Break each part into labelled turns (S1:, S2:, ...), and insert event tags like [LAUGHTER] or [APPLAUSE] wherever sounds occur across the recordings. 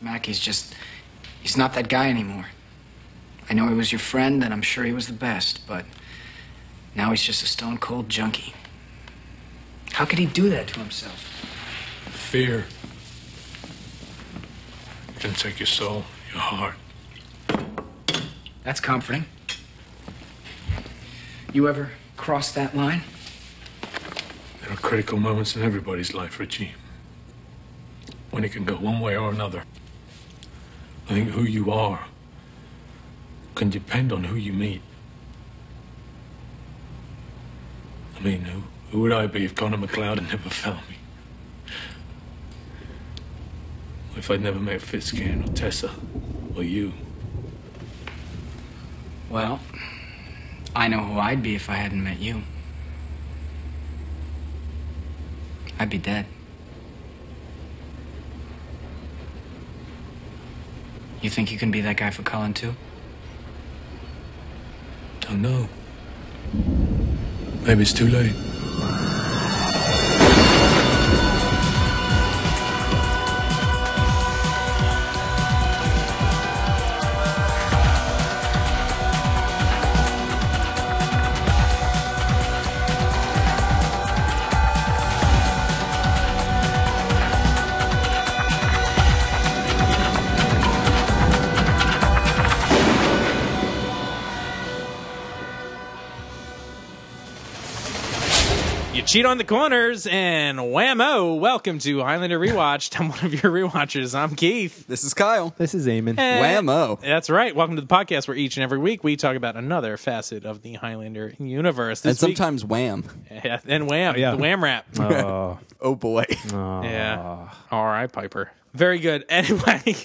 S1: Mackey's just. He's not that guy anymore. I know he was your friend, and I'm sure he was the best, but now he's just a stone cold junkie. How could he do that to himself?
S2: Fear can take your soul, your heart.
S1: That's comforting. You ever cross that line?
S2: There are critical moments in everybody's life, Richie, when it can go one way or another. I think who you are can depend on who you meet. I mean, who, who would I be if Connor McLeod had never found me? If I'd never met Fitzcan or Tessa or you?
S1: Well, I know who I'd be if I hadn't met you. I'd be dead. You think you can be that guy for Colin, too?
S2: Don't know. Maybe it's too late.
S3: You cheat on the corners and whammo! Welcome to Highlander Rewatched. [LAUGHS] I'm one of your rewatchers. I'm Keith.
S4: This is Kyle.
S5: This is Eamon.
S3: And-
S4: Whammo.
S3: That's right. Welcome to the podcast where each and every week we talk about another facet of the Highlander universe.
S4: And
S3: This week-
S4: sometimes wham.
S3: Yeah, [LAUGHS] and wham,
S5: Yeah.
S3: the wham rap.
S5: Oh,
S4: Oh boy.
S3: [LAUGHS]
S4: [LAUGHS]
S3: Yeah. All right, Piper. Very good. [LAUGHS] Anyway,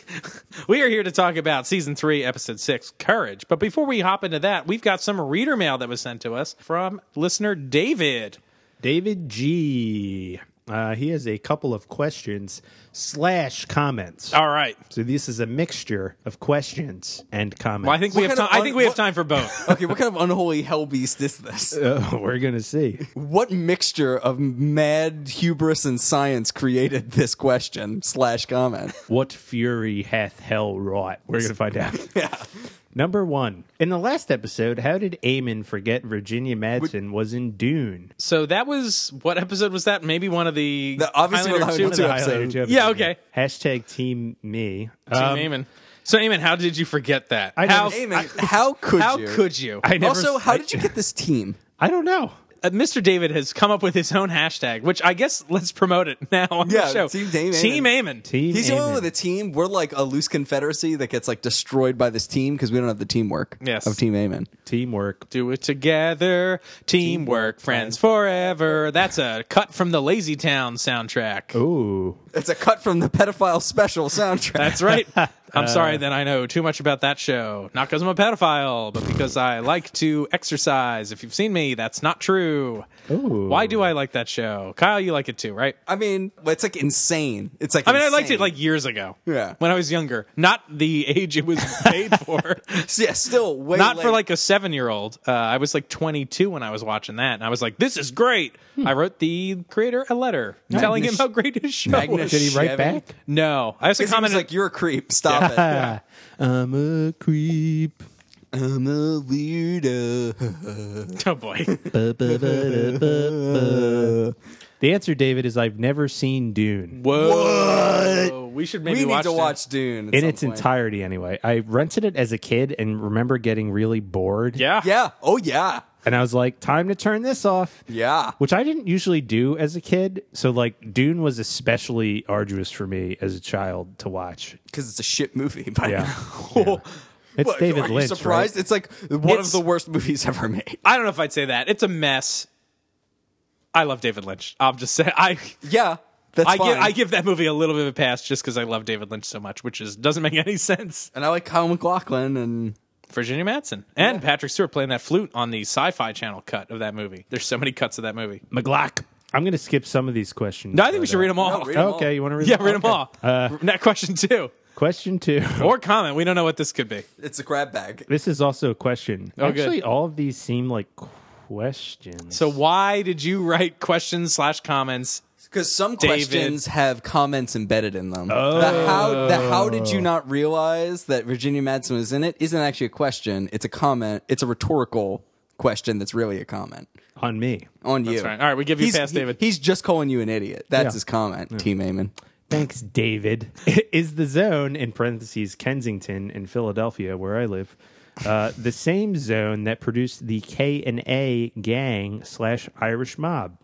S3: we are here to talk about season three, episode six, Courage. But before we hop into that, we've got some reader mail that was sent to us from listener David.
S5: David G. Uh, he has a couple of questions slash comments.
S3: All right.
S5: So this is a mixture of questions and comments.
S3: Well,
S5: [LAUGHS]
S3: I think we
S4: What
S3: have
S4: kind
S3: time.
S4: of
S3: I
S4: un-
S3: think we have
S4: what-
S3: time for
S4: [LAUGHS]
S3: both.
S4: Okay, what kind of unholy hell beast is this?
S5: Oh, we're gonna see.
S4: What mixture of mad hubris and science created this question slash comment?
S5: What fury hath hell wrought? We're going to find [LAUGHS] out. Number one. In the last episode, how did Eamon forget Virginia Madsen was in Dune?
S3: So that was what episode was that? Maybe one of the,
S4: The- obviously one of
S3: Highlander
S4: the Two
S5: Another
S4: episodes.
S5: highlighter, two
S3: Yeah,
S5: episodes.
S3: okay.
S5: Hashtag team me.
S3: two.
S5: Um,
S3: Team Eamon. So Eamon, how did you forget that?
S5: I
S3: how
S5: didn't-
S4: Eamon, how could
S3: how
S4: you?
S3: could you?
S5: I never,
S4: also, how
S5: I-
S4: did
S3: [LAUGHS]
S4: you get this team?
S5: I don't know.
S3: uh, Mr. David has come up with his own hashtag, which I guess let's promote it now on
S4: Yeah,
S3: the show.
S4: Team Dame Eamon.
S3: Team Eamon.
S5: Team
S4: He's the only
S5: Eamon.
S4: one with a team. We're like a loose confederacy that gets like destroyed by this team because we don't have the teamwork
S3: Yes.
S4: of Team Amen.
S5: teamwork.
S3: Do it together. Teamwork, friends forever. That's a cut from the Lazy Town soundtrack.
S5: Ooh.
S4: It's a cut from the pedophile special soundtrack.
S3: That's
S5: [LAUGHS]
S3: right. I'm sorry that I know too much about that show. Not because I'm a pedophile, but because I like to exercise. If you've seen me, that's not true.
S5: Ooh.
S3: Why do I like that show? Kyle, you like it too, right?
S4: I mean, it's like insane. It's like
S3: I mean, I liked it
S4: insane.
S3: like years ago.
S4: Yeah.
S3: When I was younger. Not the age it was made for.
S4: yeah, still [LAUGHS] way
S3: Not for
S4: late.
S3: like a seven year old. Uh, I was like 22 when I was watching that, and I was like, this is great.
S5: Hmm.
S3: I wrote the creator a letter telling him how great his show
S4: Magnus-
S3: was.
S5: Did he
S4: Chevy.
S5: write back?
S3: No. I also
S4: Because he was
S3: commented.
S4: like, "You're a creep. Stop
S5: [LAUGHS]
S4: it."
S5: I'm a creep.
S4: I'm a weirdo.
S3: [LAUGHS] oh
S4: [LAUGHS]
S3: boy.
S5: Ba-ba-ba-da-ba-ba. The answer, David, is I've never seen Dune
S3: Whoa. We should maybe
S4: we need
S3: watch
S4: to
S3: that.
S4: watch Dune at
S5: in
S4: some
S5: its
S4: point.
S5: entirety. Anyway, I rented it as a kid and remember getting really bored.
S3: Yeah.
S4: Yeah. Oh yeah.
S5: and I was like, time to turn this off.
S4: Yeah.
S5: Which I didn't usually do as a kid. So, like, Dune was especially arduous for me as a child to watch.
S4: Because it's a shit movie. By [LAUGHS]
S3: [LAUGHS]
S5: Yeah.
S4: now.
S5: Yeah. It's
S4: What,
S5: David
S4: are
S5: Lynch.
S4: You
S5: right?
S4: surprised? It's like one
S3: It's-
S4: of the worst movies [LAUGHS] ever made.
S3: I don't know if I'd say that. It's a mess. I love David Lynch. I'm just saying. I
S4: Yeah. That's
S3: I
S4: fine.
S3: give I give that movie a little bit of a pass just because I love David Lynch so much, which is doesn't make [LAUGHS] any sense.
S4: and I like Kyle McLaughlin and
S3: Virginia Madsen and Patrick Stewart playing that flute on the Sci-Fi Channel cut of that movie. There's so many cuts of that movie.
S5: McGlock. I'm going to skip some of these questions.
S3: No, I think we should read them all.
S4: No, read 'em all.
S5: Okay, you want to
S3: [LAUGHS]
S5: read
S3: yeah,
S5: them?
S3: read them
S5: Okay.
S3: all. [LAUGHS] Next question two
S5: Question two.
S3: or comment. We don't know what this could be.
S4: it's a grab bag.
S5: This is also a question.
S3: Oh, good.
S5: Actually, all of these seem like questions.
S3: So why did you write questions slash comments
S4: Because some
S3: David. Oh.
S4: questions have comments embedded in them. The how the how did you not realize that Virginia Madsen was in it isn't actually a question. It's a comment. It's a rhetorical question that's really a comment
S5: on me.
S4: on you.
S3: right. All right, we give you
S4: he's,
S3: pass,
S4: he-
S3: David.
S4: he's just calling you an idiot. That's
S5: Yeah.
S4: his comment, Team Amon.
S5: Thanks, David. [LAUGHS] Is the zone in parentheses Kensington in Philadelphia, where I live, uh, the same zone that produced the K and A gang slash Irish mob?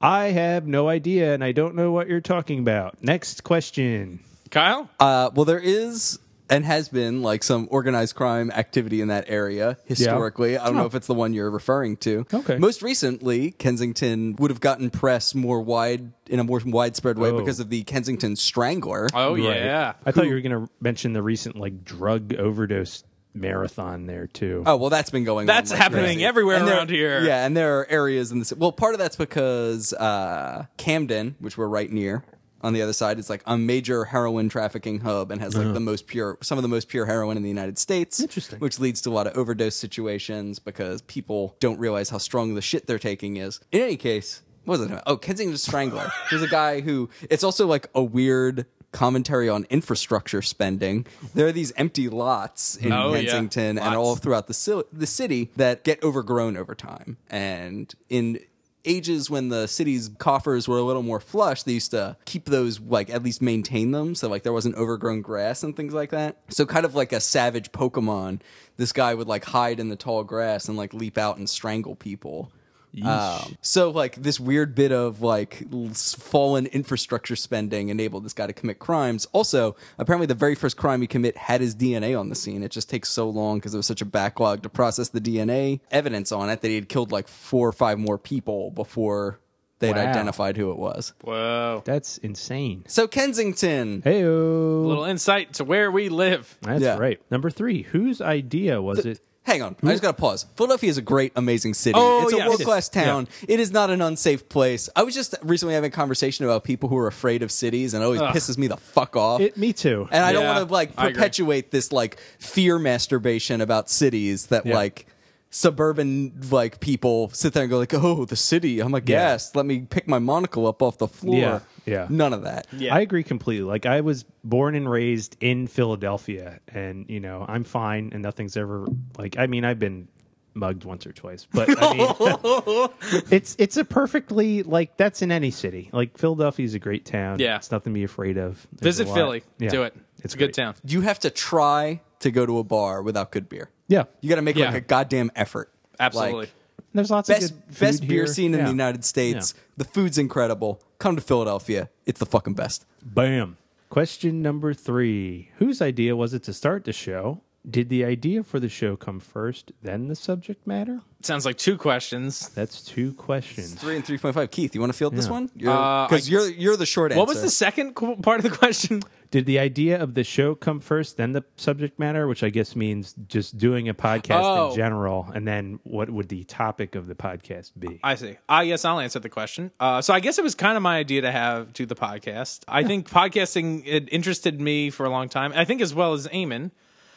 S5: I have no idea, and I don't know what you're talking about. Next question.
S3: Kyle?
S4: Uh, well, there is and has been like some organized crime activity in that area historically. I don't know if it's the one you're referring to.
S5: Okay.
S4: Most recently, Kensington would have gotten press more wide in a more widespread way
S5: Oh.
S4: because of the Kensington Strangler.
S3: oh,
S5: Right.
S3: yeah.
S5: I thought you were going to mention the recent like drug overdose marathon there too.
S4: Oh well, that's been going.
S3: That's
S4: on like
S3: happening
S4: crazy.
S3: everywhere
S4: And there-
S3: around here.
S4: Yeah, and there are areas in this. Well, part of that's because uh, Camden, which we're right near on the other side, is like a major heroin trafficking hub and has like the most pure, some of the most pure heroin in the United States.
S5: Interesting.
S4: Which leads to a lot of overdose situations because people don't realize how strong the shit they're taking is. In any case, what was it? About? Oh, Kensington Strangler. There's a guy who. It's also like a weird. Commentary on infrastructure spending. There are these empty lots in
S3: Oh, yeah.
S4: Kensington and
S3: Lots.
S4: all throughout the, sil- the city that get overgrown over time. And in ages when the city's coffers were a little more flush, they used to keep those, like, at least maintain them. So, like, there wasn't overgrown grass and things like that. So, kind of like a savage Pokemon, this guy would, like, hide in the tall grass and, like, leap out and strangle people. Um, so like this weird bit of like l- s- fallen infrastructure spending enabled this guy to commit crimes. Also, apparently the very first crime he commit had his DNA on the scene. It just takes so long because there was such a backlog to process the DNA evidence on it that he had killed like four or five more people before they'd
S5: Wow.
S4: identified who it was.
S3: Whoa.
S5: That's insane.
S4: So Kensington,
S5: Hey,
S3: A little insight to where we live.
S5: that's
S4: Yeah.
S5: right. Number three. Whose idea was it?
S4: Hang on, I just got to pause. Philadelphia is a great, amazing city.
S3: Oh,
S4: it's a
S3: yes.
S4: world class town. It is not an unsafe place. I was just recently having a conversation about people who are afraid of cities, and it always pisses me the fuck off.
S5: It, me too.
S4: and I don't
S3: Yeah,
S4: want to like
S3: I agree.
S4: perpetuate this like fear masturbation about cities that
S5: Yeah.
S4: like suburban like people sit there and go like, oh, the city. I'm a guest. Let me pick my monocle up off the floor.
S5: Yeah, yeah.
S4: None of that.
S5: I agree completely. Like I was born and raised in Philadelphia, and you know I'm fine, and nothing's ever like. I mean, I've been mugged once or twice, but I mean,
S4: [LAUGHS]
S5: it's it's a perfectly like that's in any city. Like Philadelphia's a great town.
S3: Yeah.
S5: it's nothing to be afraid of. There's
S3: Visit
S5: a lot-
S3: Philly.
S5: Yeah.
S3: Do it. It's, a good
S5: great.
S3: town.
S4: You have to try to go to a bar without good beer.
S5: Yeah,
S4: You got to make
S3: Yeah.
S4: like a goddamn effort.
S3: Absolutely.
S4: Like,
S5: there's lots
S4: best
S5: of good food
S4: best
S5: here.
S4: beer scene in
S5: Yeah.
S4: the United States.
S5: Yeah.
S4: The food's incredible. Come to Philadelphia. It's the fucking best.
S5: Bam. Question number three Whose idea was it to start the show? Did the idea for the show come first, then the subject matter?
S3: Sounds like two questions.
S5: That's two questions.
S4: Three and three point five. Keith, you want to field this one?
S3: Uh,
S4: Because
S3: I-
S4: you're you're the short answer.
S3: What was the second qu- part of the question?
S5: Did the idea of the show come first, then the subject matter, which I guess means just doing a podcast
S3: Oh.
S5: in general, and then what would the topic of the podcast be?
S3: I uh, see. I guess I'll answer the question. Uh, so I guess it was kind of my idea to have do the podcast. I think [LAUGHS] podcasting it interested me for a long time. I think as well as Eamon.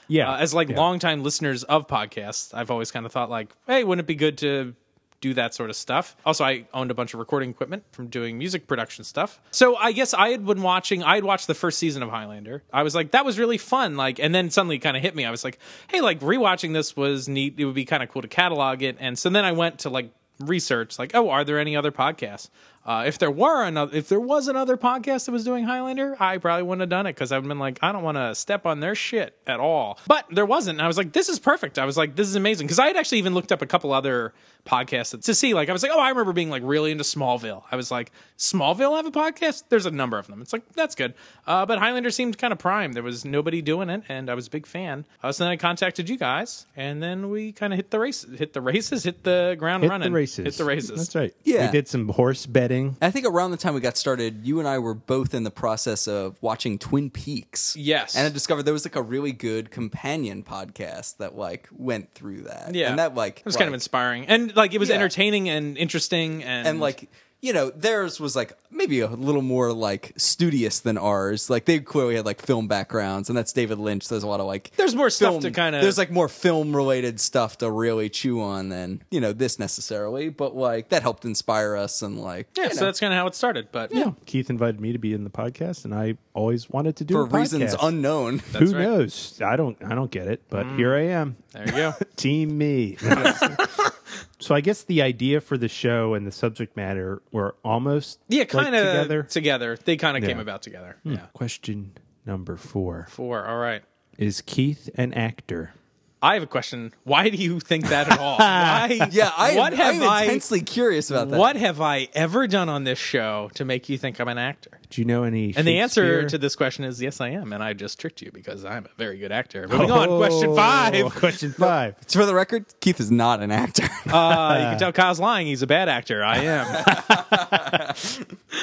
S5: yeah,
S3: Uh, as like
S5: yeah.
S3: longtime listeners of podcasts, I've always kind of thought like, hey, wouldn't it be good to do that sort of stuff? Also, I owned a bunch of recording equipment from doing music production stuff. So I guess I had been watching. I had watched the first season of Highlander. I was like, that was really fun. Like, and then suddenly kind of hit me. I was like, hey, like rewatching this was neat. It would be kind of cool to catalog it. And so then I went to like research, like, oh, are there any other podcasts? Uh, if there were another, if there was another podcast that was doing Highlander, I probably wouldn't have done it because I've been like, I don't want to step on their shit at all. But there wasn't, and I was like, this is perfect. I was like, this is amazing because I had actually even looked up a couple other podcasts that- to see. Like, I was like, oh, I remember being like really into Smallville. I was like, Smallville have a podcast? There's a number of them. It's like that's good. Uh, but Highlander seemed kind of prime. There was nobody doing it, and I was a big fan. Uh, so then I contacted you guys, and then we kind of hit the race, hit the races, hit the ground
S5: hit
S3: running,
S5: the races.
S3: hit the races.
S5: That's right.
S4: Yeah.
S5: we did some horse betting.
S4: I think around the time we got started, you and I were both in the process of watching Twin Peaks.
S3: Yes.
S4: and I discovered there was like a really good companion podcast that like went through that.
S3: Yeah,
S4: and that like
S3: it was kind of
S4: like-
S3: inspiring, and like it was
S4: Yeah.
S3: entertaining and interesting, and
S4: and like you know, theirs was like maybe a little more like studious than ours. Like they clearly had like film backgrounds, and that's David Lynch. So there's a lot of like
S3: There's more stuff
S4: film-
S3: to kinda-
S4: There's like more film related stuff to really chew on than you know this necessarily, but like that helped inspire us and like
S3: Yeah,
S4: you
S3: so
S4: know,
S3: that's kind of how it started. But yeah,
S5: Keith invited me to be in the podcast, and I always wanted to do
S4: for
S5: a
S4: reasons
S5: podcast.
S4: unknown. [LAUGHS]
S5: Who
S3: right. Mm.
S5: knows? I don't. I don't get it, but here I am.
S3: there you
S4: [LAUGHS]
S3: go.
S5: Team me. [LAUGHS] so I guess the idea for the show and the subject matter were almost
S3: Yeah,
S5: like,
S3: kind of together.
S5: together.
S3: They kind of came
S5: Yeah.
S3: about together.
S4: Hmm.
S3: Yeah.
S5: Question number four
S3: Four. All right.
S5: is Keith an actor?
S3: I have a question. Why do you think that at
S4: [LAUGHS]
S3: all? Why?
S4: Yeah, I
S3: what have
S4: I'm
S3: I?
S4: intensely curious about that.
S3: What have I ever done on this show to make you think I'm an actor?
S5: Do you know any?
S3: And the answer
S5: Shakespeare?
S3: to this question is yes, I am, and I just tricked you because I'm a very good
S4: [LAUGHS]
S3: actor. Moving on,
S5: Oh,
S3: question five.
S5: Question five.
S3: [LAUGHS]
S4: For the record, Keith is not an actor.
S3: Uh, you can tell Kyle's lying; he's a bad actor. I am.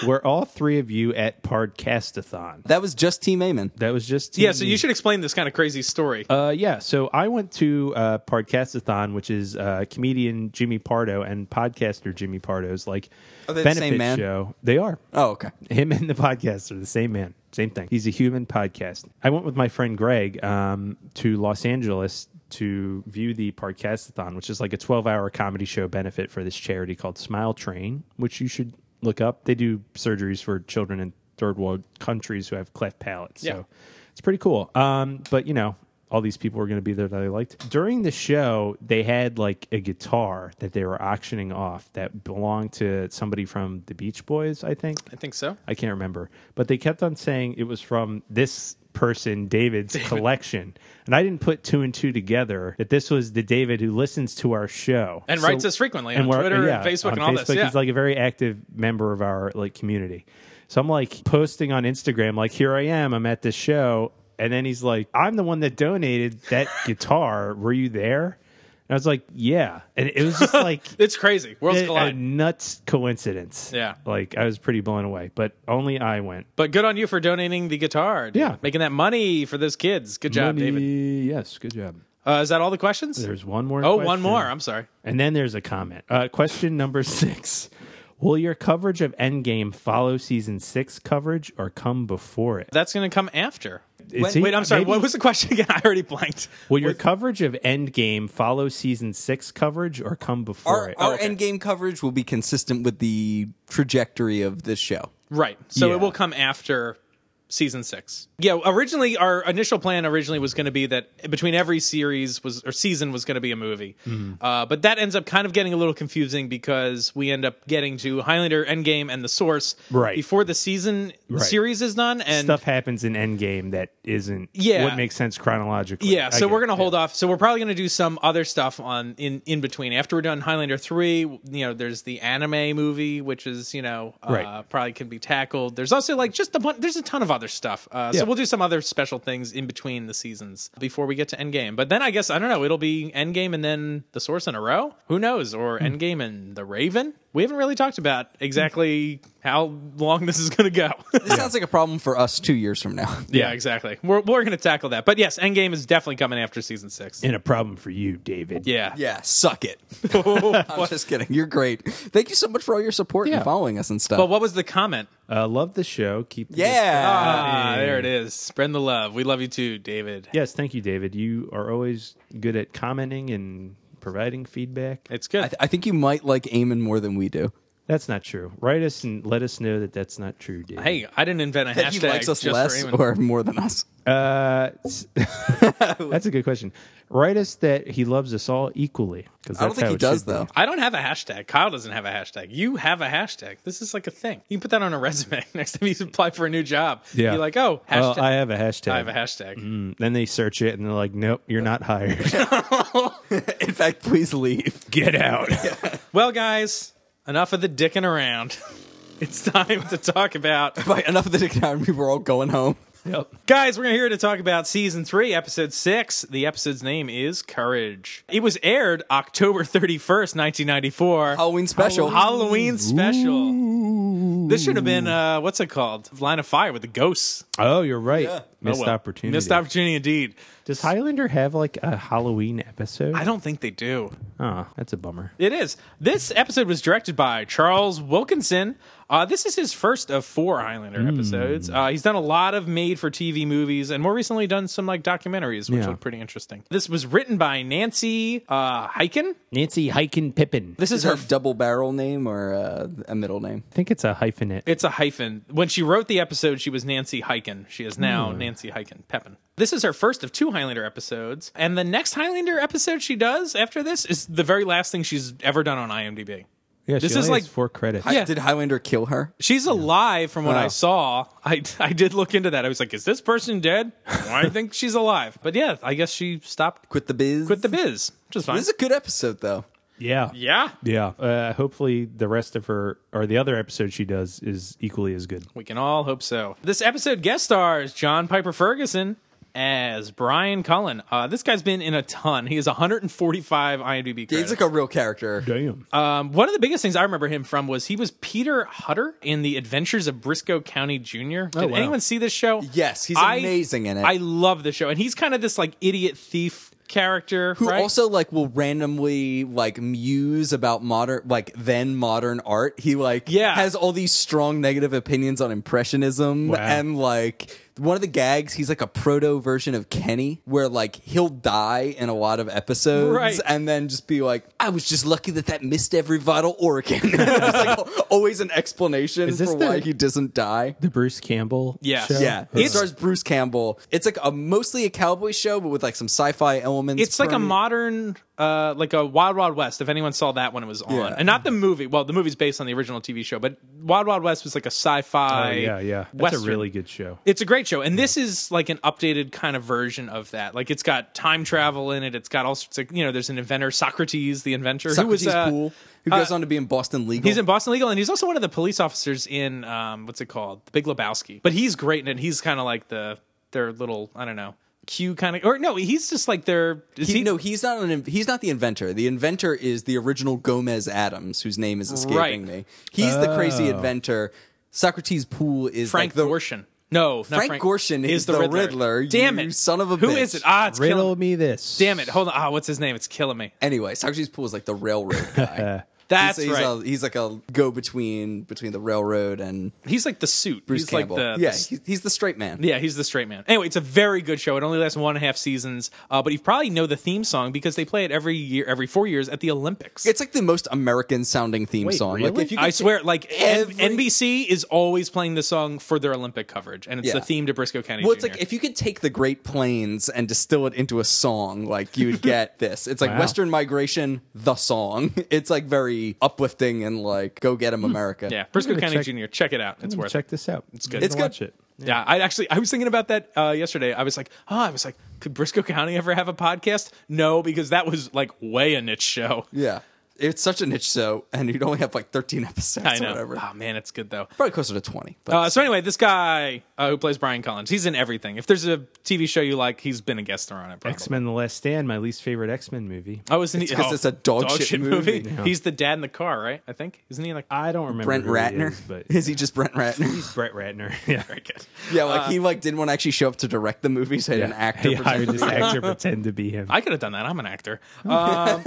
S5: Were all three of you at
S4: [LAUGHS]
S5: Podcastathon?
S4: that was just Team Amen.
S5: That was just
S3: yeah, so
S5: TV.
S3: you should explain this kind of crazy story.
S5: Uh, yeah, so I went to uh, Podcastathon, which is uh, comedian Jimmy Pardo and podcaster Jimmy Pardo's like
S4: Are they the
S5: benefit
S4: same man?
S5: show. They are
S4: Oh, okay.
S5: him and the podcast are the same man, same thing. He's a human podcast. I went with my friend Greg um, to Los Angeles to view the Podcastathon, which is like a 12 hour comedy show benefit for this charity called Smile Train, which you should look up. They do surgeries for children in third world countries who have cleft palates.
S3: Yeah.
S5: So it's pretty cool. Um, but you know, all these people were going to be there that I liked. During the show, they had like a guitar that they were auctioning off that belonged to somebody from the Beach Boys, I think.
S3: I think so.
S5: I can't remember, but they kept on saying it was from this person, David's collection. And I didn't put two and two together that this was the David who listens to our show
S3: And writes us frequently on
S5: we're-
S3: Twitter and Facebook
S5: on
S3: and all this, yeah.
S5: He's like a very active member of our like community. So I'm like posting on Instagram, like, here I am, I'm at this show. And then he's like, I'm the one that donated that [LAUGHS] guitar. Were you there? And I was like, yeah. And it was just
S3: [LAUGHS]
S5: like
S3: It's crazy. Worlds
S5: a, a
S3: collide.
S5: nuts coincidence.
S3: Yeah.
S5: Like I was pretty blown away, but only I went.
S3: But good on you for donating the guitar. dude.
S5: Yeah.
S3: Making that money for those kids. Good job, David.
S5: Yes, good job.
S3: Uh, is that all the questions?
S5: There's one more.
S3: oh, one
S5: question.
S3: more. I'm sorry.
S5: And then there's a comment. Uh, question number [LAUGHS] six. Will your coverage of Endgame follow season six coverage or come before it?
S3: That's going to come after.
S5: It's-
S3: Wait, I'm sorry.
S5: maybe-
S3: What was the question again? [LAUGHS] I already blanked.
S5: Will your coverage of Endgame follow season six coverage or come before
S4: Our,
S5: it?
S4: our
S3: Oh, okay.
S4: end game coverage will be consistent with the trajectory of this show.
S3: Right. So
S5: Yeah.
S3: it will come after season six. Yeah. Originally, our initial plan originally was going to be that between every series was or season was going to be a movie.
S5: Mm-hmm.
S3: Uh, but that ends up kind of getting a little confusing because we end up getting to Highlander, Endgame, and The Source
S5: Right.
S3: before the season
S5: Right.
S3: series is done. And
S5: Stuff happens in Endgame that isn't
S3: Yeah.
S5: what makes sense chronologically.
S3: Yeah,
S5: I
S3: so
S5: get
S3: we're
S5: it.
S3: gonna hold off. So we're probably gonna do some other stuff on in in between. After we're done Highlander three, you know, there's the anime movie, which is you know uh,
S5: Right.
S3: probably can be tackled. There's also like just a bunch. There's a ton of other stuff. Uh,
S5: Yeah.
S3: So we'll do some other special things in between the seasons before we get to Endgame. But then I guess I don't know. It'll be Endgame and then The Source in a row. Who knows? Or
S5: Hmm.
S3: Endgame and The Raven. We haven't really talked about exactly how long [LAUGHS] this is gonna go.
S4: This sounds like a problem for us two years from now.
S3: yeah, exactly. We're we're gonna tackle that. But yes, Endgame is definitely coming after season six.
S5: And a problem for you, David.
S3: Yeah.
S4: Yeah,
S3: [LAUGHS]
S4: suck it. [LAUGHS] I'm just kidding. You're great. Thank you so much for all your support
S5: Yeah.
S4: and following us and stuff.
S3: But what was the comment?
S5: Uh, love the show. Keep the
S4: yeah.
S5: Mm.
S3: Ah, there it is. Spread the love. We love you too, David.
S5: Yes, thank you, David. You are always good at commenting and providing feedback.
S3: It's good.
S4: I, th- I think you might like Eamon more than we do.
S5: That's not true. Write us and let us know that that's not true, David.
S3: hey, I didn't invent a hashtag.
S4: That he likes us
S3: just
S4: less
S3: for Eamon.
S4: or more than us.
S5: Uh,
S3: [LAUGHS]
S5: s- that's a good question. Write us that he loves us all equally. Because
S4: I don't think he does, though.
S3: I don't have a hashtag. Kyle doesn't have a hashtag. You have a hashtag. This is like a thing. You can put that on a [LAUGHS] resume next time you apply for a new job.
S5: Yeah.
S3: You're like, oh,
S5: Well,
S3: hashtag.
S5: I
S3: I,
S5: have a hashtag.
S3: have a hashtag.
S5: Mm, then they search it and they're like, "Nope, you're not hired.
S3: [LAUGHS]
S4: [LAUGHS]
S5: [LAUGHS]
S4: In fact, please leave. [LAUGHS]
S5: Get out."
S3: [LAUGHS] Well, guys, enough of the dicking around. [LAUGHS] it's time to talk about
S4: By enough of the economy, we're all going home.
S5: Yep.
S3: Guys, we're here to talk about season three, episode six. The episode's name is Courage. It was aired [LAUGHS] October 31st, 1994.
S4: Halloween special.
S3: Halloween special. This should have been uh, what's it called? Line of Fire with the ghosts.
S5: Oh, you're right. Missed
S3: Oh, well.
S5: opportunity.
S3: Missed opportunity indeed.
S5: Does Highlander have like a Halloween episode?
S3: I don't think they do.
S5: Oh, that's a bummer.
S3: It is. This episode was directed by Charles Wilkinson. Uh, this is his first of four Highlander episodes. Uh, he's done a lot of made-for-TV movies, and more recently done some like documentaries, which
S5: Yeah.
S3: look pretty interesting. This was written by Nancy uh, Hyken.
S5: Nancy Hyken Pippin.
S3: This is,
S4: Is
S3: her
S4: her double barrel name or uh, a middle name?
S5: I think it's a hyphenate.
S3: It's a hyphen. When she wrote the episode, she was Nancy Hyken. She is now Nancy Hyken Pepin. This is her first of two Highlander episodes, and the next Highlander episode she does after this is the very last thing she's ever done on IMDb.
S5: yeah,
S3: this
S5: she
S3: is
S5: only has
S3: like-
S5: four credits.
S3: Yeah.
S4: Did Highlander kill her?
S3: She's alive from what I
S4: Wow.
S3: saw. I, [LAUGHS] I did look into that. I was like, is this person dead? I think she's alive. But yeah, I guess she stopped
S4: Quit the biz.
S3: quit the biz, which is fine.
S4: This is a good episode though.
S5: Yeah.
S3: yeah,
S5: Yeah. Uh, hopefully, the rest of her or the other episode she does is equally as good.
S3: we can all hope so. This episode guest stars John Piper Ferguson as Brian Cullen. Uh, this guy's been in a ton. He has 145 IMDb
S4: He's
S3: credits.
S4: like a real character.
S5: Damn.
S3: um, one of the biggest things I remember him from was he was Peter Hutter in The Adventures of Briscoe County Jr. Did
S5: wow.
S3: anyone see this show?
S4: Oh, Yes, he's amazing in it.
S3: I love the show, and he's kind of this like idiot thief character
S4: who
S3: right?
S4: also like will randomly like muse about modern like then modern art he like
S3: Yeah.
S4: has all these strong negative opinions on impressionism
S5: Wow.
S4: and like one of the gags he's like a proto version of kenny where like he'll die in a lot of episodes
S3: Right.
S4: and then just be like i was just lucky that that missed every vital organ [LAUGHS]
S3: [LAUGHS]
S4: There's, like always an explanation
S5: Is this
S4: for
S5: the-
S4: why he doesn't die
S5: The Bruce Campbell.
S3: Yes.
S5: show?
S4: yeah, it stars Bruce Campbell. It's like a mostly a cowboy show, but with like some sci-fi elements.
S3: it's like a
S4: permeating-
S3: modern uh like a wild wild west if anyone saw that when it was on
S4: Yeah.
S3: and not the movie well the movie's based on the original tv show but wild wild west was like a
S5: Oh,
S3: sci-fi
S5: yeah. Yeah. That's
S3: Western.
S5: a really good show.
S3: it's a great show and this is like an updated kind of version of that like it's got time travel in it it's got all sorts of you know there's an inventor socrates the inventor
S4: Socrates
S3: who was uh,
S4: Poole, who goes on to be in Boston Legal.
S3: He's in Boston Legal, and he's also one of the police officers in um, what's it called, The Big Lebowski. But he's great, in it. he's kind of like the their little I don't know Q kind of or no, he's just like their is
S4: he,
S3: he,
S4: no, he's not an in- he's not the inventor. The inventor is the original Gomez Adams, whose name is escaping
S3: Right. Oh.
S4: me. He's the crazy inventor. Socrates Poole is
S3: Frank
S4: like the
S3: Gorshin. No, not
S4: Frank Gorshin is the Riddler,
S3: Damn
S4: you
S3: it,
S4: son of a
S3: Who
S4: bitch.
S3: is it? Ah, it's
S5: Riddle
S3: killing me.
S5: me this.
S3: Damn it, hold on. Ah, what's his name? It's killing me.
S4: anyway. Socrates Poole is like
S3: [LAUGHS]
S4: the railroad guy.
S3: That's
S4: he's, he's
S3: right.
S4: A, he's like a go between between the railroad and
S3: he's like the suit.
S4: Bruce
S3: he's
S4: Campbell.
S3: like the
S4: yeah,
S3: the
S4: he's, he's the straight man.
S3: Yeah, he's the straight man. Anyway, it's a very good show. It only lasts one and a half seasons, uh, but you probably know the theme song because they play it every year, every four years at the Olympics.
S4: It's like the most American sounding theme
S5: Wait,
S4: song. Like
S5: really?
S4: if you
S3: I
S4: could-
S3: swear, like N-
S4: every-
S3: NBC is always playing the song for their Olympic coverage, and it's the
S4: Yeah.
S3: theme to Briscoe County.
S4: Well, it's
S3: Jr..
S4: like if you could take the Great Plains and distill it into a song, like you would get this. It's like
S5: Wow.
S4: Western Migration, the song. [LAUGHS] It's like very uplifting and like go get 'em, America.
S3: yeah, Briscoe
S5: I'm gonna
S3: County
S5: check-
S3: Jr. Check it out; it's
S5: I'm gonna
S3: worth
S5: Check this out. It's
S3: good.
S4: It's good.
S5: Watch it.
S3: it. Yeah, I actually I was thinking about that uh, yesterday. I was like, oh, I was like, could Briscoe County ever have a podcast? No, because that was like way a niche show.
S4: yeah. It's such a niche show, and you'd only have like 13 episodes
S3: I
S4: or
S3: know.
S4: whatever.
S3: Oh man, it's good though.
S4: Probably closer to 20. But
S3: Uh, so anyway, this guy uh, who plays Brian Collins, he's in everything. If there's a TV show you like, he's been a guest star on it. probably.
S5: X Men: The Last Stand, my least favorite X Men movie.
S3: Oh, isn't he?
S4: 'cause
S3: oh,
S4: it's a dog shit movie.
S3: He's the dad in the car, right? I think isn't he like
S5: I don't remember.
S4: Brent
S5: who he
S4: Ratner?
S5: is, but
S4: [LAUGHS] Is he just Brent Ratner?
S5: he's Brett Ratner. [LAUGHS] Yeah.
S3: [LAUGHS] very good.
S4: yeah, like he like didn't want to actually show up to direct the movie, so he had an actor.
S5: He
S4: pretend
S5: hired
S4: to
S5: this
S4: be-
S5: actor pretend to be him.
S3: I could have done that. I'm an actor.
S5: Hmm.
S3: Um,
S4: [LAUGHS]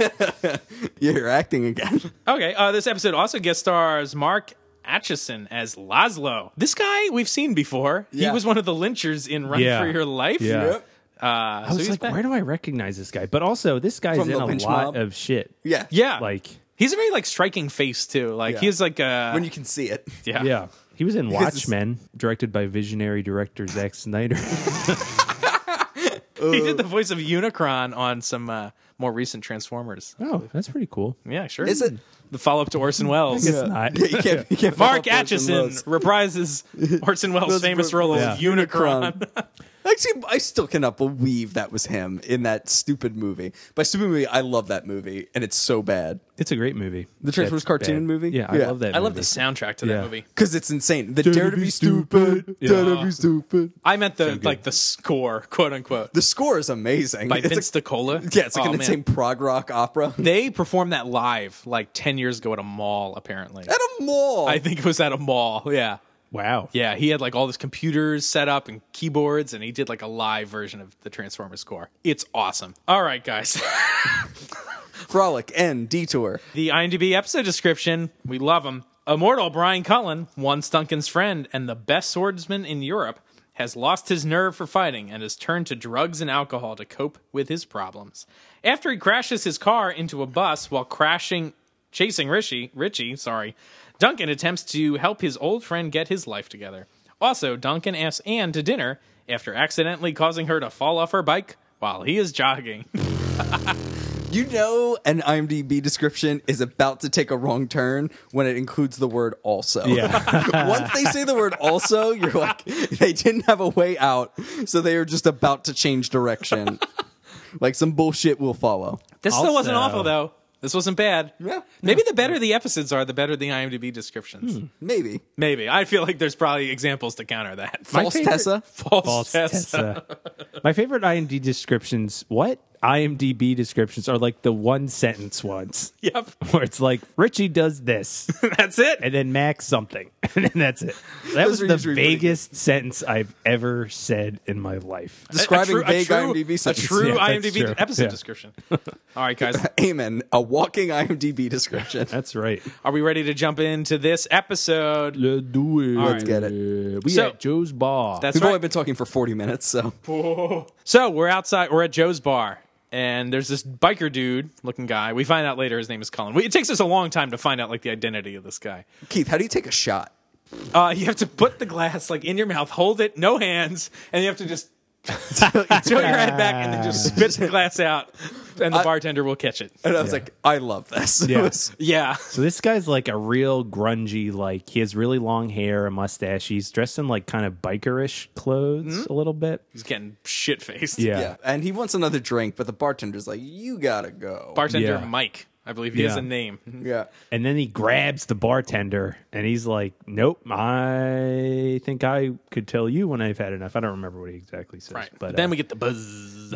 S4: Yeah, you're acting again. [LAUGHS]
S3: okay. Uh, this episode also guest stars Mark Atchison as Laszlo. This guy we've seen before. He
S4: Yeah.
S3: was one of the lynchers in Run
S5: Yeah.
S3: for Your Life.
S5: Yeah. Yep.
S3: Uh,
S5: I was like, where do I recognize this guy? But also, this guy's
S4: From
S5: in
S4: the
S5: a
S4: lynch
S5: lot
S4: mob?
S5: of shit.
S4: Yeah.
S3: yeah,
S5: Like,
S3: he's a very like striking face too. Like
S4: Yeah.
S3: he's like uh,
S4: When you can see it.
S3: yeah.
S5: yeah. He was in
S4: Because it's-
S5: Watchmen, directed by visionary director Zack Snyder. [LAUGHS]
S3: he did the voice of Unicron on some uh, more recent Transformers.
S5: oh, that's pretty cool.
S3: Yeah, sure.
S4: Is it?
S3: the follow up to Orson Welles?
S5: It's
S4: [LAUGHS] [LAUGHS]
S5: not.
S4: Yeah, you can't, you can't
S3: Mark
S4: follow up Orson
S3: Atchison
S4: Welles. [LAUGHS]
S3: reprises Orson Welles'
S4: Those
S3: famous
S4: were-
S3: role
S5: Yeah.
S3: as Unicron.
S4: [LAUGHS] Actually, I still cannot believe that was him in that stupid movie. By stupid movie, I love that movie, and it's so bad.
S5: It's a great movie.
S4: The Transformers
S5: That's
S4: cartoon
S5: bad.
S4: movie?
S5: Yeah, I
S4: Yeah.
S5: love that.
S3: I love the
S5: movie.
S3: soundtrack to
S5: Yeah.
S3: that movie.
S4: Because it's insane. The dare to be stupid, dare to be stupid.
S3: I meant the like the score, quote unquote,
S4: The score is amazing.
S3: by
S4: it's
S3: Vince
S4: like,
S3: DiCola.
S4: yeah, it's like
S3: Oh,
S4: an
S3: man.
S4: insane prog rock
S3: [LAUGHS]
S4: opera
S3: They performed that live like ten years ago at a mall. Apparently,
S4: at a mall.
S3: I think it was at a mall. Yeah.
S5: Wow.
S3: Yeah, he had like all this computers set up and keyboards, and he did like a live version of the Transformers score. It's awesome. All right, guys.
S4: Frolic and detour.
S3: the IMDb episode description, we love him. Immortal Brian Cullen, once Duncan's friend and the best swordsman in Europe, has lost his nerve for fighting and has turned to drugs and alcohol to cope with his problems. After he crashes his car into a bus while crashing chasing Rishi, Richie, sorry, Duncan attempts to help his old friend get his life together. Also, Duncan asks Anne to dinner after accidentally causing her to fall off her bike while he is jogging.
S4: You know, an IMDb description is about to take a wrong turn when it includes the word also. Yeah. [LAUGHS] Once they say the word also, you're like, they didn't have a way out, so they are just about to
S3: [LAUGHS]
S4: change direction. like some bullshit will follow.
S3: This still wasn't
S5: Also-
S3: awful though. This wasn't bad.
S4: Yeah.
S3: Maybe the better the episodes are, the better the IMDb descriptions.
S5: Hmm.
S4: Maybe.
S3: Maybe. I feel like there's probably examples to counter that. [LAUGHS]
S4: False
S5: favorite-
S4: Tessa.
S3: False,
S5: False
S3: test.
S5: Tessa. My favorite IMDb descriptions. What IMDb descriptions are like the one sentence ones
S3: Yep.
S5: [LAUGHS] where it's like Richie does
S3: [LAUGHS]
S5: this,
S3: [LAUGHS] That's it.
S5: and then Max something, [LAUGHS] and then that's it. That
S4: Those are
S5: was the
S4: usually pretty good.
S5: vaguest sentence I've ever said in my life.
S4: Describing
S3: true-
S4: vague
S3: true-
S4: IMDb
S3: A
S4: sentences.
S3: true
S5: Yeah, that's
S3: IMDb
S5: true.
S3: episode
S5: Yeah.
S3: description. [LAUGHS] All right,
S5: [LAUGHS]
S3: guys.
S4: [LAUGHS] Amen. A walking IMDb description.
S5: That's right.
S3: Are we ready to jump into this episode?
S5: Let's do it.
S4: Let's get it.
S5: We
S3: So-
S5: at Joe's bar.
S3: That's
S4: We've
S3: right.
S4: only been talking for 40 minutes, so.
S3: So we're outside. We're at Joe's bar, and there's this biker dude looking guy. We find out later his name is Colin. We, it takes us a long time to find out like the identity of this guy.
S4: Keith, how do you take
S3: [LAUGHS]
S4: a shot? [LAUGHS]
S3: Uh, you have to put the glass like in your mouth, hold it, no hands, and you have to just tilt your head back and then just
S5: Ah.
S3: spit the glass out, and the bartender will catch it.
S4: And I was like, I love this. [LAUGHS] It
S5: Yeah.
S4: was-
S3: Yeah,
S5: So this guy's like a real grungy, like he has really long hair, a mustache. He's dressed in like kind of bikerish clothes a little bit.
S3: he's getting shit faced.
S5: Hmm? Yeah.
S4: yeah. And he wants another drink, but the bartender's like, you gotta go.
S3: bartender
S5: Yeah.
S3: Mike, I believe he has
S5: Yeah.
S3: a name.
S4: yeah.
S5: And then he grabs the bartender and he's like, Nope, I think I could tell you when I've had enough. I don't remember what he exactly says.
S3: Right,
S5: But
S3: then
S5: uh,
S3: we get the buzz.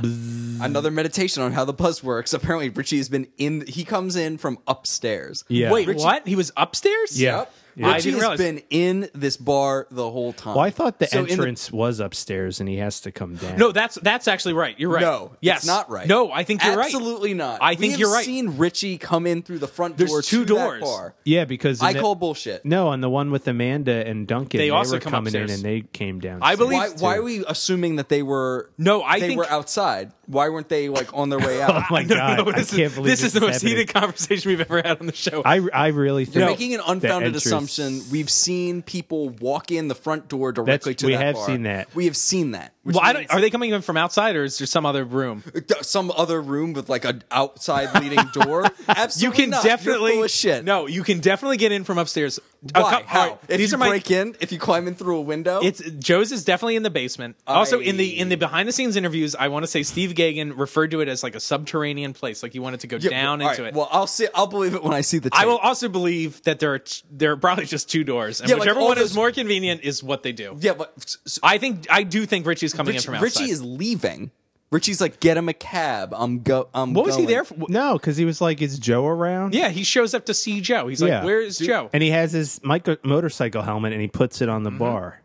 S4: Another meditation on how the buzz works. [LAUGHS] Apparently, Richie has been in. He comes in from upstairs.
S5: Yeah.
S3: Wait,
S5: Richie-
S3: what? He was upstairs.
S5: Yeah.
S4: Yep.
S5: Yeah. I
S4: Richie
S3: didn't
S4: has
S3: realize.
S4: been in this bar the whole time.
S5: well, I thought the
S4: So in
S5: entrance was upstairs and he has to come down.
S3: No, that's that's actually right. You're right.
S4: No,
S3: yes,
S4: it's not right.
S3: No, I think you're right.
S4: Absolutely not.
S3: I
S4: We
S3: think
S4: have
S3: you're right. [LAUGHS]
S4: Seen Richie come in through the front
S3: There's
S4: door.
S3: two
S4: to that
S3: doors.
S4: bar.
S5: Yeah, because in
S4: I
S5: the-
S4: call bullshit.
S5: No, on the one with Amanda and Duncan,
S3: They
S5: they,
S3: also
S5: were
S3: come
S5: coming in
S3: upstairs.
S5: and they came down.
S3: I believe-
S4: Why, why are we assuming that they were?
S3: No, I
S4: they
S3: think-
S4: were outside. Why weren't they like on
S3: [LAUGHS]
S4: their way out?
S5: Oh my god!
S3: No,
S5: I
S3: this
S5: can't
S3: is,
S5: believe
S3: this is the most
S5: happening.
S3: heated conversation we've ever had on the show.
S5: I I really think
S4: You're making an
S5: the
S4: unfounded
S5: entrance-
S4: assumption. We've seen people walk in the front door directly to
S5: we
S4: that
S5: have
S4: bar.
S5: seen that.
S4: We have seen that. which
S3: well, I
S4: means-
S3: don't, are they coming in from outside or is there some other room?
S4: some other room with like an outside
S3: [LAUGHS]
S4: leading door. Absolutely,
S3: You can
S4: not.
S3: definitely
S4: You're full of shit.
S3: No, you can definitely get in from upstairs. A
S4: why?
S3: cou-
S4: How?
S3: all right,
S4: If
S3: these
S4: you
S3: are my.
S4: break in, if you climb in through a window,
S3: It's Joe's is definitely in the basement. Also in the
S4: I-
S3: in the behind the scenes interviews, I want to say Steve Gagan referred to it as like a subterranean place, like he wanted to go
S4: Yeah,
S3: down
S4: all
S3: into
S4: right.
S3: it.
S4: Well, I'll see. I'll believe it when I see the. Tape.
S3: I will also believe that there are t- there are probably just two doors, and
S4: Yeah, like
S3: whichever
S4: all
S3: one is
S4: those-
S3: more convenient is what they do.
S4: Yeah, but s- s-
S3: I think I do think Richie's coming in
S4: Rich,
S3: from outside.
S4: Richie is leaving. Richie's like, get him a cab. I'm go. I'm.
S3: What was he
S4: going."
S3: there for?
S5: No, because he was like, "Is Joe around?"
S3: Yeah, he shows up to see Joe. He's like,
S5: Yeah.
S3: "Where is Joe?" Mm-hmm.
S5: and he has his micro- motorcycle helmet and he puts it on the bar.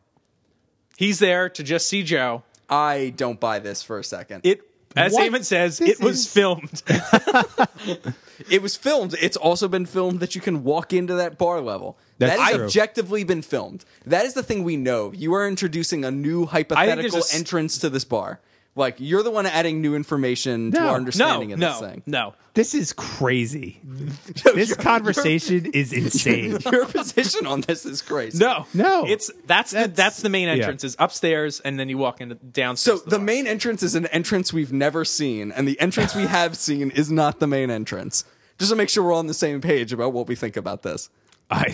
S3: He's there to just see Joe.
S4: I don't buy this for a second.
S3: It, as
S5: What?
S3: Eamon says,
S5: This
S3: it was
S5: is-
S3: filmed.
S4: It was filmed. It's also been filmed that you can walk into that bar level.
S5: That's
S4: That has
S5: true.
S4: objectively been filmed. That is the thing we know. You are introducing a new
S3: there's
S4: hypothetical
S3: a s-
S4: entrance to this bar. Like you're the one adding new information to
S5: No,
S4: our
S3: no,
S4: understanding of this
S3: no,
S4: thing.
S3: no.
S5: This
S3: [LAUGHS]
S5: is crazy. [LAUGHS] this conversation is insane.
S4: [LAUGHS] Your position on this is crazy.
S3: No,
S5: No.
S3: It's that's that's the,
S5: That's-
S3: that's the main
S5: yeah.
S3: entrance is upstairs, and then you walk into downstairs.
S4: So
S3: to
S4: the
S3: bar.
S4: main entrance is an entrance we've never seen, and the entrance we have seen is not the main entrance. Just to make sure we're on the same page about what we think about this.
S5: I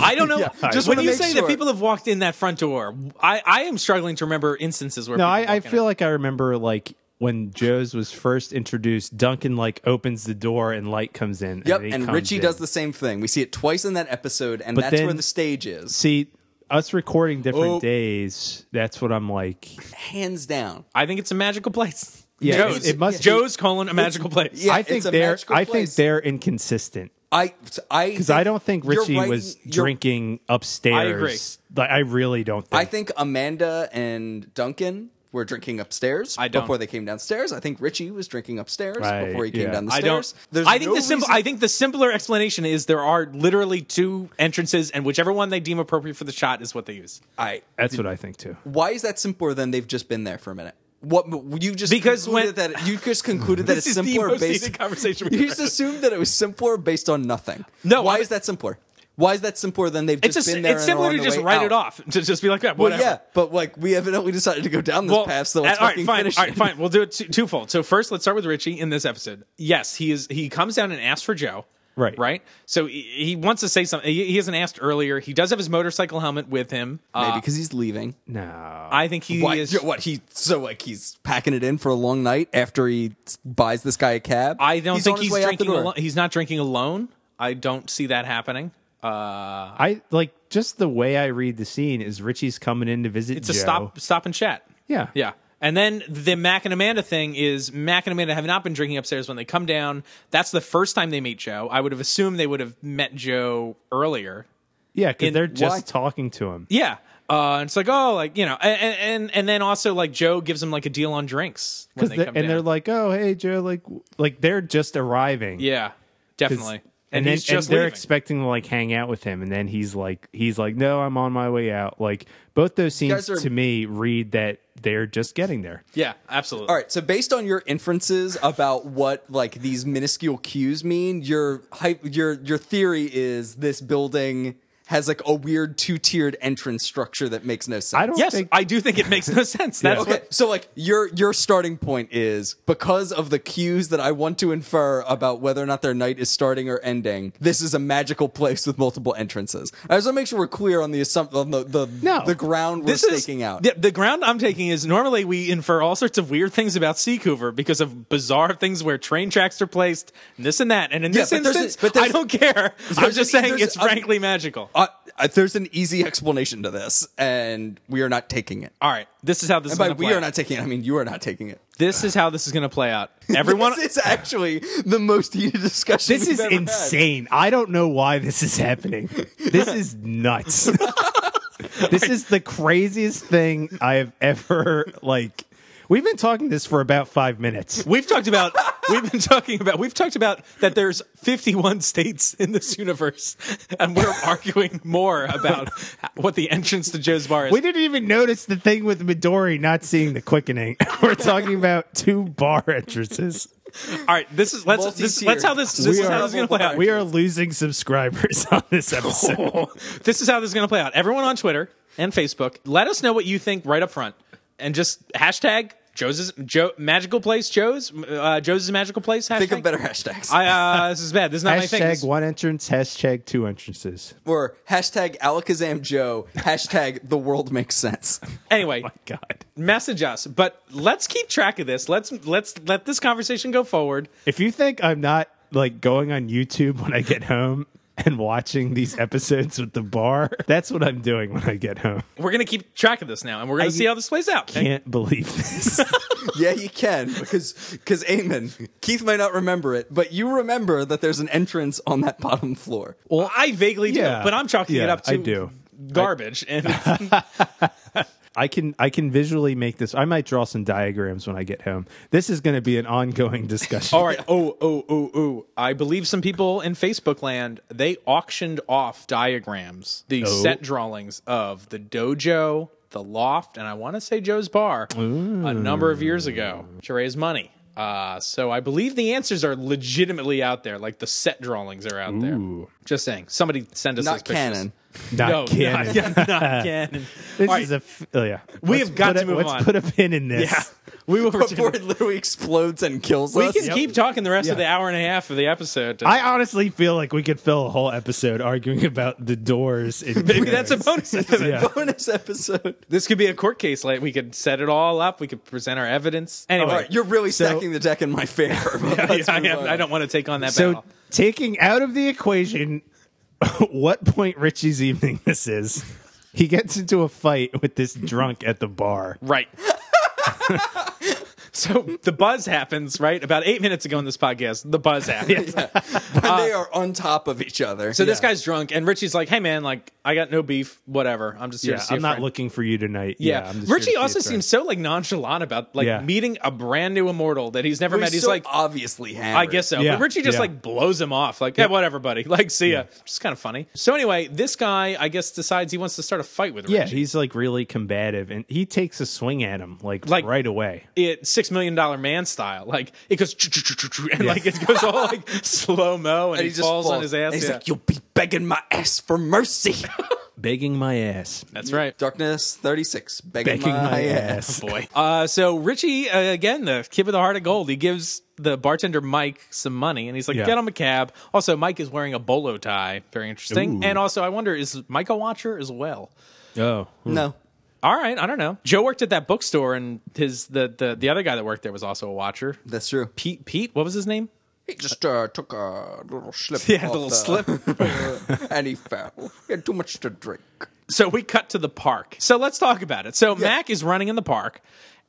S3: I don't know.
S4: [LAUGHS] Yeah.
S3: Just
S4: Just
S3: when you
S4: wanna make
S3: say that
S4: sure.
S3: people have walked in that front door, I, I am struggling to remember instances where
S5: no,
S3: people
S5: I, I
S3: walk in.
S5: feel like I remember like when Joe's was first introduced. Duncan like opens the door and light comes in.
S4: Yep,
S5: he
S4: and
S5: comes
S4: Richie
S5: in.
S4: does the same thing. We see it twice in that episode, and
S5: But
S4: that's where
S5: then-
S4: the stage is.
S5: See us recording different
S4: Oh.
S5: days. That's what I'm like.
S4: Hands down.
S3: I think it's a magical place.
S5: Yeah,
S3: Joe's.
S5: it- it must be-
S3: Joe's calling a magical place.
S4: yeah.
S5: I think
S4: it's a
S5: they're.
S4: magical
S5: I think
S4: place.
S5: they're inconsistent.
S4: I, I,
S5: Because I don't think
S4: you're
S5: Richie
S4: right,
S5: was
S4: you're-
S5: drinking upstairs.
S3: I agree.
S5: Like, I really don't think.
S4: I think Amanda and Duncan were drinking upstairs
S3: I don't.
S4: before they came downstairs. I think Richie was drinking upstairs
S5: Right,
S4: before he came
S5: yeah.
S4: down the
S3: I
S4: stairs.
S3: don't.
S4: There's
S3: I think
S4: no
S3: the simple.
S4: reason-
S3: I think the simpler explanation is there are literally two entrances, and whichever one they deem appropriate for the shot is what they use.
S4: I-
S5: That's what I think too.
S4: why is that simpler than they've just been there for a minute? What you just
S3: Because
S4: concluded
S3: when-
S4: that you just
S3: [LAUGHS]
S4: concluded that
S3: This
S4: it's
S3: is the
S4: simpler
S3: most
S4: based
S3: heated conversation we've
S4: You just
S3: ever had.
S4: assumed that it was simpler based on nothing.
S3: No,
S4: why
S3: I'm-
S4: is that simpler? Why is that simpler than they've
S3: It's
S4: just
S3: a,
S4: been there?
S3: It's
S4: and
S3: similar
S4: along
S3: to
S4: the
S3: just
S4: way
S3: write
S4: out?
S3: it off [LAUGHS] to just be like that.
S4: Well,
S3: Whatever.
S4: yeah, but like we evidently decided to go down this path, so let's
S3: uh, all right,
S4: fucking
S3: fine,
S4: finish
S3: all right,
S4: it.
S3: fine. We'll do it two- twofold. So first, let's start with Richie in this episode. Yes, he is. He comes down and asks for Joe.
S5: Right.
S3: Right. So he, he wants to say something. He, he hasn't asked earlier. He does have his motorcycle helmet with him. Uh,
S4: Maybe because he's leaving.
S5: No,
S3: I think he
S4: Why,
S3: is.
S4: what he so like he's packing it in for a long night after he s- buys this guy a cab.
S3: I don't
S4: He's
S3: think
S4: on his
S3: he's
S4: way out the
S3: drinking.
S4: door.
S3: Alo- he's not drinking alone. I don't see that happening. Uh,
S5: I like just the way I read the scene is Richie's coming in to visit.
S3: it's
S5: Joe.
S3: a stop, stop and chat.
S5: Yeah.
S3: yeah. And then the Mac and Amanda thing is Mac and Amanda have not been drinking upstairs when they come down. That's the first time they meet Joe. I would have assumed they would have met Joe earlier.
S5: Yeah, because
S3: In-
S5: they're just
S4: why?
S5: talking to him.
S3: Yeah. Uh, and it's like oh like you know and, and and then also like Joe gives them like a deal on drinks when
S5: Because
S3: they
S5: they
S3: come
S5: and they're
S3: down.
S5: like, "Oh, hey, Joe," like, like they're just arriving.
S3: yeah
S5: 'Cause-
S3: definitely
S5: And,
S3: and,
S5: then
S3: he's just
S5: and they're
S3: leaving.
S5: expecting to like hang out with him, and then he's like, he's like, "No, I'm on my way out." Like both those scenes
S4: guys are-
S5: to me read that they're just getting there.
S3: yeah absolutely
S4: All right, so based on your inferences about what like these minuscule cues mean, your hype, your your theory is this building has like a weird two tiered entrance structure that makes no sense.
S5: I don't
S3: yes
S5: think
S3: I do think it makes no [LAUGHS] sense that's
S4: Okay, so like your your starting point is because of the cues that I want to infer about whether or not their night is starting or ending. This is a magical place with multiple entrances. I just want to make sure we're clear on the assumption on the the,
S5: No.
S4: the ground we're staking
S3: is,
S4: out.
S3: The, the ground I'm taking is normally we infer all sorts of weird things about Seacouver because of bizarre things where train tracks are placed, and this and that. And in
S4: Yeah,
S3: this
S4: but there's a-
S3: instance,
S4: but
S3: I
S4: there's-
S3: don't care. I'm
S4: there's
S3: just
S4: an-
S3: saying
S4: there's
S3: it's
S4: a-
S3: frankly magical.
S4: Uh, uh, there's an easy explanation to this, and we are not taking it.
S3: All right, this is how this
S4: And
S3: is
S4: by
S3: going to
S4: we
S3: play.
S4: are
S3: out.
S4: not taking it, I mean you are not taking it.
S3: this is how this is going to play
S4: [LAUGHS]
S3: out. Everyone,
S4: this is actually the most heated discussion.
S5: [LAUGHS] This
S4: we've
S5: is
S4: ever had.
S5: insane. I don't know why this is happening. This
S4: [LAUGHS]
S5: is nuts. this is the craziest thing I've ever like. We've been talking this for about five minutes.
S3: we've talked about. We've been talking about. We've talked about that. There's 51 states in this universe, and we're arguing more about what the entrance to Joe's bar is.
S5: We didn't even notice the thing with Midori not seeing the quickening. [LAUGHS] We're talking about two bar entrances.
S3: All right, this is let's. This,
S4: Multi-tiered.
S3: let's how this. This
S4: We
S3: is how
S4: are-
S3: this is going to play out.
S5: We are losing subscribers
S3: [LAUGHS]
S5: on this episode.
S3: this is how this is going to play out. Everyone on Twitter and Facebook, let us know what you think right up front, and just hashtag Joe's is, Joe magical place. Joe's uh, Joe's is a magical place. Hashtag.
S4: Think of better hashtags.
S3: I, uh, this is bad. This is not my thing.
S5: [LAUGHS] Hashtag
S3: This-
S5: one entrance, hashtag
S3: [LAUGHS]
S5: two entrances.
S4: or hashtag Alakazam Joe, hashtag the world makes sense. [LAUGHS]
S3: anyway,
S5: God.
S3: message us, but let's keep track of this. Let's let's let this conversation go forward.
S5: If you think I'm not like going on YouTube when I get home and watching these episodes with the bar, that's what I'm doing when I get home.
S3: We're going to keep track of this now, and we're going
S5: I
S3: to see how this plays out.
S5: Can't believe
S3: [LAUGHS]
S5: this.
S4: yeah, you can because because Eamon, Keith might not remember it, but you remember that there's an entrance on that bottom floor.
S3: Well, I vaguely do,
S5: yeah.
S3: but I'm chalking it
S5: Yeah,
S3: up to
S5: I do.
S3: garbage and it's
S5: I can I can visually make this. I might draw some diagrams when I get home. This is going to be an ongoing discussion.
S3: All right. Oh, oh, oh, oh. I believe some people in Facebook land, they auctioned off diagrams, the
S5: Oh.
S3: set drawings of the dojo, the loft, and I want to say Joe's bar a number of years ago to raise money. Uh, so I believe the answers are legitimately out there. Like the set drawings are out there. Just saying. Somebody send us those
S4: Not
S3: pictures. [LAUGHS]
S4: canon.
S5: Not
S3: No,
S5: canon.
S3: Not, yeah, [LAUGHS] not canon.
S5: [LAUGHS] This
S3: All right.
S5: is a f- oh, yeah.
S3: We
S5: Let's
S3: have got
S5: put
S3: to
S5: a-
S3: move
S5: let's
S3: on.
S5: put a pin in this.
S3: Yeah.
S5: [LAUGHS]
S3: We will
S4: before
S3: return.
S4: Lou explodes and kills
S3: We
S4: us.
S3: can keep talking the rest of
S5: Yeah.
S3: the hour and a half of the episode.
S5: I honestly feel like we could fill a whole episode arguing about the doors.
S3: [LAUGHS] [LAUGHS]
S5: In
S3: Maybe that's a bonus. episode.
S5: [LAUGHS] Yeah.
S4: bonus episode.
S3: This could be a court case. Like we could set it all up. We could present our evidence. Anyway,
S4: All right, you're really
S5: So-
S4: stacking the deck in my favor. [LAUGHS] but let's
S3: I,
S4: move
S3: am-
S4: on.
S3: I don't want to take on that
S5: So
S3: battle.
S5: taking out of the equation [LAUGHS] what point Richie's evening this is, he gets into a fight with this drunk at the bar.
S3: Right. [LAUGHS] so the buzz happens right about eight minutes ago in this podcast. The [LAUGHS] buzz happens.
S4: When they are on top of each other.
S3: So this guy's drunk, and Richie's like, "Hey man, like I got no beef. Whatever. I'm just here
S5: Yeah,
S3: to see
S5: I'm
S3: a
S5: not
S3: friend."
S5: looking for you tonight.
S3: Yeah,
S5: I'm just here to see
S3: Richie
S5: a
S3: also
S5: friend.
S3: seems so like nonchalant about like
S5: Yeah.
S3: meeting a brand new immortal that he's never
S4: We're
S3: met. He's
S4: so
S3: like,
S4: obviously hammered.
S3: I guess so.
S5: Yeah,
S3: But Richie just
S5: yeah.
S3: like blows him off, like, yeah, whatever, buddy. [LAUGHS] Like, see ya. Which is kind of funny. So anyway, this guy, I guess, decides he wants to start a fight with
S5: Yeah,
S3: Richie.
S5: he's like really combative, and he takes a swing at him like,
S3: Like-
S5: right away.
S3: It six million dollar man style. Like it goes and like it goes all like [LAUGHS] slow mo and,
S4: And
S3: he, falls, on his ass.
S4: And he's
S3: Yeah.
S4: like, "You'll be begging my ass for mercy."
S5: Begging my ass,
S3: That's right.
S4: [LAUGHS] Darkness thirty six, begging,
S5: begging
S4: my,
S5: my
S4: ass.
S5: ass.
S3: boy. Uh, so Richie, uh, again, the kid with the heart of gold, he gives the bartender Mike some money, and he's like,
S5: Yeah.
S3: "Get him a cab." Also, Mike is wearing a bolo tie, very interesting.
S5: Ooh.
S3: And also, I wonder, is Mike a watcher as well?
S5: Oh,
S3: Hmm.
S4: No,
S3: All right, I don't know. Joe worked at that bookstore, and his the the, the other guy that worked there was also a watcher.
S4: that's true.
S3: Pete, Pete, what was his name?
S4: He just uh, took a little
S3: [LAUGHS]
S4: slip.
S3: Yeah, a
S4: off
S3: little
S4: the-
S3: slip.
S4: [LAUGHS] and he fell. He had too much to drink.
S3: So we cut to the park. So let's talk about it. So Mac is running in the park,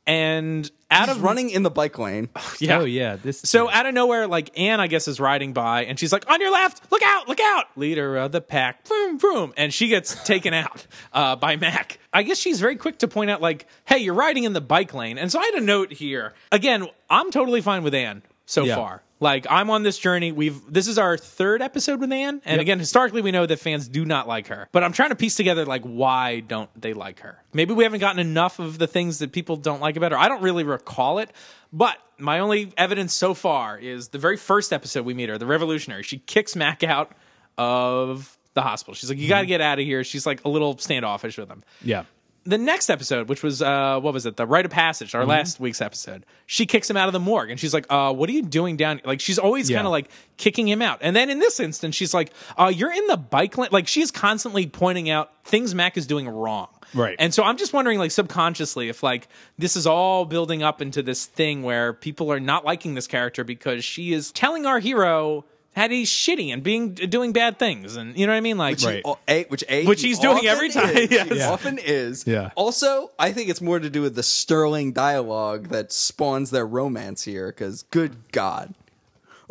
S3: and out
S4: He's
S3: of
S4: running in the
S3: [SIGHS]
S4: bike lane.
S3: yeah.
S5: oh yeah. This
S3: So out of nowhere, like Anne, I guess, is riding by, and she's like, "On your left, look out, look out!" Leader of the pack, vroom vroom, and she gets taken out uh, by Mac. I guess she's very quick to point out, like, "Hey, you're riding in the bike lane." And so I had a note here. Again, I'm totally fine with Anne so
S5: Yeah.
S3: far. Like, I'm on this journey. We've this is our third episode with Anne, and again, historically, we know that fans do not like her. But I'm trying to piece together like why don't they like her? Maybe we haven't gotten enough of the things that people don't like about her. I don't really recall it. But my only evidence so far is the very first episode we meet her, the revolutionary. She kicks Mac out of the hospital. She's like, "You got to get out of here." She's like a little standoffish with him.
S5: yeah.
S3: The next episode, which was uh, what was it, the rite of passage,
S5: Mm-hmm.
S3: our last week's episode, she kicks him out of the morgue, and she's like, uh, "What are you doing down?" Like she's always
S5: Yeah.
S3: kind of like kicking him out. And then in this instance, she's like, uh, "You're in the bike lane." Like she's constantly pointing out things Mac is doing wrong.
S5: Right.
S3: And so I'm just wondering, like subconsciously, if like this is all building up into this thing where people are not liking this character because she is telling our hero that he's shitty and being doing bad things, and you know what I mean, like
S4: Which he
S5: Right.
S4: al- A, which A,
S3: Which
S4: he
S3: he's doing every
S4: often
S3: time, [LAUGHS]
S4: Is,
S3: yes.
S4: He
S5: Yeah.
S4: often is.
S5: Yeah.
S4: Also, I think it's more to do with the sterling dialogue that spawns their romance here. Because good God,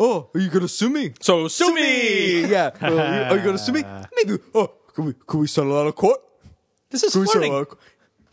S4: oh, are you gonna sue me?
S3: So sue me!
S4: [LAUGHS] Yeah. Well, you- are you gonna sue me? Maybe. Oh, can we can we settle out of court?
S3: This is
S4: Can we
S3: flirting.
S4: settle out of court?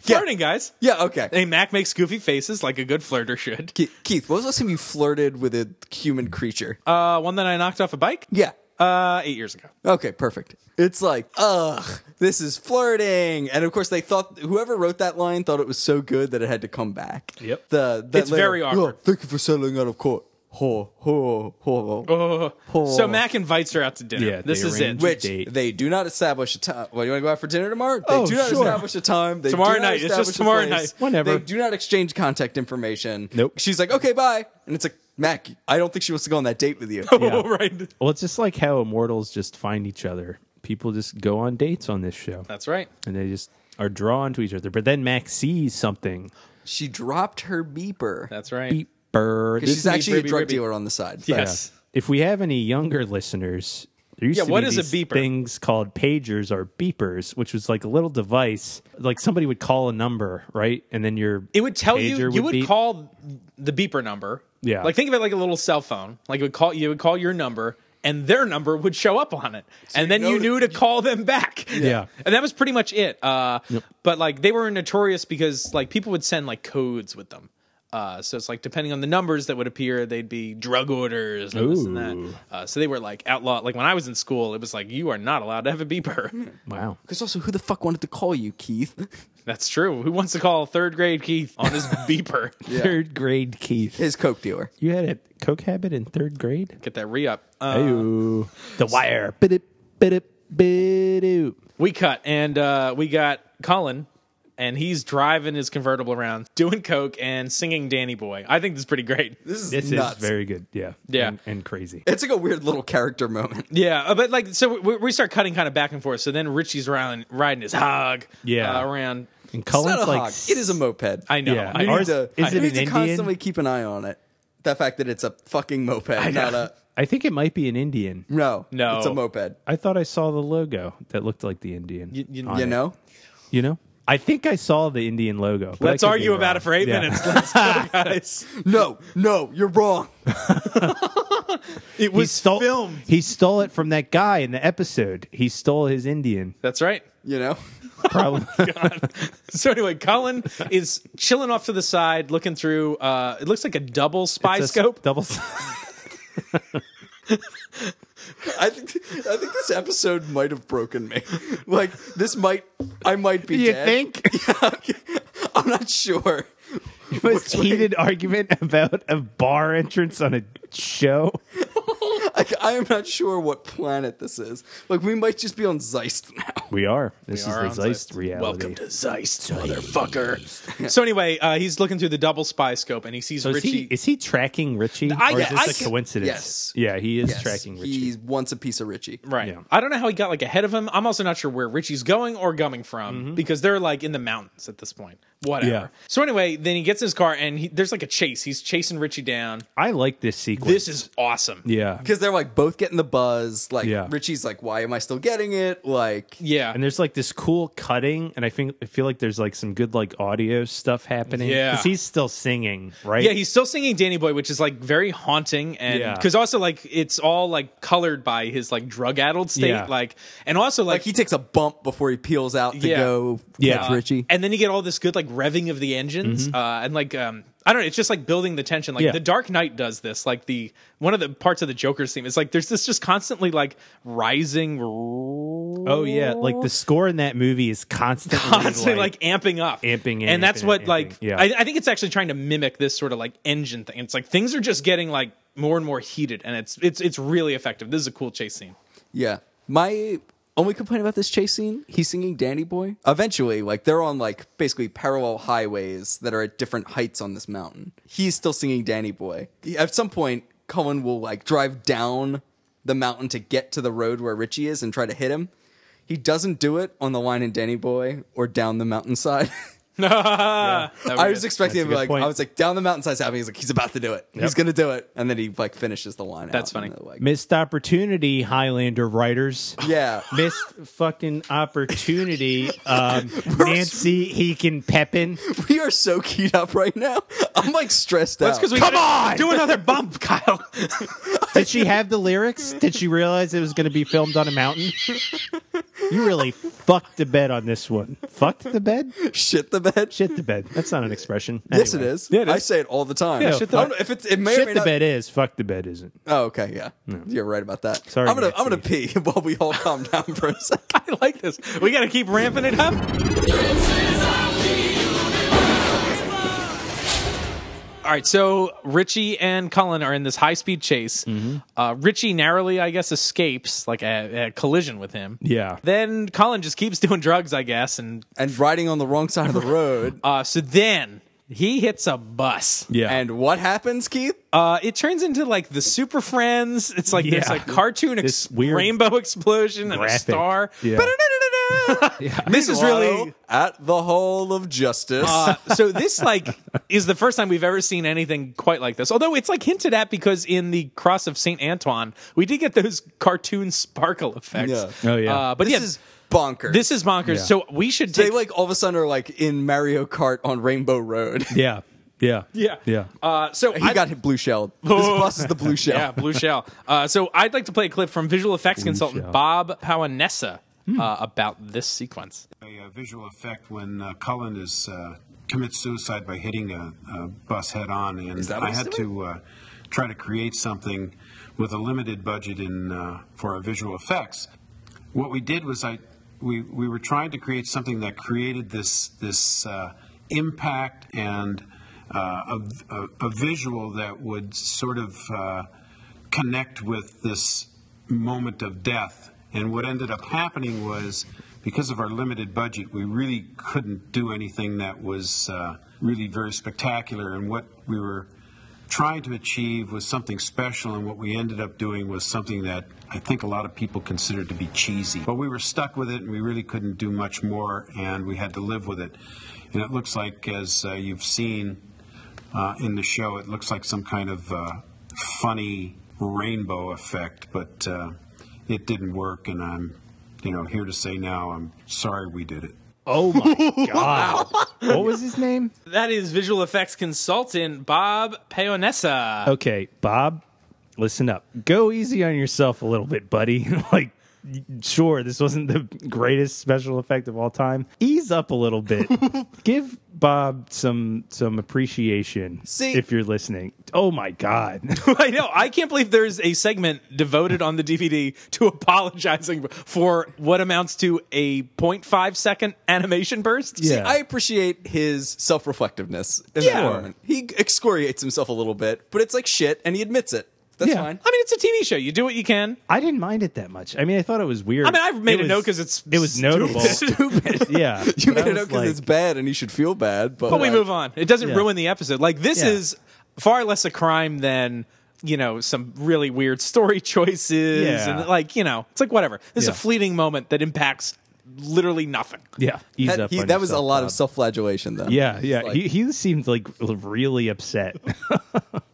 S4: Yeah.
S3: flirting, guys.
S4: Yeah. Okay.
S3: Hey, Mac makes goofy faces like a good flirter should.
S4: Ke- Keith, what was the last time you flirted with a human creature?
S3: Uh, one that I knocked off a bike.
S4: yeah.
S3: Uh, eight years ago.
S4: Okay, perfect. It's like, ugh, this is flirting, and of course they thought whoever wrote that line thought it was so good that it had to come back.
S5: Yep.
S4: The that
S3: It's very
S4: "Oh,
S3: awkward.
S4: thank you for settling out of court. Ho ho ho. ho.
S3: Oh,
S4: Oh.
S3: So Mac invites her out to dinner.
S5: Yeah,
S3: this
S5: they
S3: is it.
S5: arrange-
S3: [LAUGHS]
S4: Which
S5: date.
S4: they do not establish a time. Well, you want to go out for dinner tomorrow? They
S5: Oh,
S4: do not
S5: sure.
S4: establish a time. They
S3: Tomorrow
S4: do not
S3: night. It's just
S4: establish a
S3: tomorrow
S4: place.
S3: night.
S5: Whenever.
S4: They do not exchange contact information.
S5: Nope.
S4: She's like, okay, bye, and it's like, Mac, I don't think she wants to go on that date with
S5: [LAUGHS]
S4: you.
S3: Oh, right.
S5: Well, it's just like how immortals just find each other. People just go on dates on this show,
S3: That's right.
S5: and they just are drawn to each other. But then Max sees something.
S4: she dropped her beeper.
S3: That's right.
S5: Beep bird.
S4: Because she's
S5: This-
S4: actually a
S3: Ribby
S4: drug
S3: Ribby.
S4: dealer on the side.
S3: Yeah.
S5: yeah.
S3: Yes.
S5: If we have any younger listeners, there used
S3: Yeah,
S5: to
S3: what
S5: be
S3: is a
S5: these
S3: beeper?
S5: things called pagers or beepers, which was like a little device. Like somebody would call a number, right? And then your
S3: It would tell you.
S5: pager
S3: You would,
S5: beep.
S3: call the beeper number.
S5: Yeah.
S3: Like think of it like a little cell phone. Like it would call you would call your number. And their number would show up on it, and then
S4: know
S3: you
S4: that-
S3: knew to call them back.
S5: Yeah.
S3: and that was pretty much it. Uh, But like they were notorious because like people would send like codes with them. Uh, so it's like depending on the numbers that would appear, they'd be drug orders and this and
S5: Ooh.
S3: that. Uh, so they were like outlawed. Like when I was in school, it was like you are not allowed to have a beeper.
S5: Wow.
S4: Because also, who the fuck wanted to call you, Keith? [LAUGHS]
S3: That's true. Who wants to call third grade Keith on
S5: [LAUGHS]
S3: his beeper?
S5: Third grade Keith.
S4: His coke dealer.
S5: You had a coke habit in third grade?
S3: Get that re up.
S5: Ooh. The wire. Bidip, bidip, bidip.
S3: we cut and uh, we got Colin and he's driving his convertible around, doing coke and singing "Danny Boy." I think this is pretty great.
S4: This is
S5: This
S4: nuts.
S5: is very good. Yeah.
S3: Yeah.
S5: And, and crazy.
S4: It's like a weird little character
S5: [LAUGHS]
S4: moment.
S3: Yeah, uh, but like, so we, we start cutting kind of back and forth. So then Richie's riding, riding his hog,
S5: Yeah.
S3: uh, around.
S5: And
S4: It's
S5: Cullen's
S4: not a
S5: like,
S4: hog. It is a moped.
S3: I know.
S5: Yeah.
S3: I
S5: You
S3: know.
S4: need
S5: need
S4: to,
S5: Is
S4: you
S5: it
S4: need
S5: an
S4: to
S5: Indian?
S4: constantly keep an eye on it. The fact that it's a fucking moped, not a
S5: I think it might be an Indian.
S4: no,
S3: No.
S4: it's a moped.
S5: I thought I saw the logo that looked like the Indian.
S3: You- you-
S5: on
S4: You
S5: it.
S4: know,
S5: You know? I think I saw the Indian logo. but I
S3: Let's
S5: could be
S3: argue about
S5: wrong.
S3: it for eight
S5: Yeah.
S3: minutes. Let's
S5: [LAUGHS]
S3: go, guys.
S4: no, no, you're wrong.
S3: It
S5: He
S3: was
S5: stole,
S3: filmed.
S5: he stole it from that guy in the episode. He stole
S3: [LAUGHS]
S5: his Indian.
S3: That's right.
S4: You know,
S5: Probably.
S3: So anyway, Cullen is chilling off to the side, looking through. Uh, it looks like a double spy
S5: It's a
S3: scope. [LAUGHS]
S5: Double. s-
S4: I think I think this episode might have broken me. [LAUGHS] Like this might, I might be.
S5: you
S4: dead.
S5: think?
S4: [LAUGHS]
S3: [LAUGHS]
S4: I'm not sure.
S5: Most heated argument about a bar entrance on a show.
S4: Like, I am not sure what planet this is. Like we might just be on Zeist now.
S5: We are. This
S3: are
S5: is
S3: on
S5: the Zeist, reality.
S3: Welcome to Zeist, motherfucker. so anyway, uh, he's looking through the double spy scope and he sees
S5: So is
S3: Richie.
S5: he, is he tracking Richie?
S3: I-
S5: or is
S3: I
S5: this a
S3: can-
S5: coincidence?
S4: yes.
S5: Yeah, he is tracking Richie.
S4: He wants a piece of Richie.
S3: Right.
S5: Yeah.
S3: I don't know how he got like ahead of him. I'm also not sure where Richie's going or coming from because they're like in the mountains at this point. Whatever.
S5: Mm-hmm. Yeah.
S3: So anyway, then he gets in his car and he, there's like a chase. He's chasing Richie down.
S5: I like this sequence.
S3: This is awesome.
S5: yeah.
S4: Because they're like both getting the buzz. Like
S5: Yeah.
S4: Richie's like, why am I still getting it? Like
S3: Yeah.
S5: And there's like this cool cutting, and I think I feel like there's like some good like audio stuff happening.
S3: Yeah.
S5: because he's still singing, right?
S3: yeah, he's still singing Danny Boy, which is like very haunting and
S5: Yeah.
S3: because also like it's all like colored by his like drug addled state.
S5: Yeah.
S3: Like and also like,
S4: Like he takes a bump before he peels out to
S3: Yeah.
S4: go
S5: Yeah.
S4: catch Richie.
S3: and then you get all this good like revving of the engines uh, and like um i don't know it's just like building the tension like
S5: Mm-hmm. Yeah.
S3: the dark knight does this like the one of the parts of the joker's theme is like there's this just constantly like rising
S5: Oh yeah, like the score in that movie is constantly,
S3: [LAUGHS] constantly
S5: like,
S3: like, amping up
S5: amping and
S3: and that's
S5: amping
S3: what
S5: and
S3: like
S5: amping. Yeah.
S3: I, I think it's actually trying to mimic this sort of like engine thing it's like things are just getting like more and more heated and it's it's it's really effective this is a cool chase scene [LAUGHS]
S4: Yeah. My only complaint about this chase scene, he's singing Danny Boy. Eventually, like they're on like basically parallel highways that are at different heights on this mountain. He's still singing Danny Boy. At some point, Cullen will like drive down the mountain to get to the road where Richie is and try to hit him. He doesn't do it on the line in Danny Boy or down the
S5: [LAUGHS]
S4: mountainside.
S3: That
S4: I
S3: would-
S4: was expecting
S5: Oh, That's
S4: him to
S5: a good
S4: be like
S5: point.
S4: I was like down the mountainside's happening. He's like he's about to do it. He's gonna do it, and then he like finishes the line.
S3: That's
S4: out,
S3: funny.
S4: and they're like-
S5: missed opportunity, Highlander writers. [LAUGHS]
S4: yeah,
S5: Missed fucking opportunity,
S3: [LAUGHS]
S5: um, Nancy Heekin Pepin.
S4: we are so keyed up right now. I'm like stressed
S3: that's
S4: out.
S3: because we come on do another bump [LAUGHS] kyle
S5: Did she have the lyrics? Did she realize it was going to be filmed on a mountain? You really fucked the bed on this one. Fucked the bed?
S4: shit the bed.
S5: Shit the bed. That's not an expression.
S4: Yes, it
S5: Anyway.
S4: is.
S3: Yeah, it
S4: I
S3: is.
S4: say it all the time.
S5: Yeah, shit the
S4: I don't
S5: bed.
S4: know if it's it may or
S5: Shit
S4: may
S5: the
S4: not.
S5: bed is. Fuck the bed isn't.
S4: Oh, okay, yeah, you're right about that.
S5: Sorry,
S4: I'm gonna I'm gonna
S5: Nancy.
S4: pee [LAUGHS] while we all calm down for a second.
S3: i [LAUGHS] like this we gotta keep ramping it up All right, so Richie and Cullen are in this high speed chase.
S5: Mm-hmm.
S3: Uh, Richie narrowly, I guess, escapes like a, a collision with him.
S5: Yeah.
S3: Then Cullen just keeps [LAUGHS] doing drugs, I guess, and
S4: And riding on the wrong side of the road.
S3: uh, so then he hits a bus.
S5: Yeah.
S4: And what happens, Keith?
S3: Uh, it turns into like the Super Friends. It's like there's
S5: Yeah.
S3: like cartoon
S5: This
S3: ex-
S5: weird
S3: rainbow explosion and a
S5: graphic.
S3: star.
S5: Yeah.
S3: This is really
S4: Waddle at the Hall of Justice.
S3: Uh, so this like is the first time we've ever seen anything quite like this. Although it's like hinted at because in the Cross of Saint Antoine, we did get those [LAUGHS] cartoon sparkle effects.
S4: Yeah.
S5: Oh, yeah.
S3: Uh, but
S4: this
S3: yeah,
S4: is bonkers.
S3: this is bonkers.
S5: Yeah.
S3: So we should
S4: they
S3: take.
S4: like all of a sudden are like in Mario Kart on Rainbow Road. [LAUGHS]
S5: Yeah. Yeah.
S3: yeah,
S5: Yeah.
S3: Uh, so
S4: he
S3: I,
S4: got hit blue shelled. This bus is the blue shell.
S3: yeah, blue shell. Uh, so I'd like to play a clip from visual effects consultant
S5: shell. Hmm.
S3: Bob Pawanessa uh, about this sequence.
S6: a uh, visual effect when uh, Cullen is uh, commits suicide by hitting a, a bus head on, and
S4: Is that what
S6: I
S4: he's
S6: had
S4: doing?
S6: to uh, try to create something with a limited budget in uh, for our visual effects. What we did was I we we were trying to create something that created this this uh, impact and uh, a, a, a visual that would sort of uh, connect with this moment of death. And what ended up happening was because of our limited budget, we really couldn't do anything that was uh, really very spectacular. And what we were trying to achieve was something special, and what we ended up doing was something that I think a lot of people considered to be cheesy. But we were stuck with it, and we really couldn't do much more, and we had to live with it. And it looks like, as uh, you've seen uh, in the show, it looks like some kind of uh, funny rainbow effect, but uh, it didn't work, and I'm, you know, here to say now I'm sorry we did it.
S4: [LAUGHS]
S5: Oh my god! What was his name?
S3: That is visual effects consultant Bob Peonessa.
S5: Okay, Bob, listen up. Go easy on yourself a little bit, buddy. [LAUGHS] like, sure, this wasn't the greatest special effect of all time. Ease up a
S4: [LAUGHS]
S5: little bit. Give Bob some some appreciation
S4: See-
S5: if you're listening. Oh my god. [LAUGHS]
S4: [LAUGHS]
S3: [LAUGHS] I know. I can't believe there's a segment devoted on the DVD to apologizing for what amounts to a 0.5 second animation burst.
S5: Yeah.
S4: I appreciate his self reflectiveness in
S3: Yeah.
S4: that moment. He excoriates himself a little bit, but it's like shit, and he admits it. That's
S5: Yeah. [LAUGHS]
S4: fine.
S3: I mean, it's a TV show. You do what you can.
S5: I didn't mind it that much. I mean, I thought it was weird.
S3: I mean, I made
S5: It
S3: a
S5: was-
S3: note because it's
S5: it was notable.
S3: [LAUGHS] stupid.
S5: [LAUGHS] yeah,
S4: [LAUGHS] You
S5: But
S4: made it
S5: I was
S4: out because
S5: like-
S4: it's bad, and you should feel bad. But,
S3: but we
S4: like,
S3: move on. It doesn't
S5: Yeah.
S3: ruin the episode. Like this
S5: Yeah.
S3: is far less a crime than you know some really weird story [LAUGHS] choices
S5: Yeah.
S3: and like you know it's like whatever. This
S5: Yeah.
S3: is a fleeting moment that impacts literally nothing.
S5: Yeah, ease
S4: That,
S5: up
S4: he-
S5: on
S4: that was a
S5: yourself,
S4: lot
S5: Bob.
S4: of self flagellation, though.
S5: Yeah, yeah.
S4: It's like-
S5: he he seemed like really
S4: [LAUGHS]
S5: upset.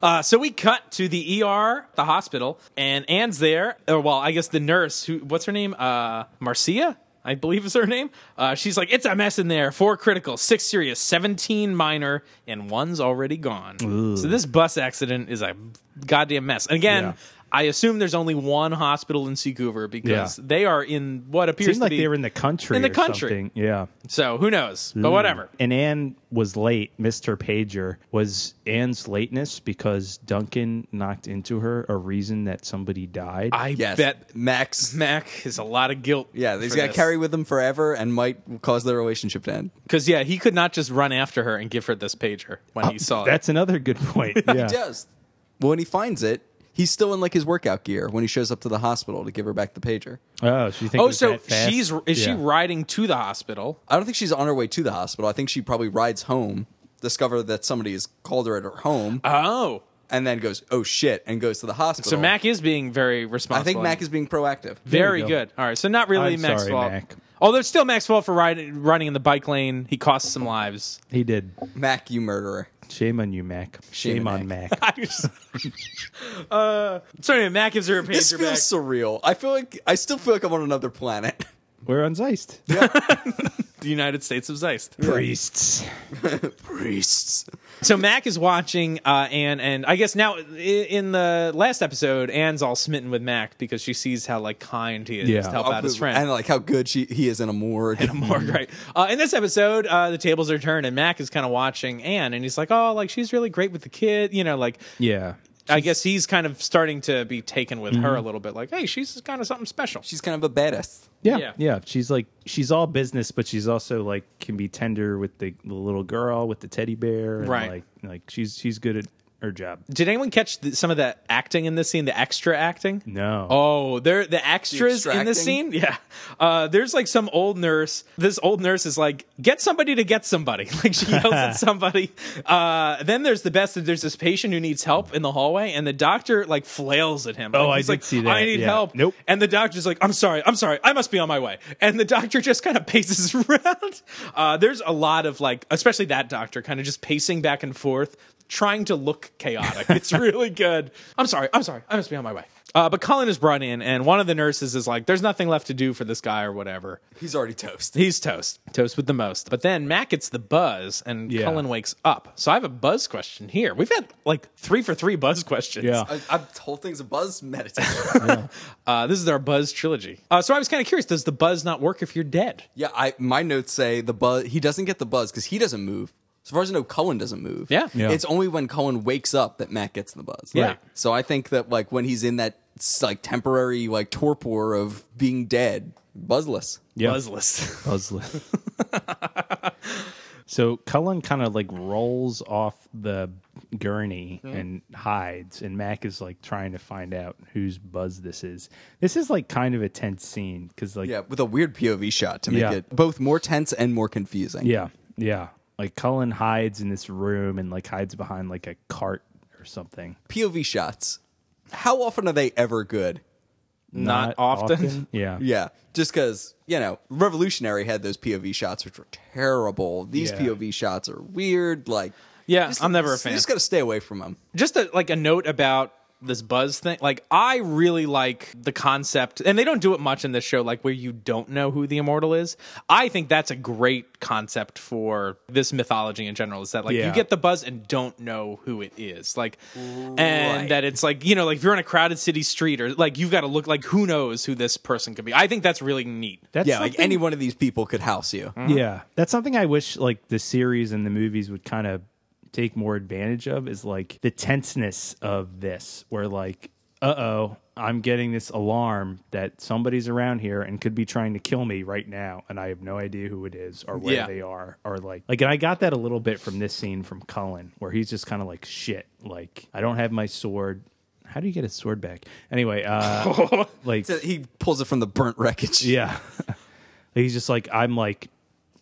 S3: Uh, so we cut to the ER, the hospital, and Anne's there. Or well, I guess the nurse who what's her name? Uh, Marcia. I believe is her name. Uh, she's like, it's a mess in there. Four critical, six serious, 17 minor, and one's already gone. So this bus accident is a goddamn mess. And again,
S5: Yeah.
S3: I assume there's only one hospital in Seacouver because
S5: Yeah.
S3: they are in what appears
S5: seemed
S3: to
S5: like
S3: be
S5: they were in the country.
S3: In the
S5: or
S3: country.
S5: something. Yeah.
S3: So who knows? But whatever.
S5: And Anne was late. Missed her pager. Was Anne's lateness because Duncan knocked into her a reason that somebody died?
S3: I
S4: Yes.
S3: bet
S4: Max.
S5: [LAUGHS]
S3: Mac has a lot of guilt.
S4: Yeah, he's got to carry with him forever and might cause their relationship to end.
S3: Because yeah, he could not just run after her and give her this pager when he saw it.
S5: Oh, That's another
S3: [LAUGHS]
S5: good point. Yeah.
S4: He does. Well, when he finds it, he's still in like his workout gear when he shows up to the hospital to give her back the pager.
S5: Oh, she thinks.
S3: Oh, so she's is she riding to the hospital?
S4: I don't think she's on her way to the hospital. I think she probably rides home, discover that somebody has called her at her home,
S3: Oh,
S4: and then goes, "Oh shit," and goes to the hospital.
S3: so Mac is being very
S4: I
S3: responsible.
S4: think Mac is being proactive.
S3: very
S5: There we go.
S3: good. All right, so not really
S5: I'm
S3: Mac's
S5: sorry,
S3: fault.
S5: Mac.
S3: Although it's still Mac's fault for riding running in the bike lane. He costs some lives.
S5: He did.
S4: Mac, you murderer.
S5: Shame on you, Mac. Shame,
S4: Shame
S5: on
S4: on
S5: Mac.
S3: [LAUGHS] [LAUGHS] I just- uh, so anyway, Mac gives her a pager
S4: This feels
S3: back.
S4: surreal. I feel like I still feel like I'm on another planet.
S5: We're on Zeist.
S3: the United States of Zeist.
S5: Priests.
S4: [LAUGHS] Priests.
S3: So Mac is watching uh, Anne, and I guess now i- in the last episode, Anne's all smitten with Mac because she sees how like kind he is
S5: Yeah.
S3: to help out his friend.
S4: And like how good she he is in a morgue.
S3: More great. Uh, in this episode, uh, the tables are turned, and Mac is kind of watching Anne, and he's like, "Oh, like she's really great with the kid," you know, like.
S5: Yeah.
S3: I guess he's kind of starting to be taken with her a little bit. Like, hey, she's kind of something special.
S4: She's kind of a badass.
S5: Yeah, yeah,
S3: Yeah.
S5: She's like she's all business, but she's also like can be tender with the, the little girl with the teddy bear. And
S3: Right.
S5: Like, like she's she's good at her job.
S3: Did anyone catch the, some of the acting in this scene? The extra acting?
S5: No.
S3: Oh, they're the extras in this scene.
S4: extracting?
S3: Yeah, uh, there's like some old nurse. This old nurse is like, "Get somebody to get somebody." [LAUGHS] Like she yells at somebody. Uh, then there's the best. that There's this patient who needs help in the hallway, and the doctor like flails at him.
S5: Oh,
S3: Like,
S5: I
S3: he's
S5: did
S3: like,
S5: see that.
S3: I need
S5: Yeah.
S3: help.
S5: Nope.
S3: And the doctor's like, "I'm sorry. I'm sorry. I must be on my way." And the [LAUGHS] doctor just kind of paces [LAUGHS] around. Uh, there's a lot of like, especially that doctor, kind of just pacing back and forth. Trying to look
S5: [LAUGHS]
S3: chaotic. It's really good. I'm sorry. I'm sorry. I must be on my way. Uh, but Colin is brought in, and one of the nurses is like, "There's nothing left to do for this guy or whatever.
S4: He's already toast.
S3: He's toast, toast with the most." But then Mac gets the buzz, and
S5: Yeah.
S3: Cullen wakes up. So I have a buzz question here. We've had like three for three buzz questions.
S5: Yeah.
S4: I, I, the whole thing's a buzz meditation.
S3: Uh, this is our buzz trilogy. Uh, so I was kind of curious: Does the buzz not work if you're dead?
S4: Yeah, I my notes say the buzz. He doesn't get the buzz because he doesn't move. As far as I know, Cullen doesn't move.
S3: Yeah. Yeah.
S4: It's only when Cullen wakes up that Matt gets the buzz.
S3: Yeah. Right.
S4: So I think that like when he's in that s- like temporary like torpor of being dead, buzzless.
S5: Yeah. [LAUGHS]
S3: Buzzless.
S5: Buzzlet. so Cullen kind of like rolls off the gurney and hides, and Mac is like trying to find out whose buzz this is. This is like kind of a tense scene because like
S4: Yeah, with a weird POV shot to make
S5: Yeah.
S4: it both more tense and more confusing.
S5: Yeah, yeah. Like Cullen hides in this room and like hides behind like a cart or something.
S4: POV shots. How often are they ever good?
S3: Not, often.
S5: [LAUGHS] Yeah.
S3: [LAUGHS]
S4: Yeah, just because you know, Revolutionary had those POV shots, which were terrible. These
S5: Yeah.
S4: POV shots are weird. Like,
S3: Yeah,
S4: just-
S3: I'm never a fan.
S4: You just got to stay away from them.
S3: just a, like a note about this buzz thing like i really like the concept and they don't do it much in this show like where you don't know who the immortal is i think that's a great concept for this mythology in general is that like
S5: Yeah.
S3: you get the buzz and don't know who it is like
S4: Right.
S3: and that it's like you know like if you're in a crowded city street or like you've got to look like who knows who this person could be i think that's really neat
S5: That's
S4: Yeah, like
S5: something-
S4: any one of these people could house you.
S3: Mm-hmm.
S5: Yeah, that's something I wish like the series and the movies would kind of take more advantage of is like the tenseness of this, where like, uh oh, I'm getting this alarm that somebody's around here and could be trying to kill me right now, and I have no idea who it is or where
S3: Yeah.
S5: they are or like like. And I got that a little bit from this scene from Cullen, where he's just kind of like, shit, like I don't have my sword. How do you get his sword back? Anyway, uh, like
S4: So he pulls it from the burnt wreckage.
S5: yeah. [LAUGHS] he's just like, I'm like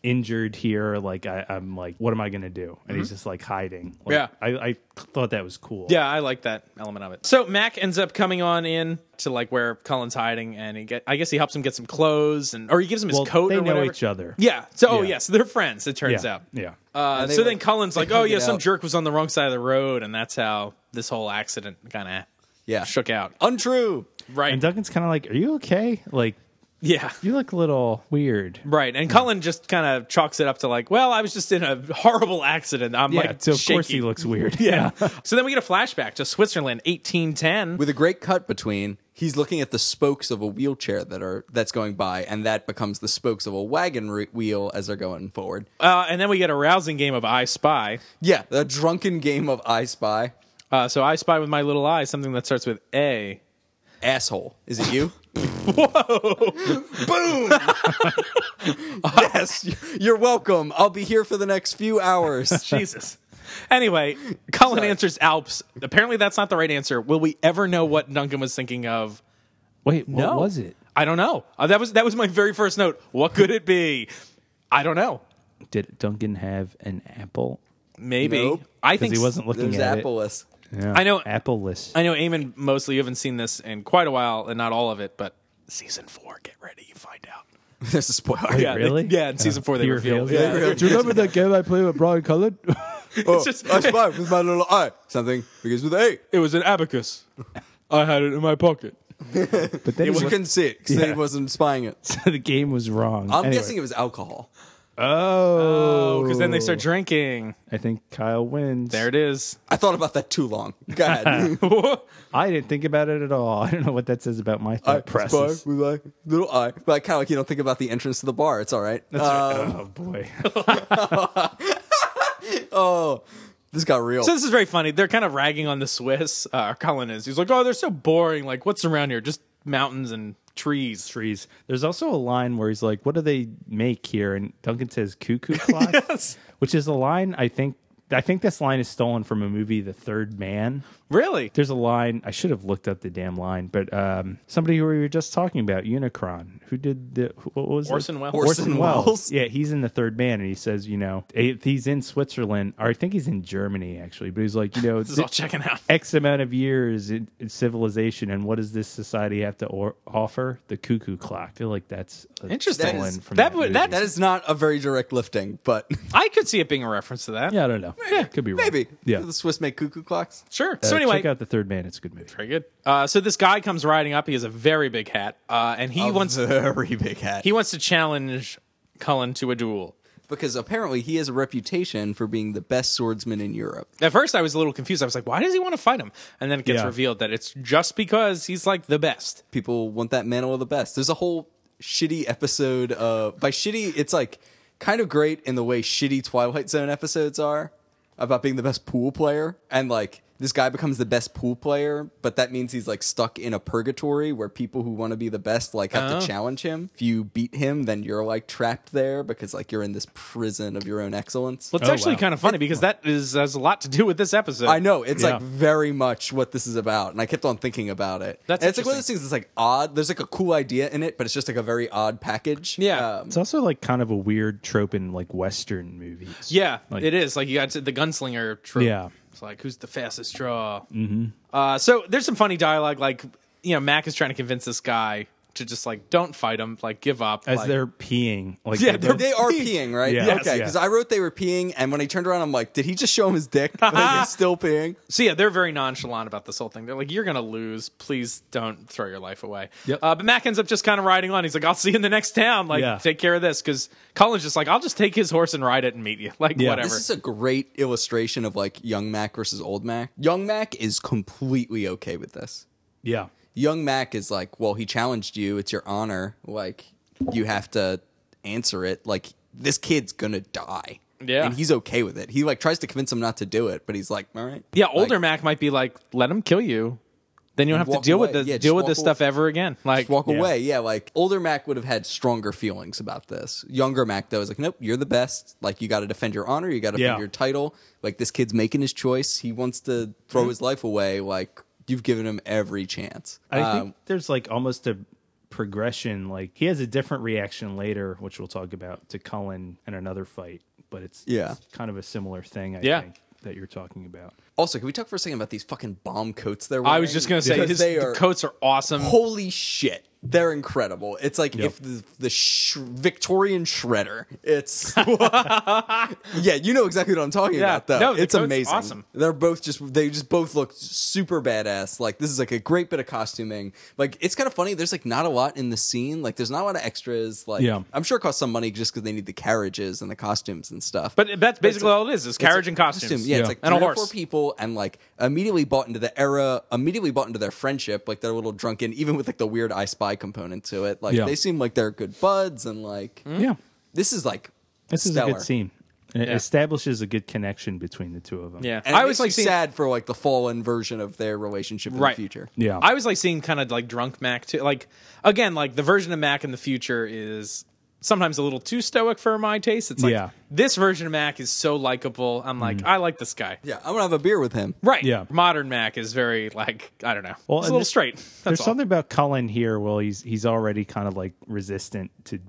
S5: injured here. Like, I, I'm like, what am I going to do? And he's just like hiding. Like,
S3: Mm-hmm. Yeah.
S5: I, I thought that was cool.
S3: Yeah, I like that element of it. So Mac ends up coming on in to like where Cullen's hiding, and he get I guess he helps him get some clothes, and or he gives him his
S5: Well,
S3: coat.
S5: they
S3: or
S5: know
S3: whatever.
S5: each other.
S3: Yeah. So oh
S5: Yeah.
S3: yeah, so they're friends. It turns
S5: Yeah.
S3: out.
S5: Yeah.
S3: Uh,
S4: And they
S3: so
S4: were-
S3: then Cullen's
S4: they
S3: like, oh
S4: hug it
S3: yeah, some
S4: out.
S3: jerk was on the wrong side of the road, and that's how this whole accident kind of
S4: [LAUGHS] Yeah.
S3: shook out. Oh,
S4: Untrue.
S3: Right.
S5: And Duncan's kind of like, Are you okay? Like,
S3: yeah.
S5: you look a little weird.
S3: Right, and Cullen just kind of chalks it up to like, well, I was just in a horrible accident. I'm
S5: Yeah.
S3: like,
S5: so, of course, he
S3: shaking.
S5: looks
S3: [LAUGHS]
S5: weird. Yeah.
S3: So then we get a flashback to Switzerland, 1810.
S4: With a great cut between he's looking at the spokes of a wheelchair that are that's going by, and that becomes the spokes of a wagon re- wheel as they're going forward.
S3: Uh, and then we get a rousing game of I Spy.
S4: Yeah, the drunken game of I Spy.
S3: Uh, so I spy with my little eye something that starts with A.
S4: Asshole, is it you?
S3: [LAUGHS]
S4: Whoa! Boom! yes, you're welcome. I'll be here for the next
S3: [LAUGHS]
S4: few hours.
S3: [LAUGHS] Jesus. Anyway, Colin
S4: Sorry.
S3: answers Alps. Apparently, that's not the right answer. Will we ever know what Duncan was thinking of?
S5: Wait, what
S3: No.
S5: was it?
S3: I don't know. Uh, that was that was my very first note. What could it be? I don't know.
S5: Did Duncan have an apple?
S3: Maybe.
S4: Nope.
S3: I think
S5: Because he
S3: s-
S5: wasn't looking
S4: There's
S5: at
S4: Appleus.
S5: it. Yeah.
S3: I know-
S5: Appleless.
S3: I know Eamon mostly you haven't seen this in quite a while and not all of it, but season four, get ready, you find out.
S4: [LAUGHS] There's a spoiler.
S3: Yeah, they-
S5: really?
S3: yeah, in season four they
S5: he
S3: reveal-
S5: reveals
S3: yeah.
S5: it? Do you remember that game I played with Brian Cullen?
S4: Oh,
S3: just-
S4: I spy with my little eye. Something begins with A.
S3: It was an abacus. [LAUGHS] I had it in my pocket.
S5: [LAUGHS] but then
S4: You
S5: he
S4: couldn't see it because
S5: Yeah.
S4: he wasn't spying it.
S5: looked- [LAUGHS] the game was wrong.
S4: I'm
S5: Anyway.
S4: guessing it was alcohol.
S5: Oh,
S3: Oh, because then they start drinking.
S5: I think Kyle wins.
S3: There it is.
S4: I thought about that too long.
S3: [LAUGHS]
S4: Go ahead.
S5: I didn't think about it at all. [LAUGHS] I don't know what that says about my
S4: I
S5: thought
S4: spy
S5: process.
S4: with my little eye. But kind of like you don't think about the entrance to the bar. It's all right. Uh,
S5: oh boy, [LAUGHS]
S4: this got real.
S3: So this is very funny. They're kind of ragging on the Swiss. Uh, Colin is. He's like, oh, they're so boring. Like, what's around here? Just mountains and trees.
S5: trees. There's also a line where he's like, "What do they make here?" And Duncan says,
S4: [LAUGHS]
S5: "Cuckoo clock," which is a line I think. I think this line is stolen from a movie, The Third Man.
S3: Really?
S5: There's a line I should have looked up the damn line, but um, somebody who we were just talking about, Unicron, who did the who- what was it?
S3: Orson Welles.
S4: Orson Welles.
S5: Yeah, he's in the third man, and he says, you know, if he's in Switzerland, or I think he's in Germany actually, but he's like, you know,
S3: [LAUGHS] This is all checking out.
S5: X amount of years in, in civilization, and what does this society have to or- offer? The cuckoo clock. I feel like that's a
S3: Interesting.
S5: stolen
S4: That is-
S5: from
S3: that
S5: that,
S3: would-
S5: movie.
S3: that-
S4: that is not a very direct lifting, but
S3: I could see it being a reference to that.
S5: yeah, I don't know. Yeah, could be wrong.
S4: maybe.
S5: Yeah.
S4: Do the Swiss make cuckoo clocks?
S3: Sure.
S5: Uh,
S3: so anyway,
S5: check out the third man. It's a good movie.
S3: very good. Uh, so this guy comes riding up. He has a very big hat, uh, and he wants
S4: a very big
S3: [LAUGHS]
S4: hat.
S3: he wants to challenge Cullen to a duel.
S4: because apparently he has a reputation for being the best swordsman in Europe.
S3: At first, I was a little confused. I was like, why does he want to fight him? And then it gets
S5: Yeah.
S3: revealed that it's just because he's like the best.
S4: People want that mantle of the best. There's a whole shitty episode. Uh, by shitty, it's like kind of great in the way shitty Twilight Zone episodes are about being the best pool player and like this guy becomes the best pool player, but that means he's like stuck in a purgatory where people who want to be the best like have to challenge him. If you beat him, then you're like trapped there because like you're in this prison of your own excellence.
S3: Well, it's
S5: Oh,
S3: actually
S5: wow.
S3: kind of funny because that is has a lot to do with this episode.
S4: I know it's like
S5: Yeah.
S4: very much what this is about, and I kept on thinking about it.
S3: That's
S4: And it's like one of those
S3: interesting.
S4: things that's like odd. There's like a cool idea in it, but it's just like a very odd package.
S3: Yeah.
S4: Um,
S5: It's also like kind of a weird trope in like Western movies.
S3: Yeah,
S5: Like-
S3: it is. Like you got to- the gunslinger trope.
S5: Yeah.
S3: It's like who's the fastest draw. Mm-hmm. Uh, so there's some funny dialogue. Like you know, Mac is trying to convince this guy to just like don't fight him, like give up.
S5: As
S3: like,
S5: they're peeing. Like
S3: Yeah,
S5: they're,
S3: they're-
S4: they are peeing, right?
S5: Yeah. Yes,
S4: okay,
S5: yeah.
S4: because I wrote they were peeing, and when I turned around, I'm like, did he just show him his
S5: [LAUGHS]
S4: dick? like, he's still peeing.
S3: So yeah, they're very nonchalant about this whole thing. They're like, "You're gonna lose. Please don't throw your life away."
S5: Yep.
S3: Uh, but Mac ends up just kind of riding on. He's like, "I'll see you in the next town. Like,
S5: Yeah.
S3: take care of this." Because Colin's just like, "I'll just take his horse and ride it and meet you. [LAUGHS] Like,
S5: Yeah.
S3: whatever."
S4: This is a great illustration of like young Mac versus old Mac. Young Mac is completely okay with this.
S5: yeah.
S4: Young Mac is like, well, he challenged you. It's your honor. Like, you have to answer it. Like, this kid's gonna die.
S3: Yeah.
S4: and he's okay with it. He like tries to convince him not to do it, but he's like, all right.
S3: yeah, older
S4: Like,
S3: Mac might be like, "Let him kill you. Then you don't have to
S4: walk
S3: deal
S4: away.
S3: with this
S4: Yeah, just
S3: deal with
S4: walk
S3: this
S4: away.
S3: stuff ever again." Like,
S4: just walk
S5: Yeah.
S4: away. Yeah, like older Mac would have had stronger feelings about this. Younger Mac though is like, nope, you're the best. Like you got to defend your honor, you got to defend
S5: Yeah.
S4: your title. Like this kid's making his choice. He wants to throw his life away. Like you've given him every chance.
S5: I
S4: Um,
S5: think there's like almost a progression. Like he has a different reaction later, which we'll talk about to Cullen in another fight. But it's
S4: Yeah.
S5: it's kind of a similar thing. I
S3: Yeah.
S5: think that you're talking about.
S4: also, can we talk for a second about these fucking bomb coats they're wearing?
S3: I was just gonna say,
S4: Because
S3: his
S4: they
S3: the
S4: are
S3: coats are awesome.
S4: holy shit. They're incredible. It's like if the, the sh- Victorian shredder.
S3: [LAUGHS]
S4: It's [LAUGHS] yeah, you know exactly what I'm talking
S3: Yeah.
S4: about. Though
S3: No, the
S4: it's
S3: coat's
S4: amazing.
S3: awesome.
S4: They're both just they just both look super badass. Like this is like a great bit of costuming. Like it's kind of funny. There's like not a lot in the scene. Like there's not a lot of extras. Like
S5: Yeah.
S4: I'm sure it costs some money just because they need the carriages and the costumes and stuff.
S3: But that's basically
S4: a-
S3: all it is: is
S4: it's
S3: carriage
S4: a
S3: and costumes.
S4: costume. Yeah, it's like
S3: and a
S4: three or
S3: horse.
S4: four people, and like immediately bought into the era, immediately bought into their friendship, like their little drunken, even with like the weird I Spy component to it. Like
S5: Yeah.
S4: they seem like they're good buds, and like
S5: Yeah,
S4: this is like
S5: this is a
S4: stellar.
S5: good scene. And it
S3: Hmm. Yeah.
S5: establishes a good connection between the two of them.
S3: yeah,
S4: And I
S3: always
S4: was like
S3: seeing-
S4: sad for like the fallen version of their relationship in
S3: Right.
S4: the future.
S5: yeah.
S3: I was like seeing kind of like drunk Mac too. Like again, like the version of Mac in the future is sometimes a little too stoic for my taste. It's like
S5: Yeah. Mm.
S3: this version of Mac is so likable. I'm like, I like this guy.
S4: Yeah, I'm gonna have a beer with him.
S3: Right.
S5: Yeah.
S3: Modern Mac is very like I don't know.
S5: Well,
S3: it's
S5: and
S3: a little
S5: th-
S3: straight.
S5: There's
S3: That's all.
S5: something about Cullen here. Well, he's he's already kind of like resistant to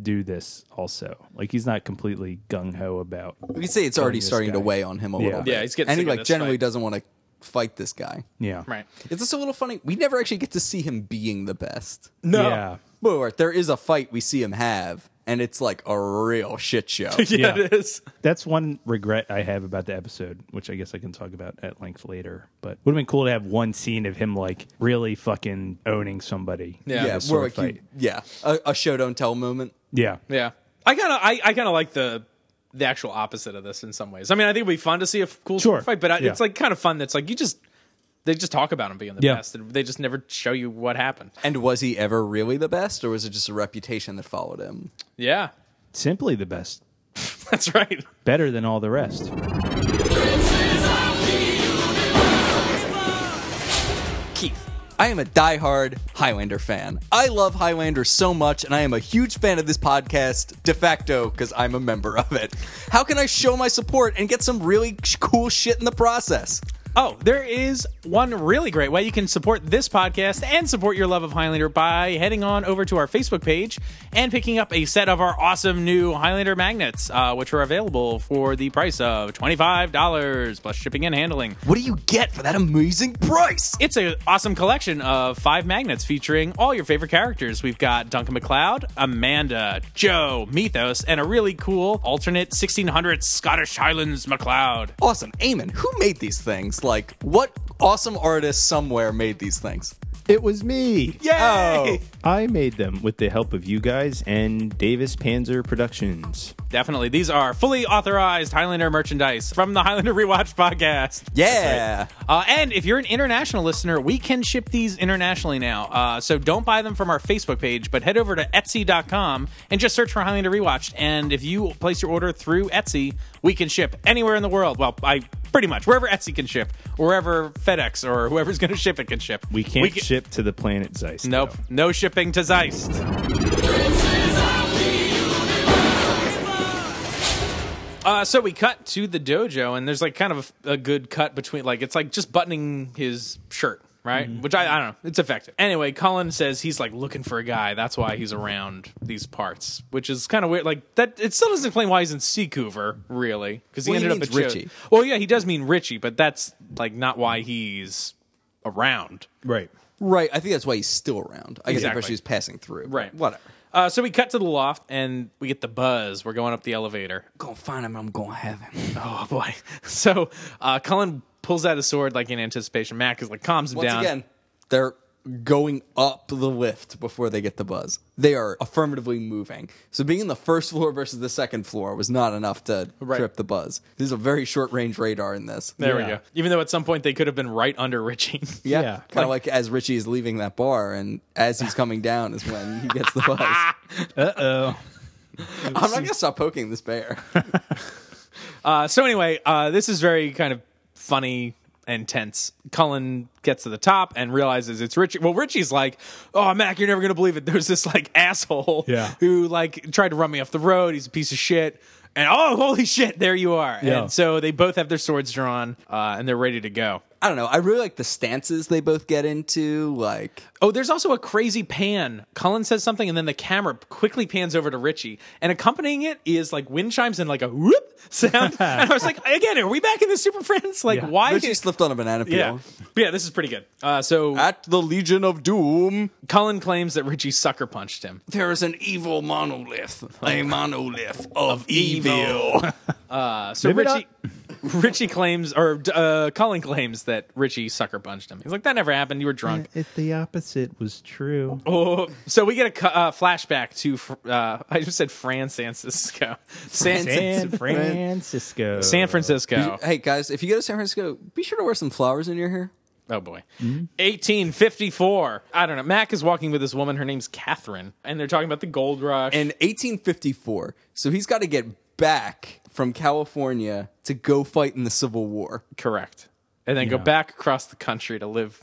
S5: do this. Also, like he's not completely gung ho about.
S4: We could say it's already
S5: this
S4: starting to
S5: guy.
S4: weigh on him a
S5: Yeah.
S4: little bit.
S3: Yeah, he's getting
S4: and
S3: sick
S4: he
S3: of
S4: like
S3: this
S4: generally
S3: fight.
S4: doesn't want to fight this guy.
S5: Yeah.
S3: Right.
S4: It's just a little funny. We never actually get to see him being the best.
S3: No.
S5: Yeah.
S4: But there is a fight we see him have, and it's like a real shit show.
S3: [LAUGHS] [LAUGHS] Yeah,
S5: Yeah.
S3: it is.
S5: That's one regret I have about the episode, which I guess I can talk about at length later. But would have been cool to have one scene of him like really fucking owning somebody.
S3: Yeah.
S5: in a
S4: yeah,
S5: sword
S4: where like you,
S5: fight.
S4: yeah, a, a show don't tell moment.
S5: yeah,
S3: Yeah. I kind of I, I kind of like the the actual opposite of this in some ways. I mean, I think it'd be fun to see a f- cool
S5: Sure.
S3: fight, but I,
S5: Yeah.
S3: it's like kind of fun that's like you just they just talk about him being the
S5: Yeah.
S3: best. and They just never show you what happened.
S4: And was he ever really the best, or was it just a reputation that followed him?
S3: Yeah. [LAUGHS]
S5: simply the best,
S3: That's right.
S5: better than all the rest.
S3: Keith.
S4: I am a diehard Highlander fan. I love Highlander so much, and I am a huge fan of this podcast de facto because I'm a member of it. How can I show my support and get some really sh- cool shit in the process?
S3: Oh, there is one really great way you can support this podcast and support your love of Highlander by heading on over to our Facebook page and picking up a set of our awesome new Highlander magnets, uh, which are available for the price of $25 plus shipping and handling.
S4: What do you get for that amazing price?
S3: It's an awesome collection of five magnets featuring all your favorite characters. We've got Duncan McLeod, Amanda, Joe, Mythos, and a really cool alternate 1600 Scottish Highlands McLeod.
S4: Awesome. Eamon, who made these things? Like, what awesome artist somewhere made these things?
S5: It was me.
S3: Yay!
S4: Oh.
S5: I made them with the help of you guys and Davis Panzer Productions.
S3: Definitely. These are fully authorized Highlander merchandise from the Highlander Rewatch podcast.
S4: Yeah.
S3: Uh, and if you're an international listener, we can ship these internationally now. Uh, so don't buy them from our Facebook page, but head over to Etsy.com and just search for Highlander Rewatched. And if you place your order through Etsy, we can ship anywhere in the world. Well, I Pretty much wherever Etsy can ship, wherever FedEx or whoever's going to ship it can ship.
S5: We can't
S3: ca-
S5: ship to the planet Zeist.
S3: Nope,
S5: though.
S3: no shipping to Zeist. Uh, so we cut to the dojo, and there's like kind of a, a good cut between, like it's like just buttoning his shirt, right?
S4: Mm-hmm.
S3: Which I, I don't know, it's effective. Anyway, Colin says he's like looking for a guy. That's why he's around these parts, which is kind of weird. Like that, it still doesn't explain why he's in Seacouver, really, because he
S4: Well, he
S3: ended up
S4: means
S3: at Joe-
S4: Richie.
S3: Well, yeah, he does mean Richie, but that's like not why he's around.
S5: Right.
S4: Right. I think that's why he's still around. I get the
S3: Exactly.
S4: impression he's passing through.
S3: Right.
S4: Whatever.
S3: Uh, so we cut to the loft and we get the buzz. We're going up the elevator. [LAUGHS]
S4: I'm gonna find him. I'm gonna have him.
S3: Oh boy! So uh, Cullen pulls out his sword like in anticipation. Mac is like calms him
S4: Once
S3: down.
S4: again, they're going up the lift before they get the buzz. They are affirmatively moving. So being in the first floor versus the second floor was not enough to
S3: Right.
S4: trip the buzz. There's a very short range radar in this.
S3: there we
S5: Yeah.
S3: go. Even though at some point they could have been right under Richie. [LAUGHS]
S4: Yeah.
S5: Yeah.
S4: Kind of like, as Richie is leaving that bar, and as he's coming down is when he gets the buzz. I'm [LAUGHS]
S5: Oh.
S4: not going to stop poking this bear.
S3: Uh, so anyway, uh, this is very kind of funny and tense. Cullen gets to the top and realizes it's Richie. Well, Richie's like, "Oh, Mac, you're never gonna believe it. [LAUGHS] There's this like asshole
S5: Yeah.
S3: who like tried to run me off the road. He's a piece of shit." And oh, holy shit, there you are.
S5: Yeah.
S3: And so they both have their swords drawn uh, and they're ready to go.
S4: I don't know. I really like the stances they both get into. Like,
S3: Oh, there's also a crazy pan. Cullen says something, and then the camera quickly pans over to Richie, and accompanying it is like wind chimes and like a whoop sound.
S5: [LAUGHS]
S3: and I was like, again, are we back in the Super Friends? Like,
S5: Yeah.
S3: why?
S4: Richie
S3: did-
S4: slipped on a banana peel.
S3: yeah, yeah, this is pretty good. Uh, so
S4: At the Legion of Doom,
S3: Cullen claims that Richie sucker punched him.
S4: there is an evil monolith, a monolith of
S3: evil. Uh, so
S5: Maybe
S3: Richie, [LAUGHS] Richie claims, or uh, Cullen claims that Richie sucker punched him. He's like, that never happened. You were drunk.
S5: If the opposite was true.
S3: Oh, so we get a cu- uh, flashback to fr- uh, [LAUGHS] I just said Fran Francisco, San,
S5: San
S3: San,
S5: Francisco.
S3: Francisco.
S4: [LAUGHS] Hey guys, if you go to San Francisco, be sure to wear some flowers in your hair.
S3: Oh boy,
S4: Mm-hmm.
S3: eighteen fifty four. I don't know. Mac is walking with this woman. Her name's Catherine, and they're talking about the gold rush.
S4: In 1854, so he's got to get back from California to go fight in the Civil War.
S3: correct, and then go
S5: Yeah.
S3: back across the country to live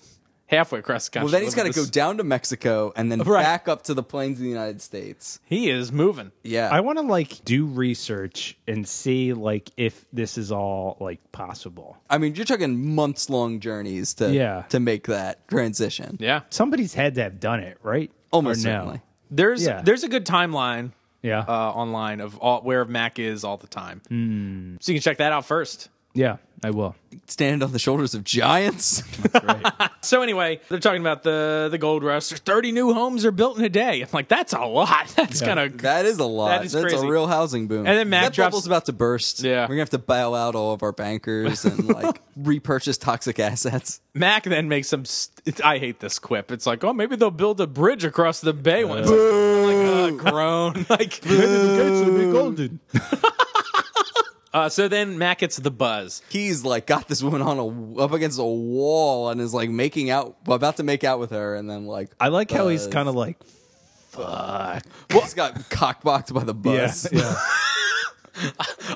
S3: halfway across the country.
S4: Well, then he's got to
S3: live
S4: go
S3: with this-
S4: down to Mexico and then
S3: Right.
S4: back up to the plains of the United States.
S3: He is moving.
S4: Yeah,
S5: I want to like do research and see like if this is all like possible.
S4: I mean, you're talking months long journeys to
S5: Yeah.
S4: to make that transition.
S3: Yeah,
S5: Somebody's had to have done it, right?
S4: Almost
S5: Or no?
S4: Oh, certainly.
S3: there's
S5: Yeah.
S3: there's a good timeline
S5: Yeah.
S3: uh, online of all where Mac is all the time,
S5: Hmm.
S3: so you can check that out first.
S5: yeah, I will.
S4: Standing on the shoulders of giants. [LAUGHS]
S3: So anyway, they're talking about the the gold rush. Thirty new homes are built in a day. I'm like, that's a lot. [LAUGHS] That's
S5: Yeah.
S3: kind of
S4: That is a lot.
S3: That is
S4: That's
S3: crazy.
S4: a real housing boom.
S3: And then Mac
S4: that
S3: drops-
S4: bubble's about to burst.
S3: Yeah.
S4: we're gonna have to bail out all of our bankers
S3: [LAUGHS]
S4: and like repurchase toxic assets.
S3: Mac. Then makes some. St- I hate this quip. It's like, oh, maybe they'll build a bridge across the bay
S5: Uh.
S3: once. Like a [LAUGHS] groan. Like. Uh, so then Mac gets the buzz.
S4: He's like got this woman on a up against a wall and is like making out, about to make out with her, and then like
S5: I like how he's
S4: buzz.
S5: kind of like
S4: he's got cockboxed by
S3: [LAUGHS]
S4: the bus.
S5: yeah.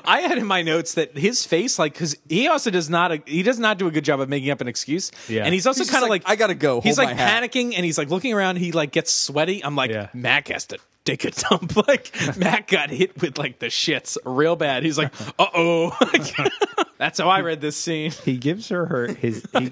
S3: I had in my notes that his face, like, because he also does not he does not do a good job of making up an excuse.
S5: Yeah.
S3: And he's also
S4: He's just
S3: kind of
S4: like,
S3: like,
S4: "I gotta go.
S3: He's
S4: Hold
S3: like
S4: my hat."
S3: panicking and he's like looking around. He like gets sweaty. I'm like,
S5: Yeah.
S3: Mac has to take a dump. [LAUGHS] Like Mac got hit with like the shits real bad. He's
S5: [LAUGHS]
S3: like, uh [LAUGHS] oh. That's how I read this scene.
S5: He gives her her his. He,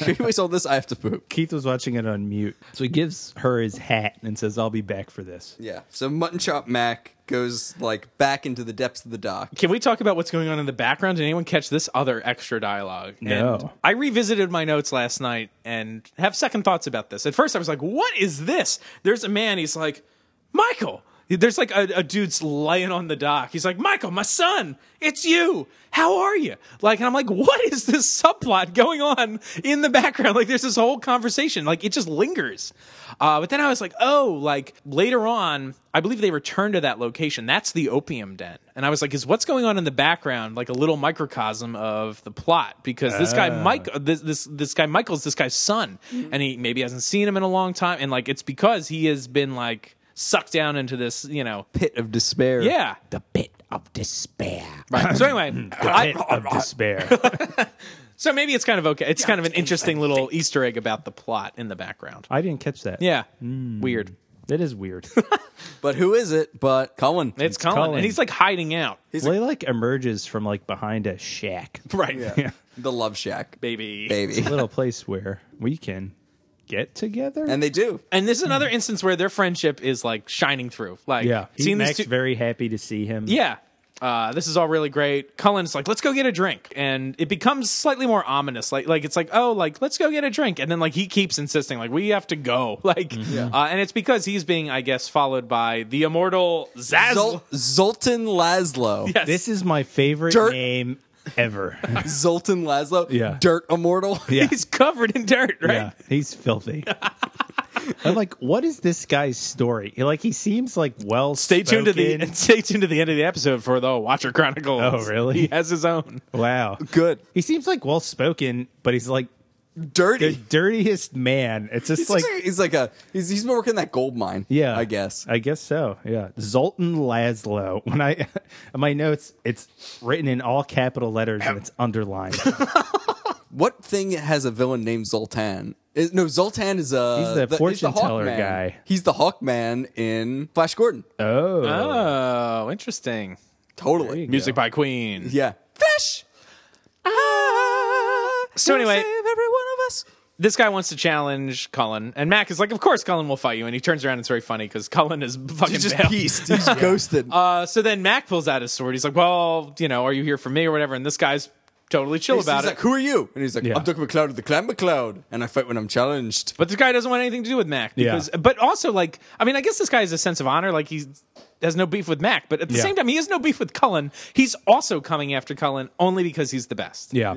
S5: [LAUGHS]
S4: He always told this I have to poop.
S5: Keith was watching it on mute, so he gives her his hat and says, "I'll be back for this."
S4: Yeah. So Mutton Chop Mac goes like back into the depths of the dock.
S3: Can we talk about what's going on in the background? Did anyone catch this other extra dialogue?
S5: No.
S3: And I revisited my notes last night and have second thoughts about this. At first, I was like, what is this? There's a man, he's like, Michael. There's like a, a dude's laying on the dock. He's like, Michael, my son, it's you. How are you? Like, and I'm like, what is this subplot going on in the background? Like, there's this whole conversation. Like, it just lingers. Uh, but then I was like, oh, like later on, I believe they return to that location. That's the opium den. And I was like, is what's going on in the background like a little microcosm of the plot? Because this guy
S5: Ah.
S3: Mike, this this this guy Michael's this guy's son, and he maybe hasn't seen him in a long time, and like it's because he has been like sucked down into this, you know.
S4: Pit of despair.
S3: Yeah.
S5: The pit of despair.
S3: Right. So
S5: [LAUGHS]
S3: anyway, I,
S5: Pit of despair.
S3: so maybe it's kind of okay. It's kind of an interesting little Easter egg about the plot in the background.
S5: I didn't catch that.
S3: Yeah.
S5: Hmm.
S3: Weird.
S5: That is weird.
S4: But who is it? But Colin.
S3: It's, Colin,
S5: Colin.
S3: and he's like hiding out.
S5: Lay like emerges from like behind a shack.
S3: Right.
S5: [LAUGHS] Yeah.
S4: the Love Shack.
S3: Baby.
S4: Baby.
S5: Little place where we can get together.
S4: and they do.
S3: And this is another instance where their friendship is like shining through. Like,
S5: Hmm. yeah. He
S3: seeing these
S5: Mac's
S3: two-
S5: very happy to see him.
S3: Yeah. Uh, this is all really great. Cullen's like, let's go get a drink, and it becomes slightly more ominous. Like, like it's like, oh, like let's go get a drink, and then like he keeps insisting, like we have to go, [LAUGHS] like,
S5: Mm-hmm.
S3: uh, and it's because he's being, I guess, followed by the immortal Zaz. [LAUGHS]
S4: Zol- Zoltan Laszlo.
S3: Yes.
S5: This is my favorite
S4: Dirt.
S5: name
S4: [LAUGHS]
S5: ever.
S4: Zoltan Laszlo.
S5: Yeah.
S4: Dirt immortal.
S5: Yeah.
S3: he's covered in dirt, right?
S5: Yeah,
S4: [LAUGHS]
S5: he's filthy. I'm like, what is this guy's story? Like, he seems like well.
S3: Stay tuned to the [LAUGHS] stay tuned to the end of the episode for the Watcher Chronicles.
S5: Oh, really?
S3: He has his own.
S5: wow.
S4: Good.
S5: He seems like well spoken, but he's like
S4: [LAUGHS]
S5: the
S4: Dirty.
S5: dirtiest man. It's just
S4: He's
S5: like,
S4: like, he's like a he's, he's been working in that gold mine.
S5: yeah,
S4: I guess.
S5: I guess so. Yeah, Zoltan Laszlo. [LAUGHS] When I in my notes, it's written in all capital letters and it's underlined. he's
S4: What thing has a villain named Zoltan? Is- no, Zoltan is a
S5: He's the fortune teller
S4: Hawkman.
S5: guy.
S4: He's the Hawkman in Flash Gordon.
S5: Oh.
S3: Oh, interesting.
S4: totally.
S3: Music by Queen.
S4: Yeah. Fish.
S3: So
S4: You'll
S3: anyway-
S4: Ah, save every one of us.
S3: this guy wants to challenge Cullen, and Mac is like, "Of course, Cullen will fight you." And he turns around. and It's very funny because Cullen is [LAUGHS] fucking
S4: He's just
S3: bailed.
S4: pieced. He's ghosted.
S3: [LAUGHS] Uh, so then Mac pulls out his sword. He's like, "Well, you know, are you here for me or whatever?" And this guy's totally chill
S4: he's,
S3: about
S4: he's
S3: it.
S4: like, "Who are you?" And he's like,
S5: Yeah.
S4: "I'm Duck McCloud of the Clan McCloud, and I fight when I'm challenged."
S3: but this guy doesn't want anything to do with Mac
S5: Yeah.
S3: because. But also, like, I mean, I guess this guy has a sense of honor. Like he has no beef with Mac, but at the
S5: Yeah.
S3: same time, he has no beef with Cullen. He's also coming after Cullen only because he's the best.
S5: yeah.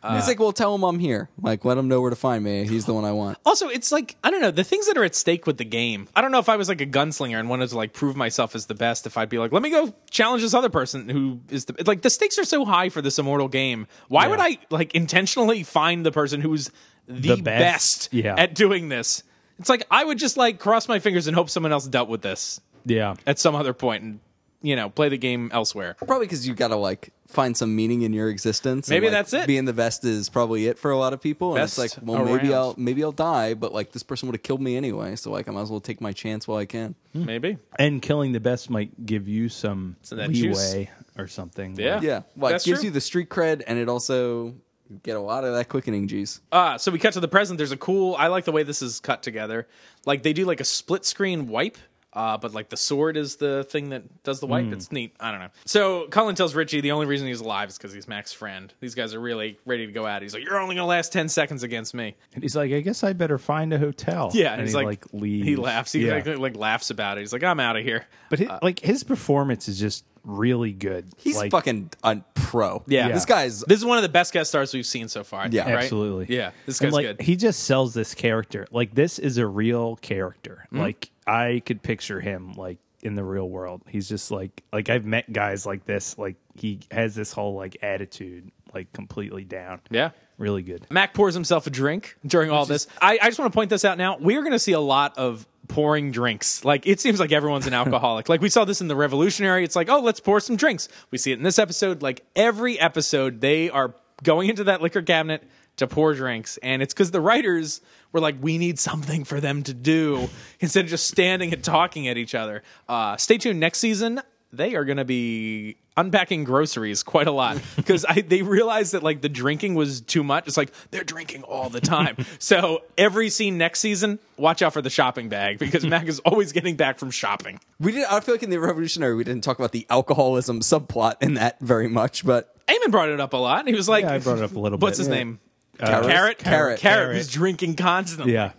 S5: Uh,
S4: Yeah. he's like, "Well, tell him I'm here. Like, let him know where to find me. He's the one I want."
S3: Also, it's like I don't know the things that are at stake with the game. I don't know if I was like a gunslinger and wanted to like prove myself as the best. If I'd be like, let me go challenge this other person who is the like the stakes are so high for this immortal game. Why would I like intentionally find the person who's the,
S5: The best.
S3: best,
S5: Yeah.
S3: at doing this? It's like I would just like cross my fingers and hope someone else dealt with this
S5: yeah.
S3: at some other point and you know play the game elsewhere.
S4: Probably because you got to like find some meaning in your existence. and,
S3: Maybe
S4: like,
S3: that's it.
S4: Being the best is probably it for a lot of people. And it's
S3: Best
S4: like, well, maybe
S3: around.
S4: I'll maybe I'll die, but like this person would have killed me anyway, so like I might as well take my chance while I can.
S5: Hmm.
S3: Maybe
S5: And killing the best might give you some
S3: that
S5: leeway or something.
S3: Yeah.
S4: Yeah, well,
S3: That's
S4: it gives
S3: true.
S4: you the street cred, and it also you get a lot of that quickening juice.
S3: Uh, so we cut to the present. There's a cool. I like the way this is cut together. Like they do like a split screen wipe. Uh, but like the sword is the thing that does the wipe.
S5: Hmm.
S3: It's neat. I don't know. So Cullen tells Richie the only reason he's alive is because he's Mac's friend. These guys are really ready to go at it. He's like, "You're only gonna last ten seconds against me." [LAUGHS]
S5: And he's like, I guess I better find a hotel.
S3: Yeah, and,
S5: and
S3: he's
S5: he,
S3: like,
S5: leaves.
S3: He laughs. He
S5: Yeah.
S3: like, uh, like laughs about it. He's like, "I'm out of here."
S5: But his, like his performance is just really good.
S4: He's
S5: like,
S4: fucking a pro.
S3: Yeah.
S4: this guy's
S3: This is one of the best guest stars we've seen so far. I think,
S4: Yeah.
S3: right?
S5: absolutely.
S3: Yeah, this
S5: And,
S3: guy's
S5: like,
S3: good.
S5: He just sells this character. Like this is a real character.
S3: Mm-hmm.
S5: Like I could picture him like in the real world. He's just like like I've met guys like this. Like he has this whole like attitude like completely down.
S3: yeah.
S5: Really good.
S3: Mac pours himself a drink during all this. I, I just want to point this out now. We're going to see a lot of pouring drinks. Like, it seems like everyone's an alcoholic. like, we saw this in The Revolutionary. It's like, oh, let's pour some drinks. We see it in this episode. Like, every episode, they are going into that liquor cabinet to pour drinks. And it's because the writers were like, we need something for them to do instead of just standing and talking at each other. Uh, stay tuned next season they are going to be unpacking groceries quite a
S5: [LAUGHS]
S3: lot because they realized that like the drinking was too much. It's like they're drinking all the
S5: [LAUGHS]
S3: time. so every scene next season, watch out for the shopping bag because Mac is always getting back from shopping.
S4: we did. I feel like in the Revolutionary, we didn't talk about the alcoholism subplot in that very much, but
S3: Eamon brought it up a lot. He was like,
S5: Yeah, I brought it up a little
S3: What's his
S5: bit. Yeah. Uh,
S3: name?
S4: Carrot?
S3: Carrot.
S4: Carrot.
S3: Carrot. He's drinking constantly.
S5: Yeah.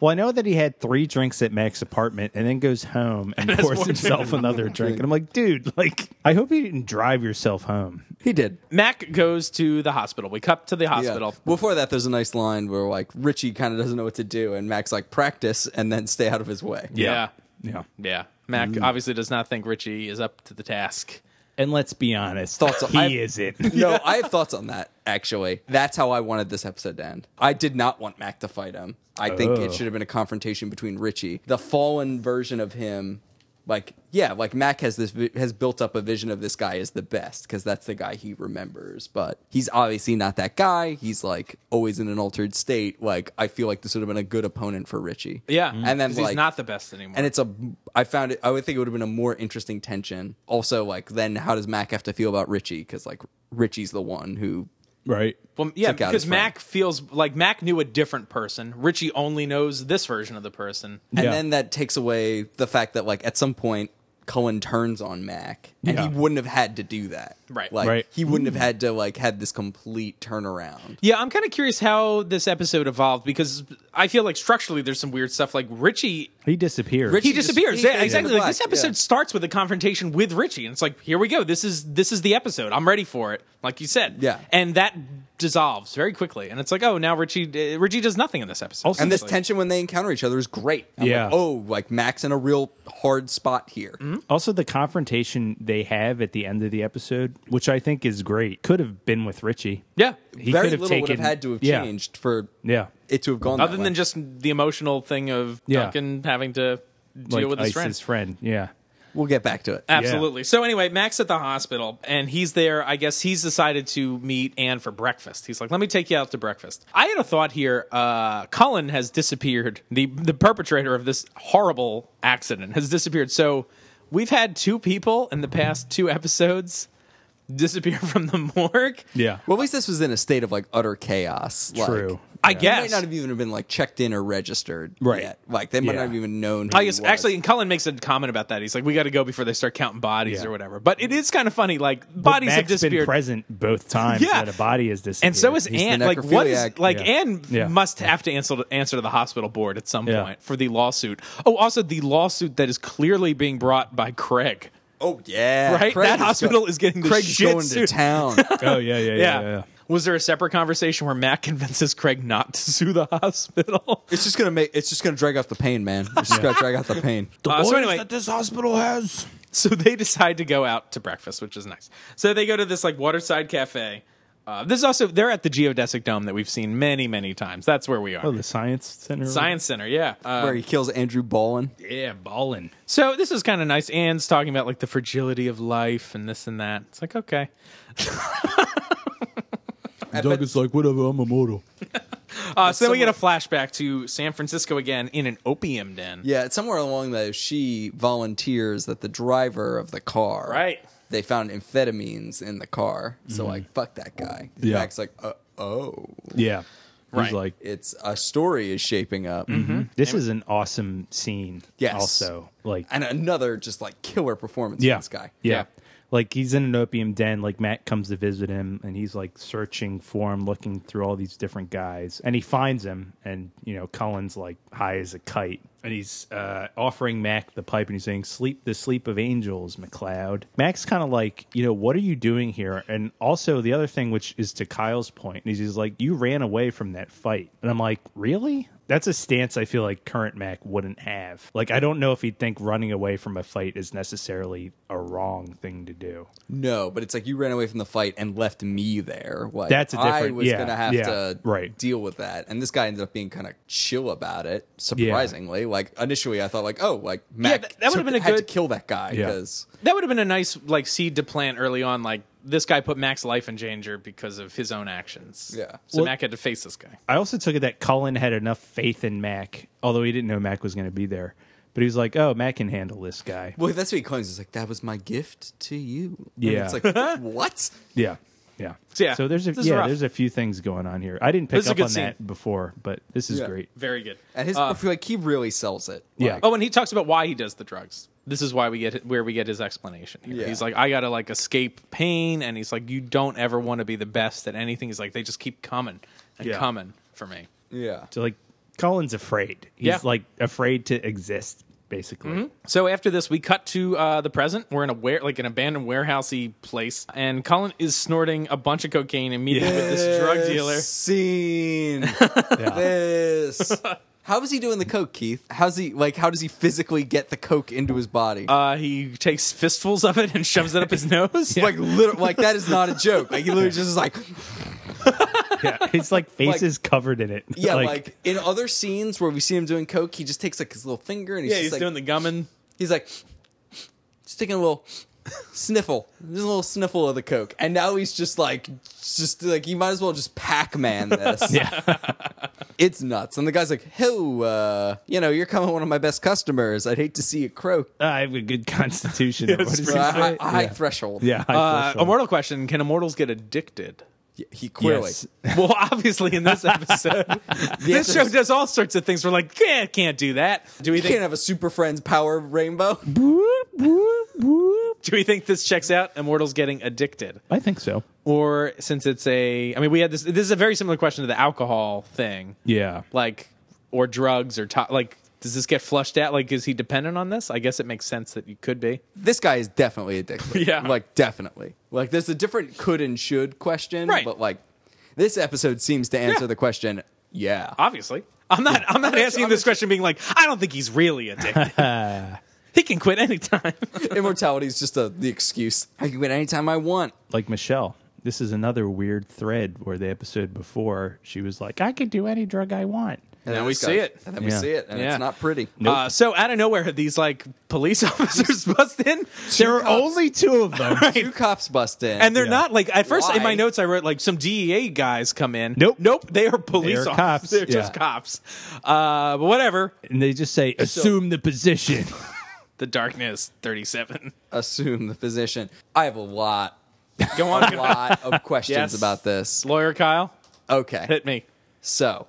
S5: Well, I know that he had three drinks at Mac's apartment and then goes home
S3: [LAUGHS]
S5: and,
S3: has
S5: pours
S3: one
S5: himself another drink. And I'm like, dude, like, I hope you didn't drive yourself home.
S4: he did.
S3: Mac goes to the hospital. We cut to the hospital.
S4: Well, Before that, there's a nice line where like Richie kind of doesn't know what to do, and Mac's like practice and then stay out of his way.
S3: Yeah.
S5: Yeah. Mm.
S3: Yeah. Mac obviously does not think Richie is up to the task. And let's be honest,
S4: Thoughts on-
S3: he
S4: I've-
S3: is
S4: [LAUGHS]
S3: it.
S4: [LAUGHS] No, I have thoughts on that. Actually, that's how I wanted this episode to end. I did not want Mac to fight him. I think
S5: Oh.
S4: it should have been a confrontation between Richie, the fallen version of him. Like, yeah, like Mac has this vi- has built up a vision of this guy as the best because that's the guy he remembers, but he's obviously not that guy. He's like always in an altered state. Like, I feel like this would have been a good opponent for Richie.
S3: Yeah, Mm-hmm.
S4: and then
S3: 'cause
S4: like
S3: he's not the best anymore.
S4: and it's a i found it i would think it would have been a more interesting tension also like then how does mac have to feel about richie because like richie's the one who
S5: Right.
S3: Well, yeah,
S4: Took out
S3: because
S4: his friend.
S3: Mac feels like Mac knew a different person. Richie only knows this version of the person.
S4: and
S5: Yeah.
S4: then that takes away the fact that like at some point cohen turns on mac and
S5: Yeah.
S4: he wouldn't have had to do that
S3: Right.
S4: like
S5: Right.
S4: he wouldn't have had to like had this complete turnaround
S3: Yeah, I'm kind of curious how this episode evolved because I feel like structurally there's some weird stuff. Like Richie,
S5: He disappears.
S3: he
S4: just-
S3: disappears.
S4: he
S3: yeah,
S4: fades
S3: exactly.
S4: into
S3: Like this
S4: black,
S3: episode
S4: yeah.
S3: starts with a confrontation with Richie, and it's like, here we go. This is this is the episode. I'm ready for it. Like you said.
S4: Yeah.
S3: and that dissolves very quickly, and it's like, oh, now Richie uh, Richie does nothing in this episode.
S5: Also-
S4: and this
S3: Like-
S4: tension when they encounter each other is great I'm like,
S5: Yeah. Mm-hmm.
S4: oh like mac's in a real hard spot here
S5: Also, the confrontation they have at the end of the episode, which I think is great, could have been with Richie.
S3: yeah.
S5: He
S4: very
S5: could have
S4: little
S5: taken,
S4: would have had to have
S5: yeah,
S4: changed for
S5: Yeah.
S4: it to have gone
S3: Other
S4: that
S3: than
S4: way.
S3: just the emotional thing of
S5: Yeah.
S3: Duncan having to deal
S5: Like
S3: with his
S5: Ice, his
S3: friends.
S5: friend. Yeah.
S4: we'll get back to it
S3: Absolutely. So anyway, Max at the hospital, and he's there. I guess he's decided to meet Anne for breakfast. He's like, "Let me take you out to breakfast." I had a thought here. Uh, Cullen has disappeared. the The perpetrator of this horrible accident has disappeared. So we've had two people in the past two episodes disappear from the morgue.
S5: Yeah.
S4: Well, at least this was in a state of like utter chaos. Like,
S5: True.
S3: I
S4: They might
S3: guess.
S4: not have even been like checked in or registered
S5: Right.
S4: yet. Like they might
S5: Yeah.
S4: not have even known. Who
S3: I
S4: he
S3: guess
S4: was.
S3: actually, and Cullen makes a comment about that. He's like, "We got to go before they start counting bodies
S5: Yeah.
S3: or whatever." But it is kind of funny. Like
S5: But
S3: bodies have
S5: Mac's been
S3: disappeared.
S5: present both times
S3: Yeah.
S5: that a body has disappeared.
S3: and so is
S4: the
S3: Anne. Like what is
S4: necrophiliac.
S3: like
S5: Yeah.
S3: Anne
S5: Yeah.
S3: must have to answer to, answer to the hospital board at some
S5: Yeah.
S3: point for the lawsuit. Oh, also the lawsuit that is clearly being brought by Craig.
S4: Oh yeah.
S3: Right?
S4: Craig
S3: That hospital
S4: go-
S3: is getting the
S4: Craig's
S3: shit
S4: going
S3: sued. [LAUGHS]
S4: to town.
S5: Oh yeah, yeah, yeah, yeah. yeah.
S3: Was there a separate conversation where Matt convinces Craig not to sue the [LAUGHS] hospital? Uh,
S4: it's just gonna make. It's just gonna drag out the pain, man. It's just gonna drag out the pain.
S3: Uh, so anyway,
S5: this hospital has.
S3: so they decide to go out to breakfast, which is nice. So they go to this like waterside cafe. Uh, this is also they're at the geodesic dome that we've seen many, many times. That's where we are.
S5: Oh, the science center.
S3: Science Center, yeah. Uh,
S4: [LAUGHS] Where he kills Andrew Ballin.
S5: Yeah, ballin.
S3: So this is kind of nice. Anne's talking about like the fragility of life and this and that. It's like okay,
S4: Doug
S5: is like, whatever. I'm immortal.
S3: Uh, so then we get a flashback to San Francisco again in an opium den.
S4: Yeah, it's somewhere along those. She volunteers that the driver of the car.
S3: Right.
S4: They found amphetamines in the car. So like, fuck that guy.
S5: Yeah.
S4: Mac's like, uh, oh,
S5: Yeah.
S3: Right.
S5: He's like, "Hmm,
S4: it's a story is shaping up.
S3: Mm-hmm.
S5: this is an awesome scene.
S4: Yes.
S5: Also, like,
S4: and another just like killer performance
S5: yeah,
S4: from this guy.
S5: Yeah.
S3: Yeah.
S5: Like he's in an opium den. Like Matt comes to visit him, and he's like searching for him, looking through all these different guys, and he finds him. And you know, Cullen's like high as a kite, and he's uh, offering Mac the pipe, and he's saying, "Sleep the sleep of angels, McLeod." Mac's kind of like, you know, what are you doing here? And also the other thing, which is to Kyle's point, is he's like, you ran away from that fight, and I'm like, really? That's a stance I feel like current Mac wouldn't have. Like, I don't know if he'd think running away from a fight is necessarily a wrong thing to do.
S4: No, but it's like you ran away from the fight and left me there. Like
S5: That's a
S4: I
S5: different-
S4: was
S5: yeah,
S4: gonna have
S5: yeah,
S4: to
S5: right.
S4: deal with that. And this guy ended up being kind of chill about it, surprisingly. Like initially I thought like, oh, like Mac
S3: that- that would've
S4: took-
S3: been a
S4: had
S3: good-
S4: to kill that guy
S5: Yeah.
S4: because
S3: That would have been a nice like seed to plant early on. Like this guy put Mac's life in danger because of his own actions.
S4: Yeah.
S3: So
S5: Well-
S3: Mac had to face this guy.
S5: I also took it that Cullen had enough faith in Mac, although he didn't know Mac was going to be there. But he was like, "Oh, Mac can handle this guy."
S4: well, that's what he claims. It's like that was my gift to you. And
S5: Yeah.
S4: it's
S5: [LAUGHS]
S4: like what?
S5: Yeah, yeah,
S3: So, yeah,
S5: So there's a
S3: this is
S5: yeah,
S3: rough.
S5: there's a few things going on here. I didn't
S3: This
S5: pick
S3: is a
S5: up
S3: good
S5: on
S3: scene.
S5: that before, but this is
S4: Yeah.
S5: great.
S3: Very good.
S4: And his like he really sells it.
S5: Yeah.
S4: Like,
S3: Oh, and he talks about why he does the drugs. This is why we get where we get his explanation. here.
S4: Yeah.
S3: He's like, I gotta like escape pain, and he's like, you don't ever want to be the best at anything. He's like, they just keep coming and
S5: Yeah.
S3: coming for me.
S4: yeah.
S5: So like, Cullen's afraid. He's
S3: Yeah. Mm-hmm.
S5: like afraid to exist, basically.
S3: So after this, we cut to uh, the present. We're in a ware, like an abandoned warehousey place, and Colin is snorting a bunch of cocaine and meeting with this drug dealer. [LAUGHS]
S4: Scene.
S5: Yeah.
S4: this How is he doing the coke, Keith? How's he like? How does he physically get the coke into his body?
S3: Uh, he takes fistfuls of it and shoves it up his nose.
S4: [LAUGHS] Like, literally, like that is not a joke. Like he literally just is like,
S5: Yeah, his like face
S4: Like-
S5: is covered in it. [LAUGHS]
S4: yeah. Like, in other scenes where we see him doing coke, he just takes like his little finger and he's
S3: yeah,
S4: just
S3: he's
S4: like,
S3: doing the gumming.
S4: he's like, just taking a little sniffle, just a little sniffle of the coke, and now he's just like, just like you might as well just Pac
S3: [LAUGHS]
S4: Man this. yeah, it's nuts. And the guy's like, "Hey, uh, you know, you're coming one of my best customers. I'd hate to see you croak."
S5: I have a
S3: [LAUGHS]
S5: good constitution. or what
S3: it's
S5: does
S4: Uh,
S5: he
S4: high,
S5: say?
S4: high threshold.
S5: yeah, high
S3: Uh,
S5: threshold.
S3: immortal question: Can immortals get addicted?
S4: Yeah, he clearly.
S5: Yes.
S3: well, obviously in this
S4: [LAUGHS]
S3: episode, this
S4: answer
S3: show
S4: is-
S3: does all sorts of things. We're like, yeah, can't do that. Do we
S4: You can't
S3: think?
S4: have a Super Friends power rainbow.
S3: Do we think this checks out? Immortals getting addicted,
S5: I think so.
S3: or since it's a, I mean, we had this. This is a very similar question to the alcohol thing,
S5: Yeah.
S3: like or drugs or to, like. Does this get flushed out? Like, is he dependent on this? I guess it makes sense that you could be.
S4: This guy is definitely
S3: [LAUGHS]
S4: addicted.
S3: Yeah.
S4: Like, definitely. Like, there's a different could and should question,
S3: Right.
S4: but like, this episode seems to answer
S3: Yeah.
S4: the question, yeah.
S3: Obviously, I'm not. I'm not asking this question being like, I don't think he's really addicted.
S5: [LAUGHS]
S3: he can quit anytime.
S4: [LAUGHS] Immortality is just a, the excuse. I can win anytime I want.
S5: Like Michelle. This is another weird thread where the episode before she was like, I could do any drug I want.
S4: And
S3: Now
S4: then
S3: we
S4: this guy-
S3: see it.
S4: And then we
S5: Yeah.
S4: see it, and
S3: Yeah.
S4: it's not pretty.
S3: Uh, so out of nowhere, these like police [LAUGHS] officers bust in,
S5: There were
S4: cops.
S5: only two of them.
S4: Two cops bust in.
S3: and they're
S5: Yeah.
S3: not like at first in my
S4: Why?
S3: notes I wrote like some DEA guys come in.
S5: [LAUGHS] Nope.
S3: nope, they are police
S5: They are
S3: officers.
S5: cops.
S3: They're just
S5: Yeah.
S3: cops. Uh, but whatever.
S5: and they just say, assume the
S3: [LAUGHS]
S5: position.
S3: The darkness thirty seven.
S4: assume the position. I have a lot,
S3: Go on,
S4: a
S3: go on.
S4: lot
S3: [LAUGHS]
S4: of questions
S3: Yes.
S4: about this.
S3: lawyer Kyle,
S4: Okay.
S3: hit me.
S4: So,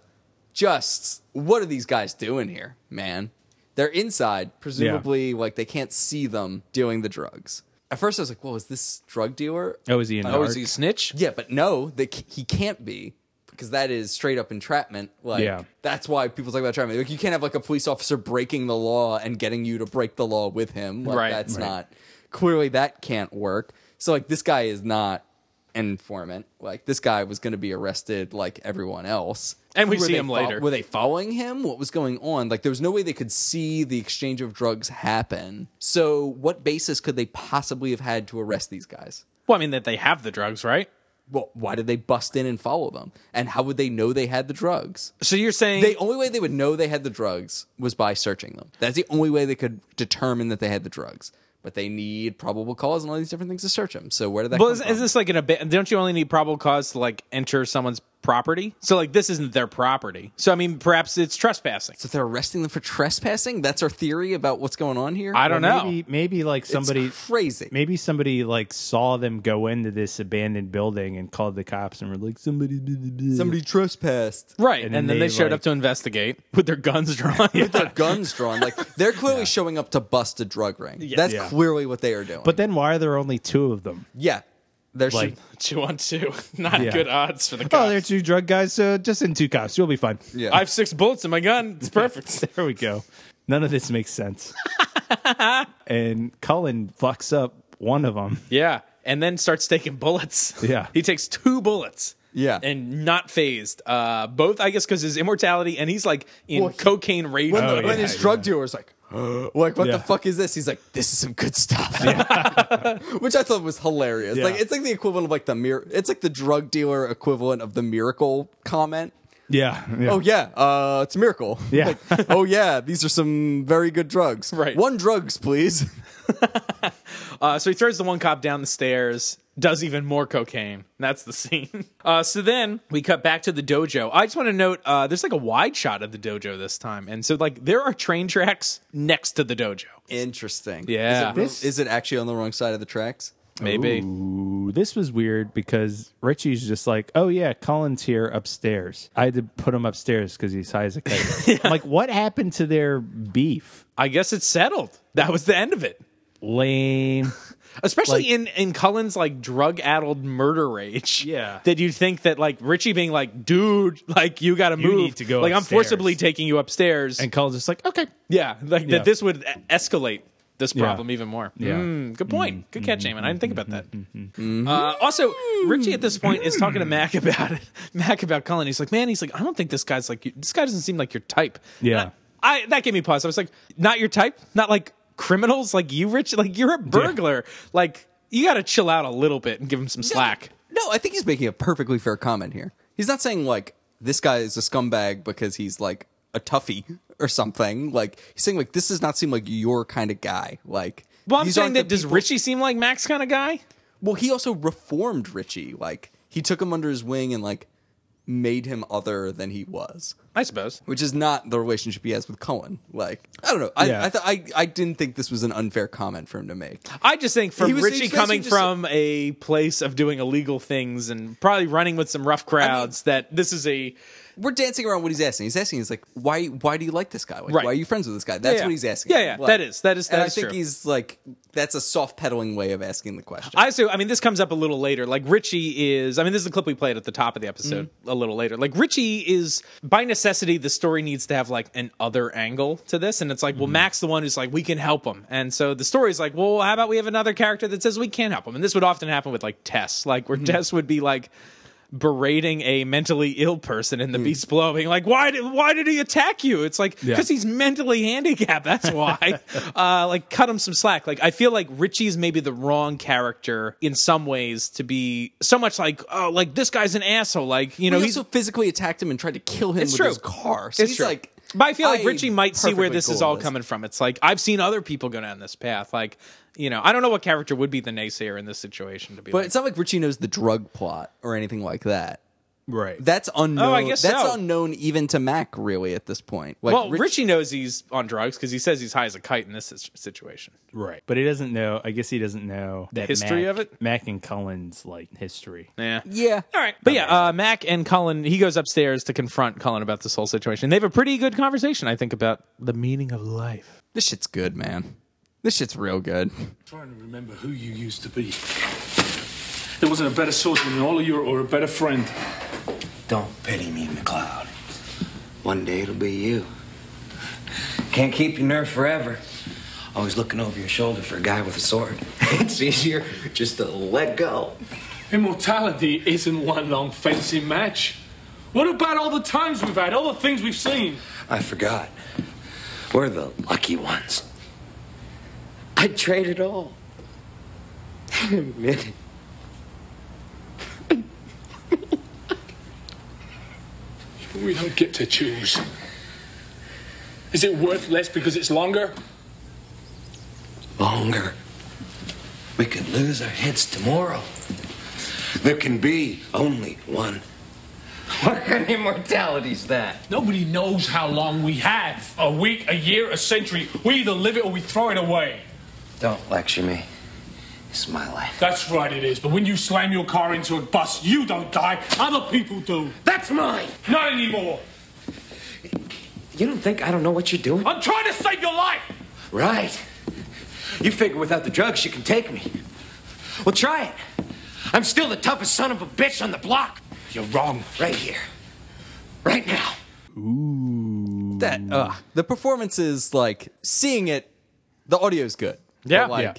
S4: just what are these guys doing here, man? They're inside, presumably, like they can't see them doing the drugs. At first, I was like, "Well, is this drug dealer?"
S5: Oh, is he in
S4: Oh,
S5: an
S4: is
S5: arc?
S3: Is he a snitch?
S4: Yeah, but no, they, c- he can't be because that is straight up entrapment. Like,
S5: Yeah.
S4: that's why people talk about entrapment. Like, you can't have like a police officer breaking the law and getting you to break the law with him. Like,
S3: Right.
S4: That's
S3: Right.
S4: not clearly that can't work. So like, this guy is not an informant. Like, this guy was going to be arrested like everyone else.
S3: And we
S4: Were
S3: see
S4: they
S3: him
S4: fo-
S3: later.
S4: Were they following him? What was going on? Like, there was no way they could see the exchange of drugs happen. So, what basis could they possibly have had to arrest these guys?
S3: Well, I mean that they have the drugs, right?
S4: well, why did they bust in and follow them? And how would they know they had the drugs?
S3: So you're saying
S4: The only way they would know they had the drugs was by searching them. That's the only way they could determine that they had the drugs. But they need probable cause and all these different things to search them. So where did that
S3: Well,
S4: come
S3: is,
S4: from?
S3: is this like an ab- don't you only need probable cause to like enter someone's property? So like this isn't their property. So I mean, perhaps it's trespassing.
S4: so they're arresting them for trespassing? That's our theory about what's going on here?
S3: I don't know.
S5: Maybe, maybe like somebody
S4: crazy.
S5: Maybe somebody like saw them go into this abandoned building and called the cops and were like, somebody, blah, blah, blah."
S4: [LAUGHS] Somebody trespassed.
S3: Right, and,
S5: And
S3: then
S5: then
S3: they,
S5: they,
S3: showed
S5: like-
S3: up to investigate with their guns drawn. [LAUGHS]
S4: Their guns drawn. Like they're clearly showing up to bust a drug ring. That's
S5: Yeah.
S4: clearly what they are doing.
S5: But then why are there only two of them?
S4: yeah, they're
S5: Like,
S3: two on two, not
S5: Yeah.
S3: good odds
S4: [LAUGHS]
S3: for the
S5: oh,
S3: cops.
S5: there are two drug guys, so just in two cops, you'll be fine.
S4: yeah.
S3: I have six bullets in my gun. It's
S4: [LAUGHS]
S3: perfect.
S5: There we go. None of this
S3: [LAUGHS]
S5: makes sense. and Cullen fucks up one of them.
S3: yeah, and then starts taking bullets.
S5: Yeah.
S3: he takes two bullets.
S4: Yeah.
S3: and not phased. Uh, both, I guess, because his immortality and he's like in
S4: Well, he-
S3: cocaine rage.
S4: when,
S5: Oh,
S4: the, when
S5: yeah,
S4: his drug dealer was like, [GASPS] like what
S5: Yeah.
S4: the fuck is this? He's like, this is some good stuff, [LAUGHS] which I thought was hilarious. Like
S5: Yeah.
S4: it's like the equivalent of like the mir- it's like the drug dealer equivalent of the miracle comment.
S5: Yeah. yeah.
S4: Oh yeah, uh, it's a miracle. [LAUGHS]
S5: Yeah.
S4: Like, oh yeah, these are some very good drugs.
S3: Right.
S4: one drugs, please. [LAUGHS]
S3: Uh, so he throws the one cop down the stairs, does even more cocaine. That's the [LAUGHS] scene. Uh, so then we cut back to the dojo. I just want to note uh, there's like a wide shot of the dojo this time. And so, like, there are train tracks next to the dojo.
S4: Interesting.
S3: Yeah.
S4: is it, is it actually on the wrong side of the tracks?
S3: Maybe.
S5: Ooh, this was weird because Richie's just like, oh yeah, Colin's here upstairs. I had to put him upstairs because he's high as a kite.
S3: [LAUGHS]
S5: I'm like, what happened to their beef?
S3: I guess it's settled. That was the end of it.
S5: Lame.
S3: Especially
S5: Like-
S3: in, in Cullen's like drug addled murder rage.
S5: Yeah.
S3: That you think that like Richie being like, dude, like you gotta
S5: You
S3: move.
S5: need to go
S3: like I'm
S5: upstairs."
S3: forcibly taking you upstairs.
S5: And Colin's just like, okay.
S3: yeah. Like
S5: Yeah.
S3: that this would e- escalate this problem even more. Mm, good point. good catch, Eamon. I didn't think about that. Uh, also, Richie at this point is talking to Mac about [LAUGHS] it. Mac about Cullen. He's like, man, he's like, I don't think this guy's like you. This guy doesn't seem like your type. [LAUGHS]
S5: Yeah.
S3: And I, I- that gave me pause. I was like, not your type. Not like criminals like you, Rich. Like you're a burglar. Like you got to chill out a little bit and give him some slack.
S4: No, I think he's making a perfectly fair comment here. He's not saying like this guy is a scumbag because he's like a toughie or something. Like he's saying like this does not seem like your kind of guy. Like
S3: Well, I'm
S4: these
S3: saying
S4: aren't
S3: that
S4: the
S3: does
S4: people-
S3: Richie seem like Mac's kind of guy?
S4: Well, he also reformed Richie. Like he took him under his wing and like made him other than he was.
S3: I suppose.
S4: Which is not the relationship he has with Cohen. Like I don't know. I
S5: Yeah.
S4: I, th- I I didn't think this was an unfair comment for him to make.
S3: I just think from
S4: He was- he
S3: Richie
S4: was
S3: coming
S4: basically just-
S3: from a place of doing illegal things and probably running with some rough crowds that this is a
S4: We're dancing around what he's asking. He's asking, he's like, why why do you like this guy? Like,
S3: Right.
S4: Why are you friends with this guy? That's
S3: yeah.
S4: what he's asking.
S3: Yeah, yeah.
S4: Like-
S3: That is- that is- that
S4: and
S3: is
S4: I think
S3: true.
S4: he's like, that's a soft pedaling way of asking the question.
S3: I so I mean this comes up a little later. Like Richie is I mean this is a clip we played at the top of the episode a little later. Like Richie is by necessity the story needs to have like an other angle to this and it's like well Mac's the one who's like we can help him. And so the story's like well how about we have another character that says we can't help him. And this would often happen with like Tess. Like where Tess would be like berating a mentally ill person in the
S4: Hmm.
S3: Beast Below, being like, "Why did why did he attack you?" It's like because he's mentally handicapped. That's
S4: [LAUGHS]
S3: why. uh, like, cut him some slack. Like, I feel like Richie's maybe the wrong character in some ways to be so much like, oh, like this guy's an asshole. Like, you know,
S4: he
S3: he's.
S4: also physically attacked him and tried to kill him
S3: It's
S4: with
S3: true.
S4: his car. So
S3: It's
S4: he's
S3: true.
S4: like,
S3: but I feel like
S4: I'm
S3: Richie might see where
S4: perfectly
S3: this is
S4: cool
S3: all
S4: with
S3: coming from. It's like I've seen other people go down this path. Like, you know, I don't know what character would be the naysayer in this situation. To be,
S4: But
S3: like,
S4: it's not like Richie knows the drug plot or anything like that.
S5: Right.
S4: That's unknown.
S3: Oh, I guess
S4: that's
S3: so.
S4: unknown even to Mac really at this point. Like,
S3: well,
S4: Rich-
S3: Richie knows he's on drugs because he says he's high as a kite in this si- situation.
S5: Right. But he doesn't know. I guess he doesn't know that
S3: History
S5: Mac-
S3: of it?
S5: Mac and Cullen's like history.
S3: Yeah.
S4: yeah.
S3: All right. But yeah, uh, Mac and Cullen, he goes upstairs to confront Cullen about this whole situation. They have a pretty good conversation, I think, about the meaning of life.
S4: This shit's good, man. This shit's real good.
S2: trying to remember who you used to be. There wasn't a better swordsman in all of Europe or a better friend.
S7: Don't pity me, McLeod. One day it'll be you. Can't keep your nerve forever. Always looking over your shoulder for a guy with a sword. [LAUGHS] it's easier just to let go.
S2: Immortality isn't one long fencing match. What about all the times we've had, all the things we've seen?
S7: I forgot. We're the lucky ones. I'd trade it all. [LAUGHS] Admit it.
S2: We don't get to choose. Is it worth less because it's longer?
S7: Longer. We could lose our heads tomorrow. There can be only one. [LAUGHS] What kind of immortality's that?
S2: Nobody knows how long we have. A week, a year, a century. We either live it or we throw it away.
S7: Don't lecture me. It's my life.
S2: That's right, it is. But when you slam your car into a bus, you don't die. Other people do.
S7: That's mine!
S2: Not anymore.
S7: You don't think I don't know what you're doing?
S2: I'm trying to save your life.
S7: Right. You figure without the drugs, you can take me. Well, try it. I'm still the toughest son of a bitch on the block.
S2: You're wrong.
S7: Right here. Right now.
S4: That
S3: Mm.
S4: uh, the performance is like seeing it. The audio's good.
S3: Yeah.
S4: But, like
S5: Yeah.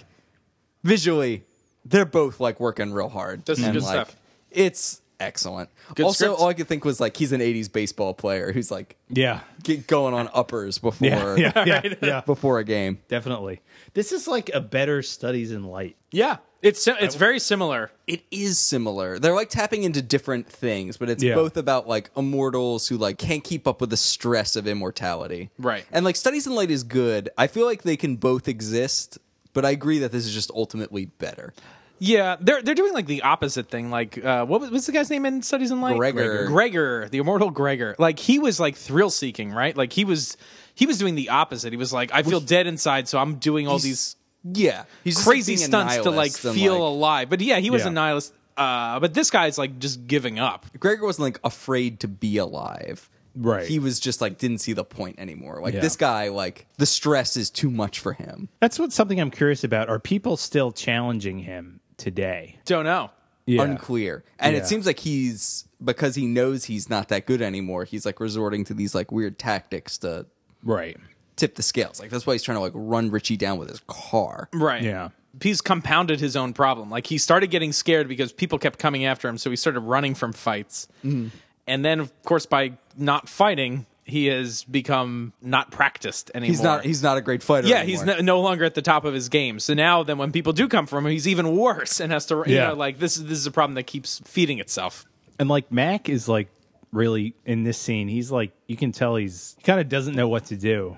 S4: visually, they're both like working real hard.
S3: This is
S4: And,
S3: good
S4: like,
S3: stuff.
S4: It's excellent. also,
S3: script.
S4: all I could think was like he's an '80s baseball player who's like
S5: Yeah.
S4: get going on uppers before
S5: Yeah. Yeah.
S3: [LAUGHS]
S5: Yeah. yeah.
S4: before a game.
S5: Definitely. This is like a better studies in light.
S3: Yeah. It's si- it's very similar.
S4: It is similar. They're like tapping into different things, but it's
S5: Yeah.
S4: both about like immortals who like can't keep up with the stress of immortality.
S3: Right.
S4: And like studies in light is good. I feel like they can both exist, but I agree that this is just ultimately better.
S3: Yeah, they're they're doing like the opposite thing. Like, uh, what was what's the guy's name in Studies in Light?
S4: Gregor.
S3: Gregor, the immortal Gregor. Like he was like thrill seeking, right? Like he was he was doing the opposite. He was like, I feel dead inside, so I'm doing all these
S4: Yeah. He's just, like,
S3: crazy
S4: being a
S3: stunts to like
S4: nihilist and,
S3: feel
S4: like-
S3: alive. But yeah, he was
S5: Yeah.
S3: a nihilist. Uh, but this guy's like just giving up.
S4: Gregor wasn't like afraid to be alive.
S5: Right.
S4: He was just like didn't see the point anymore. Like
S5: Yeah.
S4: this guy, like the stress is too much for him.
S5: That's what's something I'm curious about. Are people still challenging him today?
S3: Don't know.
S5: Yeah.
S4: Unclear. And
S5: Yeah.
S4: it seems like he's because he knows he's not that good anymore, he's like resorting to these like weird tactics to
S5: Right.
S4: tip the scales. Like that's why he's trying to like run Richie down with his car.
S3: Right.
S8: Yeah.
S3: He's compounded his own problem. Like he started getting scared because people kept coming after him, so he started running from fights.
S4: Mm-hmm.
S3: And then of course by not fighting, he has become not practiced anymore.
S4: He's not he's not a great fighter.
S3: yeah,
S4: anymore.
S3: he's no, no longer at the top of his game. So now, then, when people do come from him, he's even worse and has to, you
S8: Yeah.
S3: know, like this. is This is a problem that keeps feeding itself.
S8: And like Mac is like really in this scene, he's like you can tell he's he kind of doesn't know what to do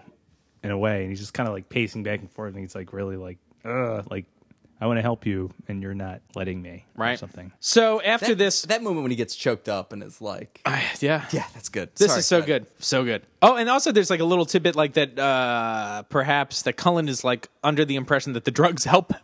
S8: in a way, and he's just kind of like pacing back and forth, and he's like really like uh like I want to help you, and you're not letting me, or
S3: Right.
S8: something.
S3: So after
S4: that,
S3: this,
S4: that moment when he gets choked up and it's like
S3: [SIGHS] yeah,
S4: Yeah, that's good.
S3: This
S4: Sorry,
S3: is so
S4: Fred.
S3: good. So good. Oh, and also there's like a little tidbit like that uh perhaps that Cullen is like under the impression that the drugs [LAUGHS] help him.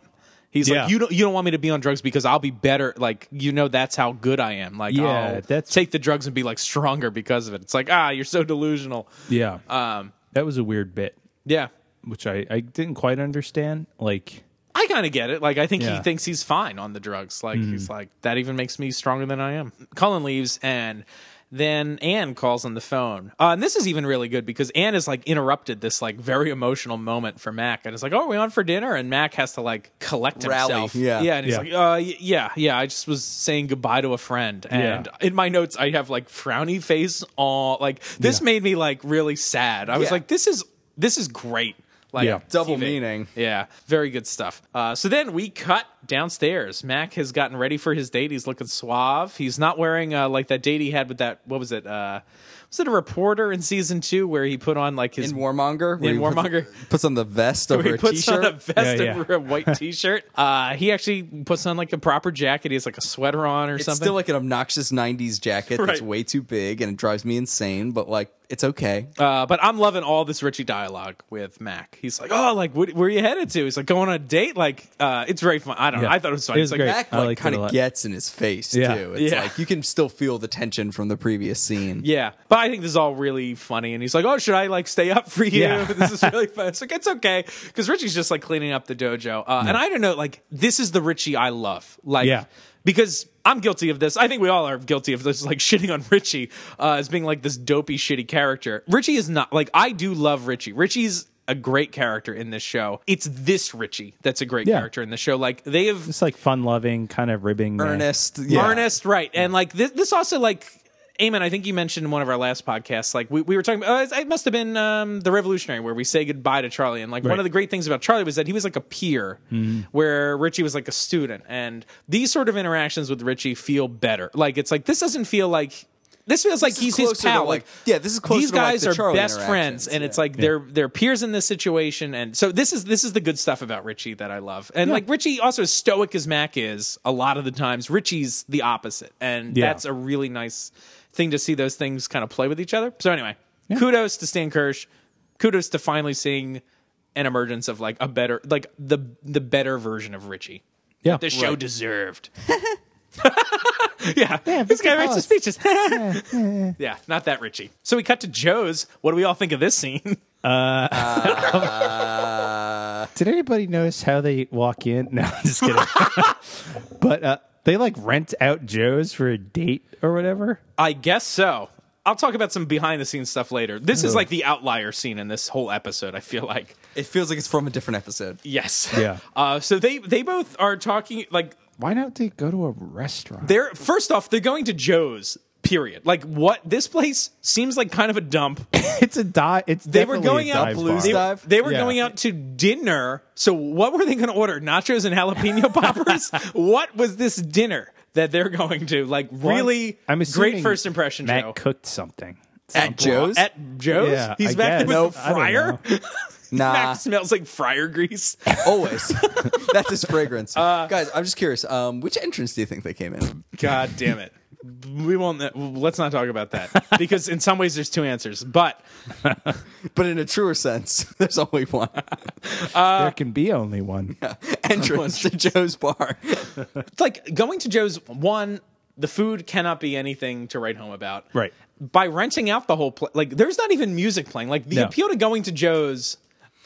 S3: He's
S8: Yeah.
S3: like you don't you don't want me to be on drugs because I'll be better like you know that's how good I am. Like
S8: Yeah,
S3: I'll
S8: that's-
S3: take the drugs and be like stronger because of it. It's like ah you're so delusional.
S8: Yeah,
S3: Um
S8: that was a weird bit,
S3: yeah.
S8: which I I didn't quite understand. Like
S3: I kind of get it. Like I think he
S8: Yeah. Mm-hmm.
S3: thinks he's fine on the drugs. Like he's like that even makes me stronger than I am. Cullen leaves and then Anne calls on the phone. Uh, and this is even really good because Anne is like interrupted this like very emotional moment for Mac and it's like, "Oh, are we on for dinner?" and Mac has to like collect
S4: Rally,
S3: himself.
S4: yeah.
S3: yeah, and he's
S8: Yeah.
S3: like, "Uh y- yeah, yeah, I just was saying goodbye to a friend." And in my notes I have like frowny face all like this made me like really sad. I was
S4: Yeah.
S3: like, "This is this is great." Like
S8: Yeah.
S4: Double
S3: TV.
S4: meaning.
S3: Yeah, very good stuff. Uh, so then we cut downstairs. Mac has gotten ready for his date. He's looking suave. He's not wearing uh, like that date he had with that. What was it? Uh, was it a reporter in season two where he put on like his [LAUGHS]
S4: in Warmonger. where
S3: in
S4: he puts-
S3: Warmonger.
S4: puts on the vest over
S3: Where he
S4: a
S3: puts
S4: t-shirt.
S3: on a vest
S8: Yeah, yeah.
S3: over
S8: [LAUGHS]
S3: a white T-shirt. Uh, he actually puts on like a proper jacket. He has like a sweater on or
S4: it's
S3: something.
S4: still like an obnoxious '90s jacket that's
S3: Right.
S4: way too big and it drives me insane. But like, it's okay.
S3: Uh, but I'm loving all this Richie dialogue with Mac. He's like, "Oh, like what, where are you headed to?" He's like, "Going on a date." Like, uh, it's very fun. I don't know.
S8: Yeah.
S3: I thought it was fun.
S8: It
S3: It's
S8: was
S3: like,
S8: great.
S4: Mac
S8: I
S4: like,
S8: liked it
S4: kind
S8: a
S4: of
S8: lot.
S4: gets in his face
S8: Yeah.
S4: too. It's
S3: Yeah.
S4: like you can still feel the tension from the previous scene.
S3: Yeah, but I think this is all really funny. And he's like, "Oh, should I like stay up for you?"
S8: Yeah.
S3: [LAUGHS] this is
S8: [LAUGHS]
S3: really fun. It's like it's okay because Richie's just like cleaning up the dojo. Uh, And I don't know, like this is the Richie I love. Like,
S8: Yeah.
S3: because I'm guilty of this. I think we all are guilty of this, like [LAUGHS] shitting on Richie uh, as being like this dopey, shitty character. Richie is not like I do love Richie. Richie's a great character in this show. It's this Richie that's a great
S8: Yeah.
S3: character in the show. Like they have
S8: it's like fun loving, kind of ribbing, Mac.
S4: Ernest, yeah.
S3: earnest, right? And like this, this also like. Amen. I think you mentioned in one of our last podcasts, like we, we were talking about, uh, it must have been um, The Revolutionary, where we say goodbye to Charlie. And like one
S8: Right.
S3: of the great things about Charlie was that he was like a peer,
S4: Mm-hmm.
S3: where Richie was like a student. And these sort of interactions with Richie feel better. Like it's like, this doesn't feel like, this feels like
S4: is
S3: he's his
S4: closer to,
S3: pal.
S4: like- yeah, this is closer
S3: These
S4: to, like,
S3: guys
S4: the
S3: are
S4: Charlie
S3: best friends,
S4: interactions.
S3: and it's like they're they're peers in this situation. And so this is this is the good stuff about Richie that I love. And like Richie also as stoic as Mac is a lot of the times. Richie's the opposite, and
S8: Yeah.
S3: that's a really nice thing to see those things kind of play with each other. So anyway, kudos to Stan Kirsch. Kudos to finally seeing an emergence of like a better like the the better version of Richie.
S8: Yeah,
S3: The show deserved. [LAUGHS] yeah. this
S8: Victor
S3: guy writes his
S8: Wallace.
S3: speeches. [LAUGHS] yeah, not that Richie. So we cut to Joe's. What do we all think of this scene?
S8: Did anybody notice how they walk in? [LAUGHS] No, I'm just kidding. [LAUGHS] but uh, they like rent out Joe's for a date or whatever.
S3: I guess so. I'll talk about some behind the scenes stuff later. This is like the outlier scene in this whole episode, I feel like.
S4: It feels like it's from a different episode.
S3: Yes.
S8: Yeah.
S3: [LAUGHS] Uh, so they they both are talking like
S8: Why don't they go to a restaurant?
S3: they're first off, they're going to Joe's. Period. Like what this place seems like kind of a dump.
S8: it's a dive. It's
S3: They
S8: [LAUGHS]
S3: were
S8: definitely
S3: going
S8: a
S3: out
S8: dive
S4: blues
S8: bar.
S4: dive.
S3: They were
S8: Yeah.
S3: going out to dinner. So what were they going to order? Nachos
S8: [LAUGHS]
S3: and jalapeno poppers. what was this dinner that they're going to? Like really,
S8: I'm assuming
S3: great first impression,
S8: Matt
S3: Joe.
S8: cooked something.
S4: At Joe's,
S3: At Joe's,
S8: Yeah,
S3: he's
S8: I
S3: back there
S8: guess.
S3: with
S8: Nope.
S3: the
S8: I don't
S3: fryer.
S4: nah,
S3: Mac smells like fryer grease.
S4: [LAUGHS] always. [LAUGHS] That's his fragrance. Guys, I'm just curious. Um, which entrance do you think they came in?
S3: God damn it. We won't. Let's not talk about that because in some ways there's two answers. But
S4: But in a truer sense, [LAUGHS] there's only one
S3: Uh,
S8: there can be only
S3: [LAUGHS]
S8: one.
S4: entrance to Joe's bar.
S3: it's like going to Joe's. One, the food cannot be anything to write home about.
S8: Right.
S3: By renting out the whole place, like there's not even music playing. Like the
S8: No.
S3: appeal to going to Joe's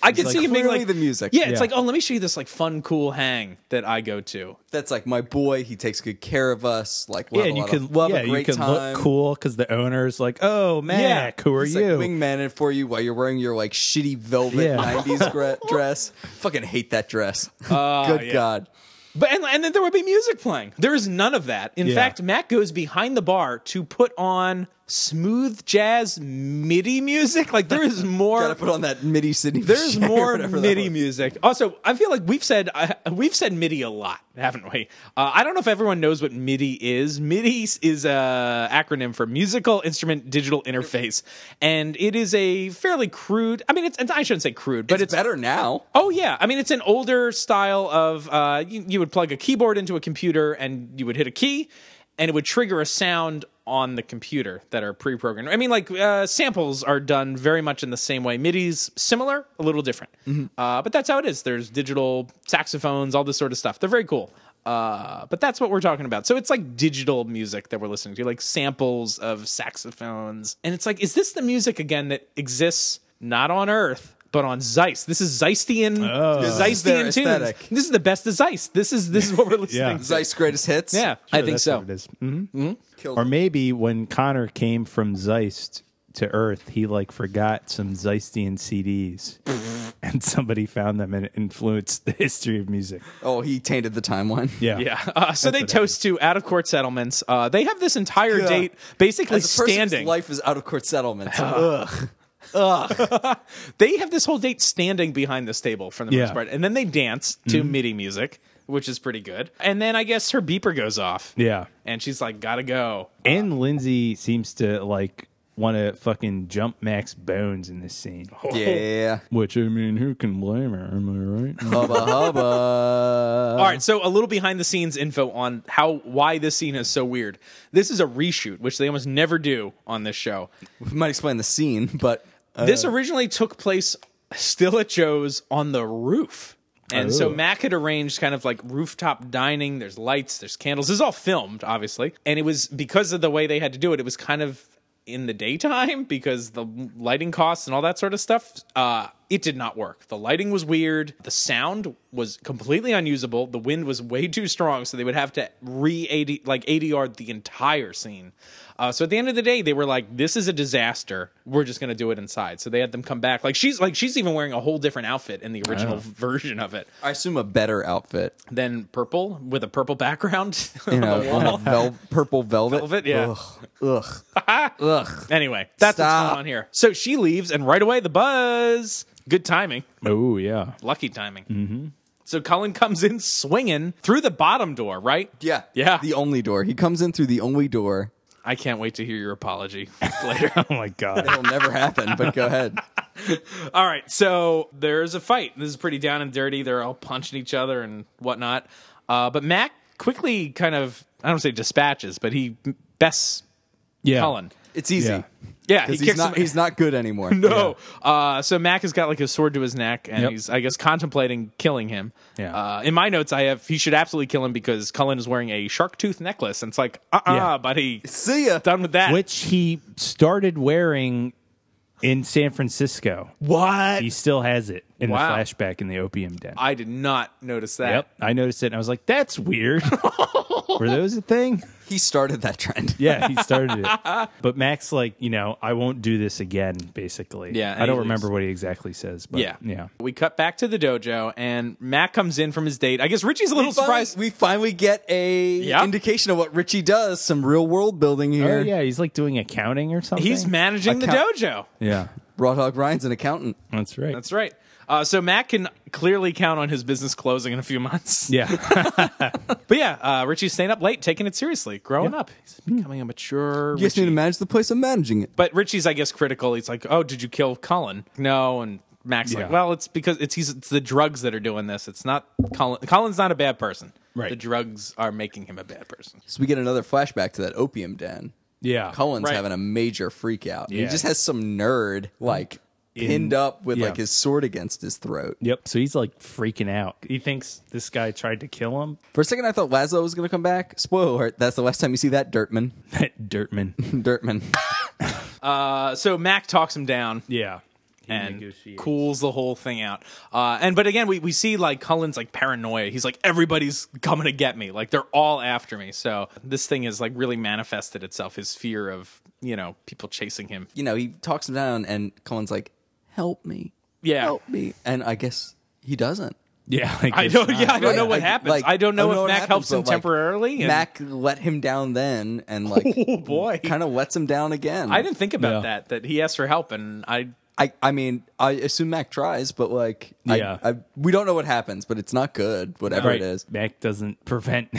S3: I could
S4: like,
S3: see him being
S4: clearly
S3: like
S4: the music.
S3: Yeah, it's
S4: Yeah.
S3: like, oh, let me show you this like fun, cool hang that I go to.
S4: That's like my boy. He takes good care of us. Like, we'll
S5: yeah,
S4: have a
S5: and you
S4: lot
S5: can
S4: of, we'll have
S5: yeah,
S4: a
S5: you
S4: great
S5: can
S4: time.
S5: look cool because the owner's like, oh Mac, who are
S4: He's,
S5: you?
S4: Like wingmanning for you while you're wearing your like shitty velvet
S5: Yeah. [LAUGHS]
S4: 90s gra- dress. Fucking hate that dress. [LAUGHS] Good
S3: Ah, yeah.
S4: God.
S3: But and, and then there would be music playing. There is none of that. In
S5: Yeah.
S3: fact, Matt goes behind the bar to put on smooth jazz MIDI music. Like there
S4: [LAUGHS]
S3: is more.
S4: Gotta put on that MIDI Sydney. [LAUGHS]
S3: There's
S4: Bechet or
S3: more
S4: whatever that
S3: MIDI
S4: was.
S3: music. Also, I feel like we've said uh, we've said MIDI a lot, haven't we? Uh, I don't know if everyone knows what MIDI is. MIDI is a acronym for Musical Instrument Digital Interface, and it is a fairly crude. I mean, it's I shouldn't say crude, but
S4: It's, better now.
S3: Oh yeah, I mean it's an older style of uh, you, you would plug a keyboard into a computer and you would hit a key, and it would trigger a sound on the computer that are pre-programmed. I mean like uh, samples are done very much in the same way. MIDI's similar, a little different, uh, but that's how it is. There's digital saxophones, all this sort of stuff. They're very cool. Uh, but that's what we're talking about. So it's like digital music that we're listening to, like samples of saxophones. And it's like, is this the music again that exists not on Earth, but on Zeiss? This is Zeistian,
S4: is their
S3: Zeistian tunes.
S4: aesthetic.
S3: This is the best of Zeist. This is this is
S4: [LAUGHS]
S3: what we're listening
S5: Yeah.
S3: to.
S4: Zeiss greatest hits.
S3: Yeah, I think
S5: that's
S3: so.
S5: what it is.
S8: Mm-hmm.
S5: Mhm.
S4: Killed
S5: Or
S4: it.
S5: maybe when Connor came from Zeist to Earth, he like forgot some Zeistian CDs, [LAUGHS] and somebody found them and it influenced the history of music.
S4: Oh, he tainted the timeline.
S5: Yeah,
S3: Yeah. Uh, so they toast to out of court settlements. Uh, they have this entire date basically
S4: As a person whose
S3: standing.
S4: life is out of court
S5: [LAUGHS]
S4: settlements. Ugh.
S3: they have this whole date standing behind this table for the
S5: Yeah.
S3: most part, and then they dance to
S4: Mm-hmm.
S3: MIDI music, which is pretty good. And then I guess her beeper goes off.
S5: Yeah.
S3: and she's like, "Gotta go."
S5: And Lindsay seems to like want to fucking jump Max bones in this scene.
S3: Oh.
S4: Yeah.
S5: Which I mean, who can blame her? Am [LAUGHS] I right?
S4: hubba
S3: All
S4: hubba.
S3: right, so a little behind the scenes info on how why this scene is so weird. This is a reshoot, which they almost never do on this show.
S4: We might explain the scene, but uh,
S3: this originally took place still at Joe's on the roof. And so Mac had arranged kind of like rooftop dining. There's lights, there's candles. This is all filmed, obviously. And it was because of the way they had to do it, it was kind of in the daytime because the lighting costs and all that sort of stuff. Uh, it did not work. The lighting was weird. The sound was completely unusable. The wind was way too strong. So they would have to re 80, like ADR the entire scene. Uh, so at the end of the day, they were like, "This is a disaster. We're just gonna do it inside." So they had them come back. Like she's like she's even wearing a whole different outfit in the original version of it
S4: I assume a better outfit.
S3: than purple with a purple background. [LAUGHS]
S5: [LAUGHS]
S4: You know, on a vel- purple velvet.
S3: Velvet, yeah.
S4: Ugh.
S5: [LAUGHS]
S4: Ugh. Ugh.
S3: anyway, that's what's
S4: Stop.
S3: going on here. So she leaves, and right away the buzz. Good timing,
S5: oh yeah.
S3: lucky timing. Mm-hmm. So Cullen comes in swinging through the bottom door, right?
S4: Yeah.
S3: yeah.
S4: The only door. He comes in through the only door.
S3: I can't wait to hear your apology later.
S5: [LAUGHS] Oh my god.
S3: [LAUGHS]
S4: It'll never happen, but go ahead.
S3: All right, so there's a fight. This is pretty down and dirty. They're all punching each other and whatnot. Uh, but Mac quickly kind of, I don't wanna say dispatches, but he bests
S5: Yeah.
S3: Cullen.
S4: It's easy.
S5: Yeah.
S3: Yeah, Uh, he
S4: Because
S3: kicks
S4: he's not
S3: him.
S4: he's not good anymore.
S3: [LAUGHS] no. Uh, so Mac has got like his sword to his neck, and
S5: Yep.
S3: he's, I guess, contemplating killing him.
S5: Yeah.
S3: Uh, in my notes, I have he should absolutely kill him because Cullen is wearing a shark tooth necklace, and it's like, uh, uh
S5: Yeah.
S3: buddy,
S4: See ya.
S3: done with that.
S5: Which he started wearing in San Francisco.
S3: what?
S5: He still has it in
S3: Wow.
S5: the flashback in the opium den.
S3: I did not notice that.
S5: Yep. I noticed it and I was like, that's weird. Were those a thing?
S4: He started that trend.
S5: Yeah, he started it. But Max, like, you know, I won't do this again, basically.
S3: Yeah, and
S5: I
S3: he
S5: don't
S3: leaves.
S5: remember what he exactly says, but
S3: Yeah.
S5: Yeah.
S3: We cut back to the dojo and Matt comes in from his date. I guess Richie's a little
S4: Finally,
S3: surprised.
S4: we finally get a
S3: Yeah.
S4: indication of what Richie does. Some real world building
S5: Oh,
S4: here.
S5: yeah, he's like doing accounting or something.
S3: He's managing the
S4: Account-
S3: dojo.
S5: Yeah.
S4: Raw Dog Ryan's an accountant.
S5: That's right.
S3: That's right. Uh, so Matt can clearly count on his business closing in a few months.
S5: yeah. [LAUGHS]
S3: But yeah, uh, Richie's staying up late, taking it seriously, growing up. He's becoming a mature
S4: You just
S3: Richie.
S4: need to manage the place. I'm managing it.
S3: But Richie's, I guess, critical. He's like, "Oh, did you kill Colin?" No, and Max like,
S5: Yeah.
S3: "Well, it's because it's he's it's the drugs that are doing this. It's not Colin. Colin's not a bad person.
S5: Right.
S3: The drugs are making him a bad person.
S4: So we get another flashback to that opium den.
S5: yeah.
S4: Cullen's
S3: Right.
S4: having a major freak out. He
S5: Yeah.
S4: just has some nerd like pinned up with
S5: yeah.
S4: like his sword against his throat.
S5: Yep. So he's like freaking out. He thinks this guy tried to kill him. [LAUGHS]
S4: For a second, I thought Laszlo was going to come back. Spoiler alert, that's the last time you see that Dirtman.
S5: That Dirtman.
S4: Dirtman.
S3: Uh, so Mac talks him down.
S5: yeah.
S3: and
S5: negotiates.
S3: cools the whole thing out. Uh, and but again, we, we see like Cullen's like paranoia. He's like everybody's coming to get me. Like they're all after me. So this thing has like really manifested itself. His fear of you know people chasing him.
S4: You know, he talks him down, and Colin's like, "Help me,
S3: Yeah.
S4: help me," and I guess he doesn't.
S5: [LAUGHS]
S8: Yeah, like
S3: I
S8: it's
S3: don't.
S8: not-
S3: Yeah, I don't
S4: Right?
S3: know what
S4: Like-
S3: happens.
S4: like,
S3: I don't know if
S4: what
S3: Mac
S4: happens,
S3: helps him
S4: but, like,
S3: temporarily. and-
S4: Mac let him down then, and like,
S3: [LAUGHS] oh boy,
S4: kind of lets him down again.
S3: I didn't think about
S8: Yeah.
S3: that. That he asked for help, and I
S4: I, I mean, I assume Mac tries, but like,
S8: Yeah.
S4: I, I, we don't know what happens, but it's not good. Whatever
S8: Right.
S4: it is,
S8: Mac
S5: [LAUGHS]
S8: doesn't prevent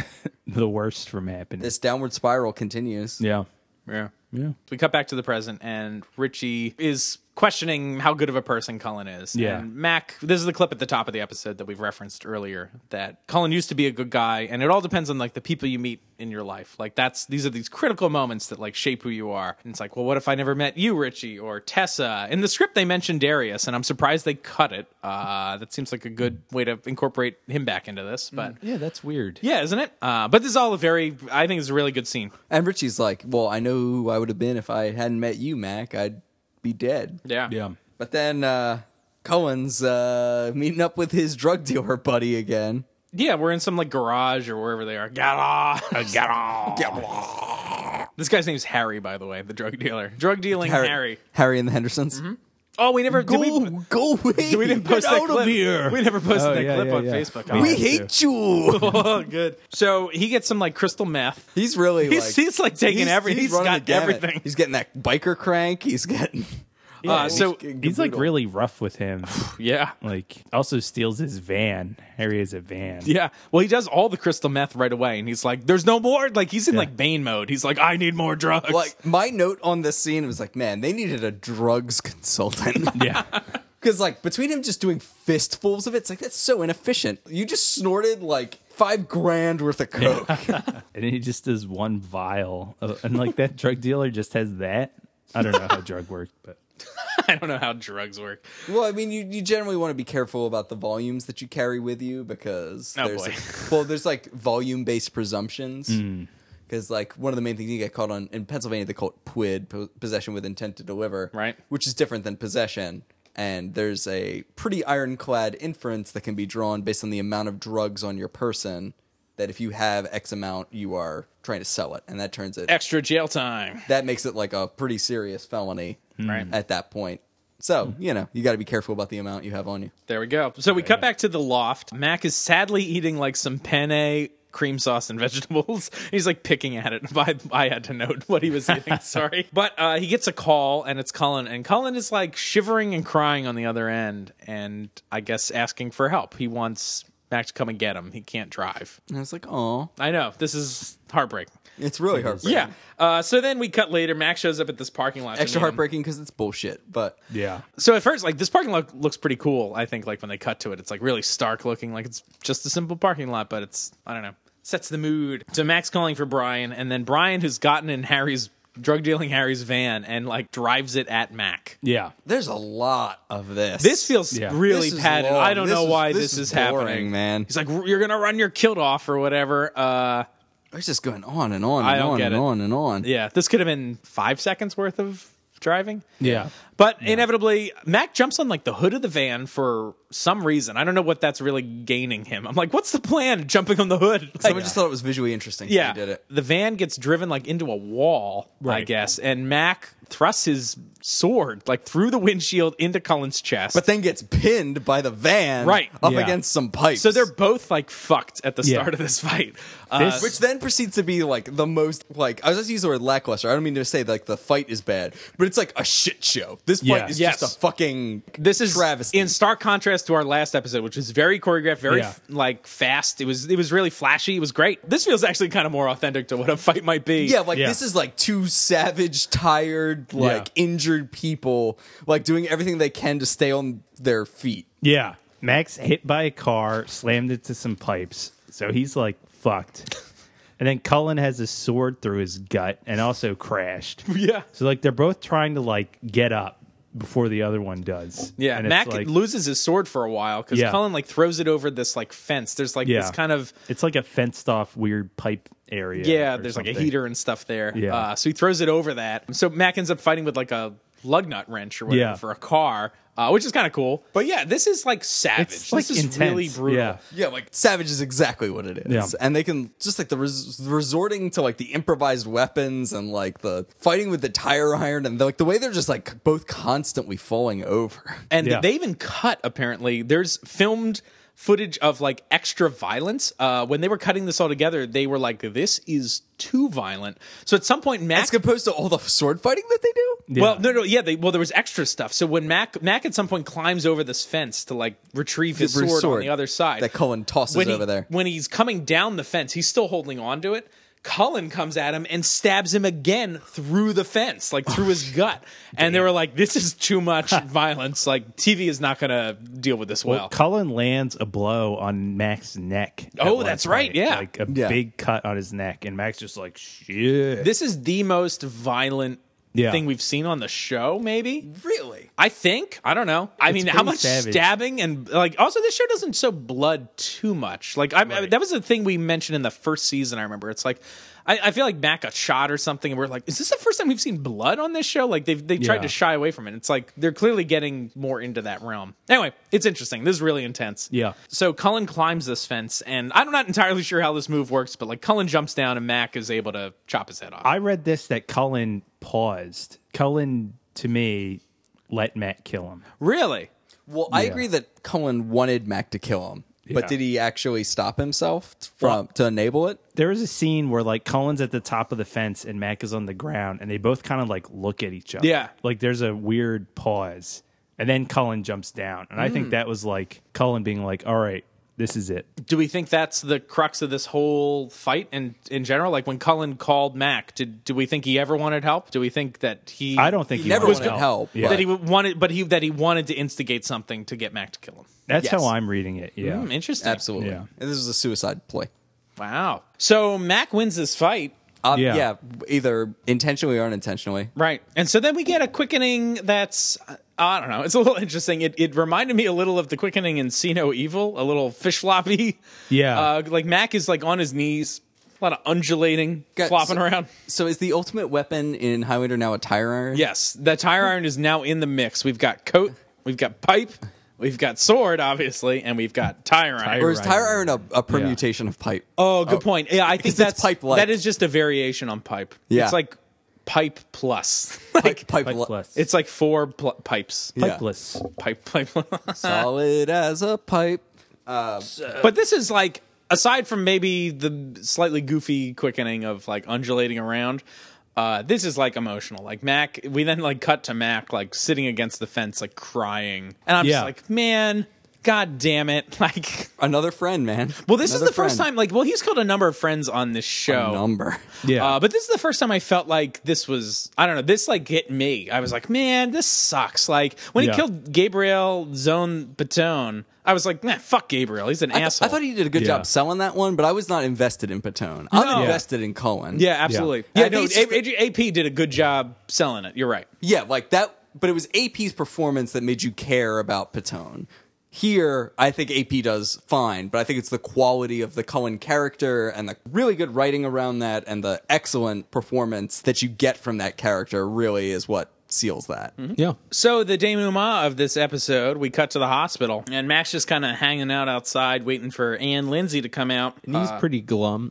S8: the worst from happening.
S4: this downward spiral continues.
S8: yeah.
S3: yeah.
S8: Yeah.
S3: We cut back to the present, and Richie is questioning how good of a person Cullen is.
S8: Yeah.
S3: And Mac, this is the clip at the top of the episode that we've referenced earlier that Cullen used to be a good guy, and it all depends on like the people you meet in your life. Like that's these are these critical moments that like shape who you are. And it's like, well, what if I never met you, Richie or Tessa? In the script, they mentioned Darius, and I'm surprised they cut it. Uh, that seems like a good way to incorporate him back into this, but
S8: Yeah, that's weird.
S3: yeah, isn't it? Uh, but this is all a very, I think, it's a really good scene.
S4: And Richie's like, "Well, I know who I would have been if I hadn't met you, Mac. I'd be dead."
S3: Yeah,
S8: Yeah.
S4: But then uh, Cohen's uh, meeting up with his drug dealer buddy again.
S3: Yeah, we're in some like garage or wherever they are. Get off.
S8: Uh,
S3: Get off. This guy's name's Harry, by the way, the drug dealer. Drug dealing Harry.
S4: Harry and the Hendersons.
S3: Oh, we never
S4: Go,
S3: did we,
S4: go away!
S3: did we didn't post
S4: Get
S3: that
S4: out of
S3: clip.
S4: here.
S3: We never posted
S8: Oh,
S3: that
S8: yeah,
S3: clip
S8: yeah,
S3: on
S8: yeah.
S3: Facebook.
S4: We
S3: Oh,
S4: hate you.
S3: [LAUGHS] oh, good. So he gets some like crystal meth. Uh,
S4: He's really
S3: He's-
S4: like
S3: he's, like, taking every- he's
S4: running
S3: got
S4: the gamut.
S3: everything.
S4: He's getting that biker crank. He's getting
S3: uh, so
S8: He's like really rough with
S5: [LAUGHS]
S8: him.
S3: yeah.
S8: like also steals his van. Harry has a van.
S3: Yeah. Well, he does all the crystal meth right away and he's like there's no more like he's in like Bane mode. He's like I need more drugs.
S4: like my note on this scene was like, man, they needed a drugs [LAUGHS] consultant.
S8: [LAUGHS] Yeah.
S4: Because like between him just doing fistfuls of it, it's like that's so inefficient. You just snorted like five grand worth of coke.
S8: and he just does one vial, of, and like that drug dealer just has that. I don't know how drug worked, but
S3: [LAUGHS] I don't know how drugs work.
S4: well, I mean, you, you generally want to be careful about the volumes that you carry with you because
S3: Oh,
S4: there's
S3: boy. Mm.
S4: well, there's like volume based presumptions. Because like one of the main things you get caught on in Pennsylvania, they call it PWID, po- possession with intent to deliver,
S3: Right.
S4: Which is different than possession. And there's a pretty ironclad inference that can be drawn based on the amount of drugs on your person. That if you have X amount, you are trying to sell it, and that turns it
S3: Extra jail time.
S4: that makes it like a pretty serious felony
S3: Right.
S4: at that point. So, you know, you got to be careful about the amount you have on you.
S3: There we go. So we cut back to the loft. Mac is sadly eating like some penne, cream sauce, and [LAUGHS] vegetables. He's like picking at it. [LAUGHS] I, I had to note what he was eating. Sorry. But uh, he gets a call and it's Cullen. And Cullen is like shivering and crying on the other end and I guess asking for help. He wants Mac to come and get him. He can't drive.
S4: And I was like, "Oh,
S3: I know. This is heartbreaking.
S4: it's really heartbreaking."
S3: Yeah. Uh, so then we cut later. Mac shows up at this parking lot. to meet
S4: Extra
S3: him.
S4: heartbreaking because it's bullshit, but
S8: yeah,
S3: So at first, like this parking lot looks pretty cool. I think like when they cut to it, it's like really stark looking. Like it's just a simple parking lot, but it's I don't know sets the mood. So Max calling for Brian, and then Brian who's gotten in Harry's drug dealing Harry's van and like drives it at Mac.
S8: yeah.
S4: there's a lot of this.
S3: This feels
S8: Yeah.
S3: really
S4: This is
S3: padded.
S4: long.
S3: I don't
S4: This
S3: know
S4: is-
S3: why
S4: this
S3: this,
S4: is
S3: is,
S4: boring,
S3: happening,
S4: man.
S3: He's like, you're gonna run your kilt off or whatever. Uh,
S4: it's just going on and on
S3: I
S4: and
S3: don't
S4: on
S3: get
S4: and
S3: it.
S4: on and on.
S3: yeah, this could have been five seconds worth of driving.
S8: Yeah.
S3: But inevitably, Mac jumps on like the hood of the van for some reason. I don't know what that's really gaining him. I'm like, what's the plan? Jumping on the hood? Like,
S4: Someone just thought it was visually interesting. so
S3: yeah,
S4: they did it.
S3: the van gets driven like into a wall, I guess, and Mac thrusts his sword like through the windshield into Cullen's chest.
S4: But then gets pinned by the van
S3: Right.
S4: up
S8: Yeah.
S4: against some pipes.
S3: so they're both like fucked at the
S8: Yeah.
S3: start of this fight. Uh,
S8: This-
S4: which then proceeds to be like the most like I was just using the word lackluster. I don't mean to say like the fight is bad, but it's like a shit show. This fight
S8: Yeah.
S4: is
S3: Yes.
S4: just a fucking
S3: this is
S4: travesty.
S3: in stark contrast to our last episode, which was very choreographed, very
S8: Yeah.
S3: f- like fast. It was it was really flashy. It was great. This feels actually kind of more authentic to what a fight might be.
S4: Yeah, like
S8: Yeah.
S4: this is like two savage, tired, like injured people, like doing everything they can to stay on their feet.
S8: Yeah. Max hit by a car, slammed into some pipes. So he's like fucked. And then Cullen has a sword through his gut and also crashed.
S3: [LAUGHS] Yeah.
S8: So like they're both trying to like get up before the other one does.
S3: Yeah,
S8: And it's,
S3: Mac
S8: like,
S3: loses his sword for a while because
S8: Yeah.
S3: Cullen like throws it over this like fence. There's like
S8: Yeah.
S3: this kind of
S8: It's like a fenced off weird pipe area.
S3: yeah.
S8: or
S3: There's like a
S8: something.
S3: heater and stuff there.
S8: Yeah.
S3: Uh, so he throws it over that. So Mac ends up fighting with like a lug nut wrench or whatever
S8: Yeah.
S3: for a car, uh, which is kind of cool. But yeah, this is like savage.
S8: It's like
S3: this is
S8: intense.
S3: really brutal.
S8: Yeah.
S4: Yeah, like Savage is exactly what it is.
S8: Yeah.
S4: And they can just like the res- resorting to like the improvised weapons and like the fighting with the tire iron and like the way they're just like both constantly falling over.
S3: and
S8: Yeah.
S3: they even cut apparently there's filmed footage of like extra violence uh when they were cutting this all together they were like this is too violent so at some point mac
S4: As opposed to all the sword fighting that they do.
S3: well no no yeah they well there was extra stuff so when mac mac at some point climbs over this fence to like retrieve his
S4: His
S3: sword, on the other side
S4: That Cullen tosses
S3: when he-
S4: over there.
S3: when he's coming down the fence he's still holding on to it cullen comes at him and stabs him again through the fence like through
S4: [LAUGHS]
S3: his gut and they were like this is too much violence like tv is not gonna deal with this well,
S8: Well, Cullen lands a blow on Mac's neck. at
S3: Oh,
S8: one
S3: that's right, yeah.
S8: Like a
S4: Yeah.
S8: big cut on his neck, and Mac's just like, shit.
S3: This is the most violent
S8: Yeah.
S3: thing we've seen on the show, maybe?
S4: Really?
S3: I think. I don't know. I mean, how
S8: pretty
S3: much
S8: savage.
S3: stabbing and like also this show doesn't show blood too much. Like I, I- that was the thing we mentioned in the first season. I remember it's like I, I feel like Mac got shot or something, and we're like, is this the first time we've seen blood on this show? Like they've they tried
S8: Yeah.
S3: to shy away from it. It's like they're clearly getting more into that realm. Anyway, it's interesting. This is really intense.
S8: Yeah.
S3: So Cullen climbs this fence, and I'm not entirely sure how this move works, but like Cullen jumps down, and Mac is able to chop his head off.
S8: I read this that Cullen paused. Cullen, to me, let Mac kill him.
S3: Really?
S4: Well, I agree that Cullen wanted Mac to kill him, but
S8: Yeah.
S4: did he actually stop himself t- from to enable it?
S8: There is a scene where like Cullen's at the top of the fence and Mac is on the ground, and they both kind of like look at each other.
S3: Yeah.
S8: like there's a weird pause, and then Cullen jumps down, and I
S3: Mm.
S8: think that was like Cullen being like, "All right, this is it."
S3: Do we think that's the crux of this whole fight and in general? Like when Cullen called Mac, did do we think he ever wanted help? Do we think that he
S8: I don't think he,
S4: never
S8: was
S4: wanted
S8: gonna-
S4: help,
S8: Yeah,
S3: that he wanted but he that he wanted to instigate something to get Mac to kill him.
S8: that's
S4: Yes.
S8: how I'm reading it. Yeah,
S3: Hmm, interesting.
S4: Absolutely.
S8: Yeah.
S4: And this is a suicide play.
S3: Wow. So Mac wins this fight.
S4: Uh,
S8: Yeah.
S4: yeah, either intentionally or unintentionally.
S3: Right. And so then we get a quickening that's I don't know. It's a little interesting. It it reminded me a little of the quickening in See No Evil, a little fish floppy.
S8: Yeah.
S3: Uh, like Mac is like on his knees, a lot of undulating,
S4: Got-
S3: flopping
S4: so-
S3: around.
S4: So is the ultimate weapon in Highlander now a tire iron?
S3: Yes, the tire iron is now in the mix. We've got coat, we've got pipe, we've got sword, obviously, and we've got tire iron.
S4: Or is tire iron a, a permutation of pipe? [LAUGHS]
S3: Oh, good point. Yeah, I think
S4: It's
S3: that's
S4: pipe like.
S3: That is just a variation on pipe.
S4: Yeah.
S3: it's like pipe plus.
S4: pipe,
S3: like
S4: pipe,
S8: Like
S4: li-
S8: plus.
S3: it's like four pl- pipes.
S4: Yeah.
S8: Pipeless.
S3: Pipe pipe. [LAUGHS]
S4: solid as a pipe.
S3: but this is like aside from maybe the slightly goofy quickening of like undulating around. Uh, this is like emotional. Like Mac, we then like cut to Mac like sitting against the fence, like crying, and I'm
S8: Yeah.
S3: just like, man, god damn it! [LAUGHS] Like,
S4: Another friend, man.
S3: well, this is
S4: Another
S3: the first
S4: friend.
S3: time. Like, well, he's killed a number of friends on this show.
S4: Number.
S8: Yeah,
S3: Uh, but this is the first time I felt like this was I don't know this like hit me. I was like, man, this sucks. Like when
S8: Yeah.
S3: he killed Gabriel Zone Batone, I was like, nah, fuck Gabriel, he's an
S4: I,
S3: asshole.
S4: I thought he did a good
S8: Yeah.
S4: job selling that one, but I was not invested in Patone. I'm
S3: No.
S4: invested in Cullen.
S3: Yeah, absolutely.
S4: Yeah.
S3: Yeah,
S4: I
S3: no,
S4: think it's
S3: A- A- AP did a good job selling it. You're right.
S4: Yeah, like that. But it was AP's performance that made you care about Patone. Here, I think AP does fine, but I think it's the quality of the Cullen character and the really good writing around that and the excellent performance that you get from that character really is what seals that.
S3: Mm-hmm.
S8: yeah.
S3: So the denouement of this episode, we cut to the hospital, and Max just kind of hanging out outside, waiting for Ann Lindsay to come out.
S5: And he's pretty glum.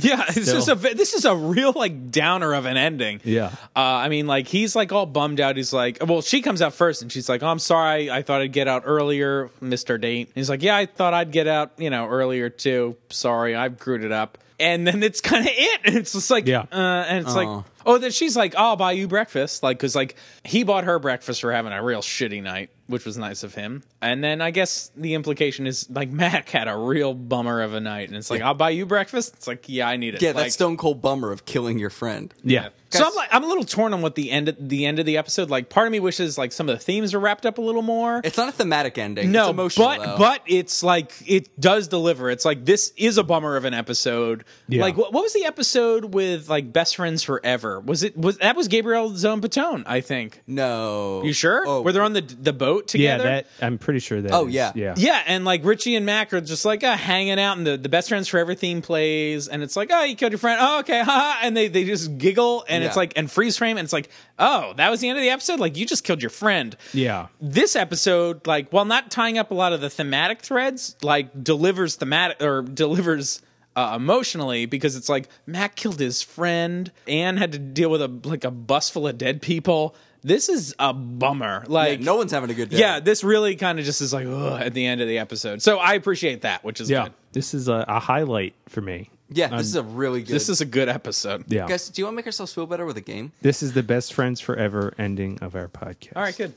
S3: Yeah, this is a ve- this is a real like downer of an ending.
S8: Yeah.
S3: uh, I mean, like he's like all bummed out. He's like, well, she comes out first, and she's like, oh, I'm sorry, I thought I'd get out earlier, missed our date. And he's like, yeah, I thought I'd get out, you know, earlier too. Sorry, I screwed it up. And then it's kind of [LAUGHS] it. And it's just like,
S8: Yeah.
S3: uh, and it's like, oh, then she's like, I'll buy you breakfast, like, cause like he bought her breakfast for having a real shitty night, which was nice of him. And then I guess the implication is like [LAUGHS] Mac had a real bummer of a night, and it's like, I'll buy you breakfast. It's like, yeah, I need it.
S4: Yeah,
S3: like,
S4: that stone cold bummer of killing your friend.
S8: yeah.
S3: so I'm like I'm a little torn on what the end of the end of the episode. Like part of me wishes like some of the themes were wrapped up a little more.
S4: It's not a thematic ending.
S3: no,
S4: it's emotional,
S3: but
S4: though.
S3: but it's like it does deliver. It's like this is a bummer of an episode.
S8: Yeah.
S3: Like what, what was the episode with like best friends forever? Was it was that was Gabriel Zone Patone? I think.
S4: no,
S3: You sure?
S4: Oh,
S3: Where they're on the the boat boat
S5: yeah,
S3: together.
S5: that I'm pretty sure that.
S4: Oh,
S5: is-
S4: yeah.
S5: yeah,
S3: Yeah, and like Richie and Mac are just like uh, hanging out, and the, the best friends forever theme plays, and it's like, oh, you killed your friend. Oh, okay, [LAUGHS] haha. And they, they just giggle, and it's
S4: Yeah.
S3: like, and freeze frame, and it's like, oh, that was the end of the episode. Like you just killed your friend.
S8: Yeah.
S3: This episode, like, while not tying up a lot of the thematic threads, like delivers thematic or delivers. Uh, emotionally, because it's like Mac killed his friend, Anne had to deal with a like a bus full of dead people. This is a bummer. Like
S4: no one's having a good day.
S3: yeah, this really kind of just is like ugh, at the end of the episode. So I appreciate that, which is
S8: Yeah.
S3: good.
S5: this is a, a highlight for me.
S4: yeah. This is a really good.
S3: This is a good episode.
S5: Yeah,
S4: Guys, do you want to make ourselves feel better with a game?
S5: this is the best friends forever ending of our podcast.
S3: All right, good.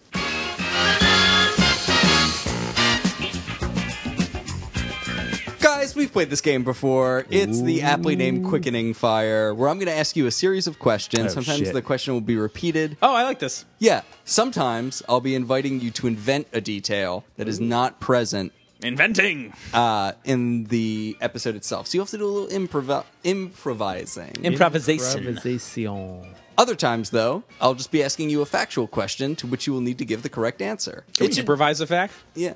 S4: Guys, we've played this game before. It's the aptly named Quickening Fire, where I'm going to ask you a series of questions.
S5: Oh,
S4: Sometimes
S5: shit.
S4: the question will be repeated.
S3: Oh, I like this.
S4: Yeah, sometimes I'll be inviting you to invent a detail that is not present
S3: Inventing,
S4: uh, in the episode itself. So you have to do a little improv- improvising.
S3: improvisation.
S4: Other times, though, I'll just be asking you a factual question to which you will need to give the correct answer.
S3: Can we
S4: It-
S3: improvise a fact?
S4: yeah.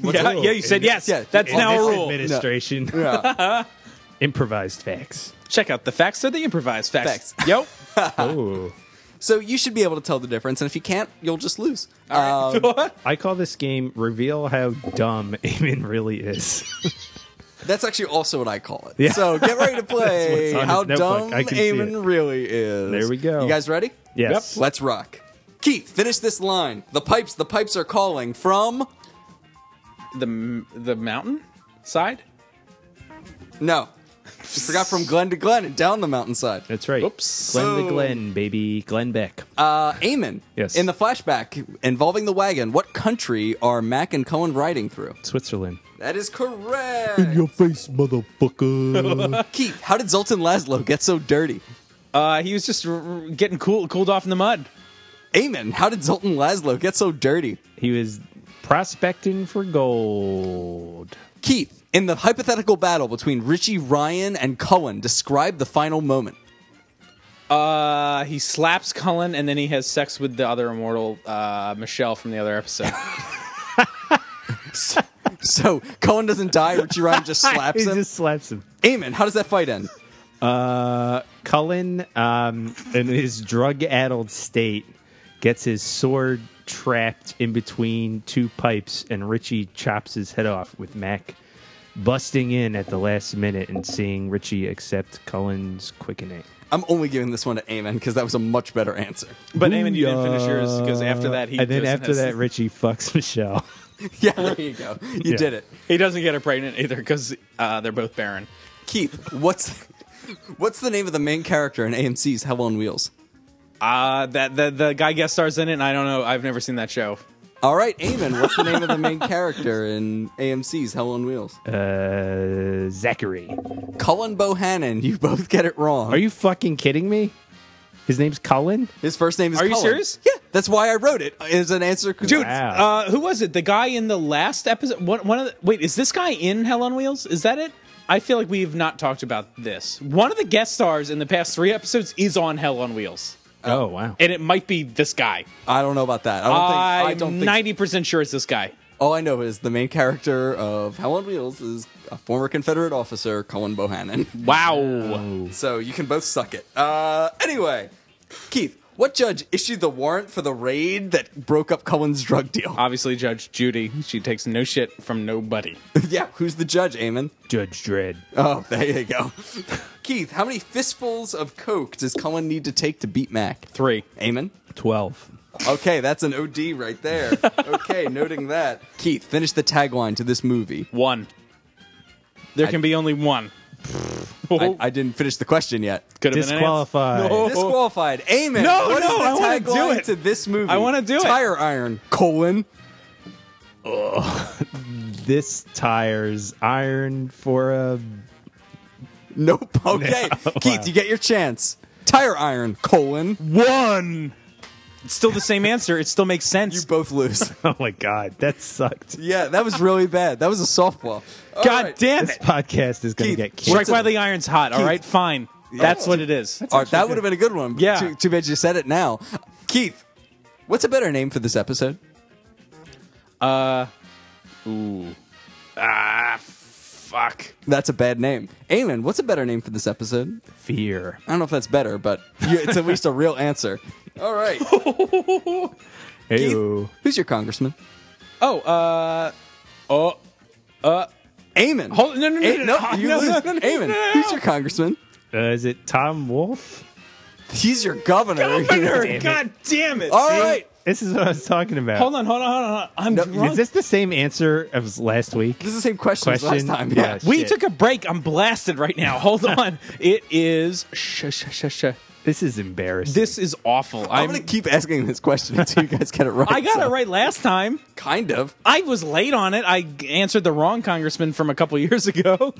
S3: Yeah, yeah, you said yes.
S4: yeah,
S3: That's
S4: in
S3: now
S4: this
S3: a rule.
S5: Administration
S4: yeah.
S5: [LAUGHS] improvised facts.
S3: Check out the facts of the improvised facts. [LAUGHS] Yo,
S5: Oh,
S4: [LAUGHS] so you should be able to tell the difference, and if you can't, you'll just lose. Um,
S5: I call this game "Reveal How Dumb [LAUGHS] Eamon Really Is."
S4: That's actually also what I call it. So get
S5: [LAUGHS]
S4: ready to play
S5: That's what's on
S4: How
S5: his notebook.
S4: Dumb
S5: I can see
S4: Eamon
S5: it.
S4: Really Is.
S5: There we go.
S4: You guys ready?
S5: Yes.
S4: Let's rock. Keith, finish this line. The pipes, the pipes are calling from.
S3: the m- the mountain side.
S4: No. You forgot
S5: [LAUGHS]
S4: from Glen to Glen and down the mountainside.
S5: That's right.
S3: Oops.
S5: Glenn
S4: So-
S5: the Glen, baby. Glenn Beck.
S4: Uh, Eamon.
S5: Yes.
S4: In the flashback involving the wagon, what country are Mac and Cohen riding through?
S5: Switzerland.
S4: That is
S5: [LAUGHS]
S4: correct.
S8: Your face, motherfucker.
S4: Keith, how did Zoltan Laszlo get so dirty?
S3: Uh, he was just r- r- getting cool, cooled off in the mud.
S4: Eamon, how did Zoltan Laszlo get so dirty?
S5: He was prospecting for gold.
S4: Keith, in the hypothetical battle between Richie Ryan and Cohen, describe the final moment.
S3: Uh, he slaps Cullen, and then he has sex with the other immortal uh, Michelle from the other episode. [LAUGHS]
S4: So Cohen doesn't die, Richie Ryan just slaps
S5: he
S4: him.
S5: just slaps him.
S4: Eamon, how does that fight end?
S5: Cullen, um, in his drug-addled state, gets his sword trapped in between two pipes, and Richie chops his head off with Mac busting in at the last minute and seeing Richie accept Cullen's quickening.
S4: I'm only giving this one to Eamon because that was a much better answer. [LAUGHS]
S3: But Eamon, you didn't finish yours because after that he
S5: and then
S3: goes
S5: after
S3: has-
S5: that, Richie
S3: [LAUGHS]
S5: fucks Michelle.
S4: yeah, there you go. You did it.
S3: He doesn't get her pregnant either because uh, they're both barren.
S4: Keith, what's what's the name of the main character in AMC's Hell on Wheels?
S3: Uh, that the, the guy guest stars in it, and I don't know. I've never seen that show.
S4: All right, Eamon, what's the name of the main character in AMC's Hell on Wheels?
S5: Uh, Zachary.
S4: Cullen Bohannon. You both get it wrong.
S5: Are you fucking kidding me? His name's Cullen?
S4: His first name is.
S3: Are you
S4: Cullen.
S3: serious?
S4: Yeah, that's why I wrote it as an answer.
S3: Dude,
S5: Wow.
S3: uh, who was it? The guy in the last episode. One, one of the, wait, is this guy in Hell on Wheels? Is that it? I feel like we've not talked about this. One of the guest stars in the past three episodes is on Hell on Wheels,
S5: Oh, wow.
S3: and it might be this guy.
S4: I don't know about that. I don't think. I don't
S3: I'm
S4: think.
S3: ninety percent sure it's this guy.
S4: All I know is the main character of Hell on Wheels is a former Confederate officer, Cullen Bohannon. [LAUGHS]
S3: Wow.
S4: So you can both suck it. Uh, anyway, Keith, what judge issued the warrant for the raid that broke up Cullen's drug deal?
S3: Obviously, Judge Judy. She takes no shit from nobody.
S4: [LAUGHS] yeah, who's the judge, Eamon?
S5: Judge Dredd.
S4: Oh, there you go. [LAUGHS] Keith, how many fistfuls of coke does Cullen need to take to beat Mac?
S3: Three. [LAUGHS]
S4: Eamon?
S5: 12.
S4: Okay, that's an OD right there. Okay, noting that. Keith, finish the tagline to this movie.
S3: One. There can be only one.
S4: I, I didn't finish the question yet.
S3: Could have been an answer.
S5: Disqualified.
S3: No.
S4: [LAUGHS] Disqualified. Amen.
S3: No,
S4: What is
S3: no,
S4: the
S3: I wanna do
S4: tagline
S3: it.
S4: to this movie.
S3: I wanna do it.
S4: Tire iron. Colon.
S5: This tires iron for a.
S3: [LAUGHS]
S4: Nope. Okay. Keith, you get your chance. Tire iron. Colon.
S3: One. It's still the same answer. It still makes
S4: You
S3: sense. [LAUGHS]
S4: both lose.
S5: Oh, my God. That sucked.
S4: yeah, that was really bad. That was a softball. All
S3: God
S4: right.
S3: damn
S5: This
S3: it.
S5: podcast is going to
S4: Keith,
S3: Strike
S5: get kicked.
S4: what's
S3: while
S4: it-
S3: the iron's hot. All right, fine. That's what it is.
S4: All right, that would have been a good one. but
S3: Yeah.
S4: Too, too bad you said it now. Keith, what's a better name for this episode?
S3: Ah, fuck.
S4: That's a bad name. Eamon, what's a better name for this episode?
S5: Fear.
S4: I don't know if that's better, but you- it's at least a real answer. All
S3: [LAUGHS]
S4: right.
S5: Ayo.
S4: Who's your congressman?
S3: Oh, uh, oh,
S4: Eamon.
S3: Hold- oh, no, no, no,
S4: Eh,
S3: no, no,
S4: you
S3: no,
S4: lose.
S3: no, no, no, no,
S4: Eamon,
S3: no.
S4: who's your congressman?
S5: Uh, is it Tom Wolf?
S4: He's your governor.
S3: Governor, God damn it!
S4: [LAUGHS] All right.
S5: This is what I was talking about.
S3: Hold on, hold on, hold on. hold on. I'm
S4: No,
S3: drunk.
S5: Is this the same answer as last week?
S4: This is the same question, as
S5: Question?
S4: last time. Yeah.
S5: Yes.
S3: we
S5: shit.
S3: took a break. I'm blasted right [LAUGHS] now. Hold on. It is sh sh sh sh.
S5: This is embarrassing.
S3: This is awful.
S4: I'm,
S3: I'm.
S4: going to keep asking this question until you guys get it right.
S3: [LAUGHS] I got
S4: so-
S3: it right last time.
S4: Kind of.
S3: I was late on it. I g- answered the wrong congressman from a couple [LAUGHS] years ago.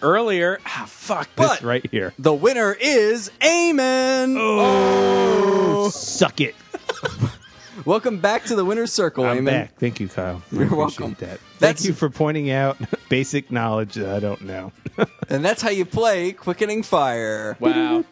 S3: Earlier, ah, fuck. But
S5: It's right here.
S4: The winner is Eamon.
S3: Oh.
S5: Suck it.
S4: Oh. Welcome back to the winner's circle,
S5: I'm
S4: Eamon.
S5: back. Thank you, Kyle. I
S4: You're
S5: appreciate
S4: welcome.
S5: That. Thank
S4: That's-
S5: you for pointing out basic knowledge that I don't know.
S4: And that's how you play Quickening Fire.
S3: wow.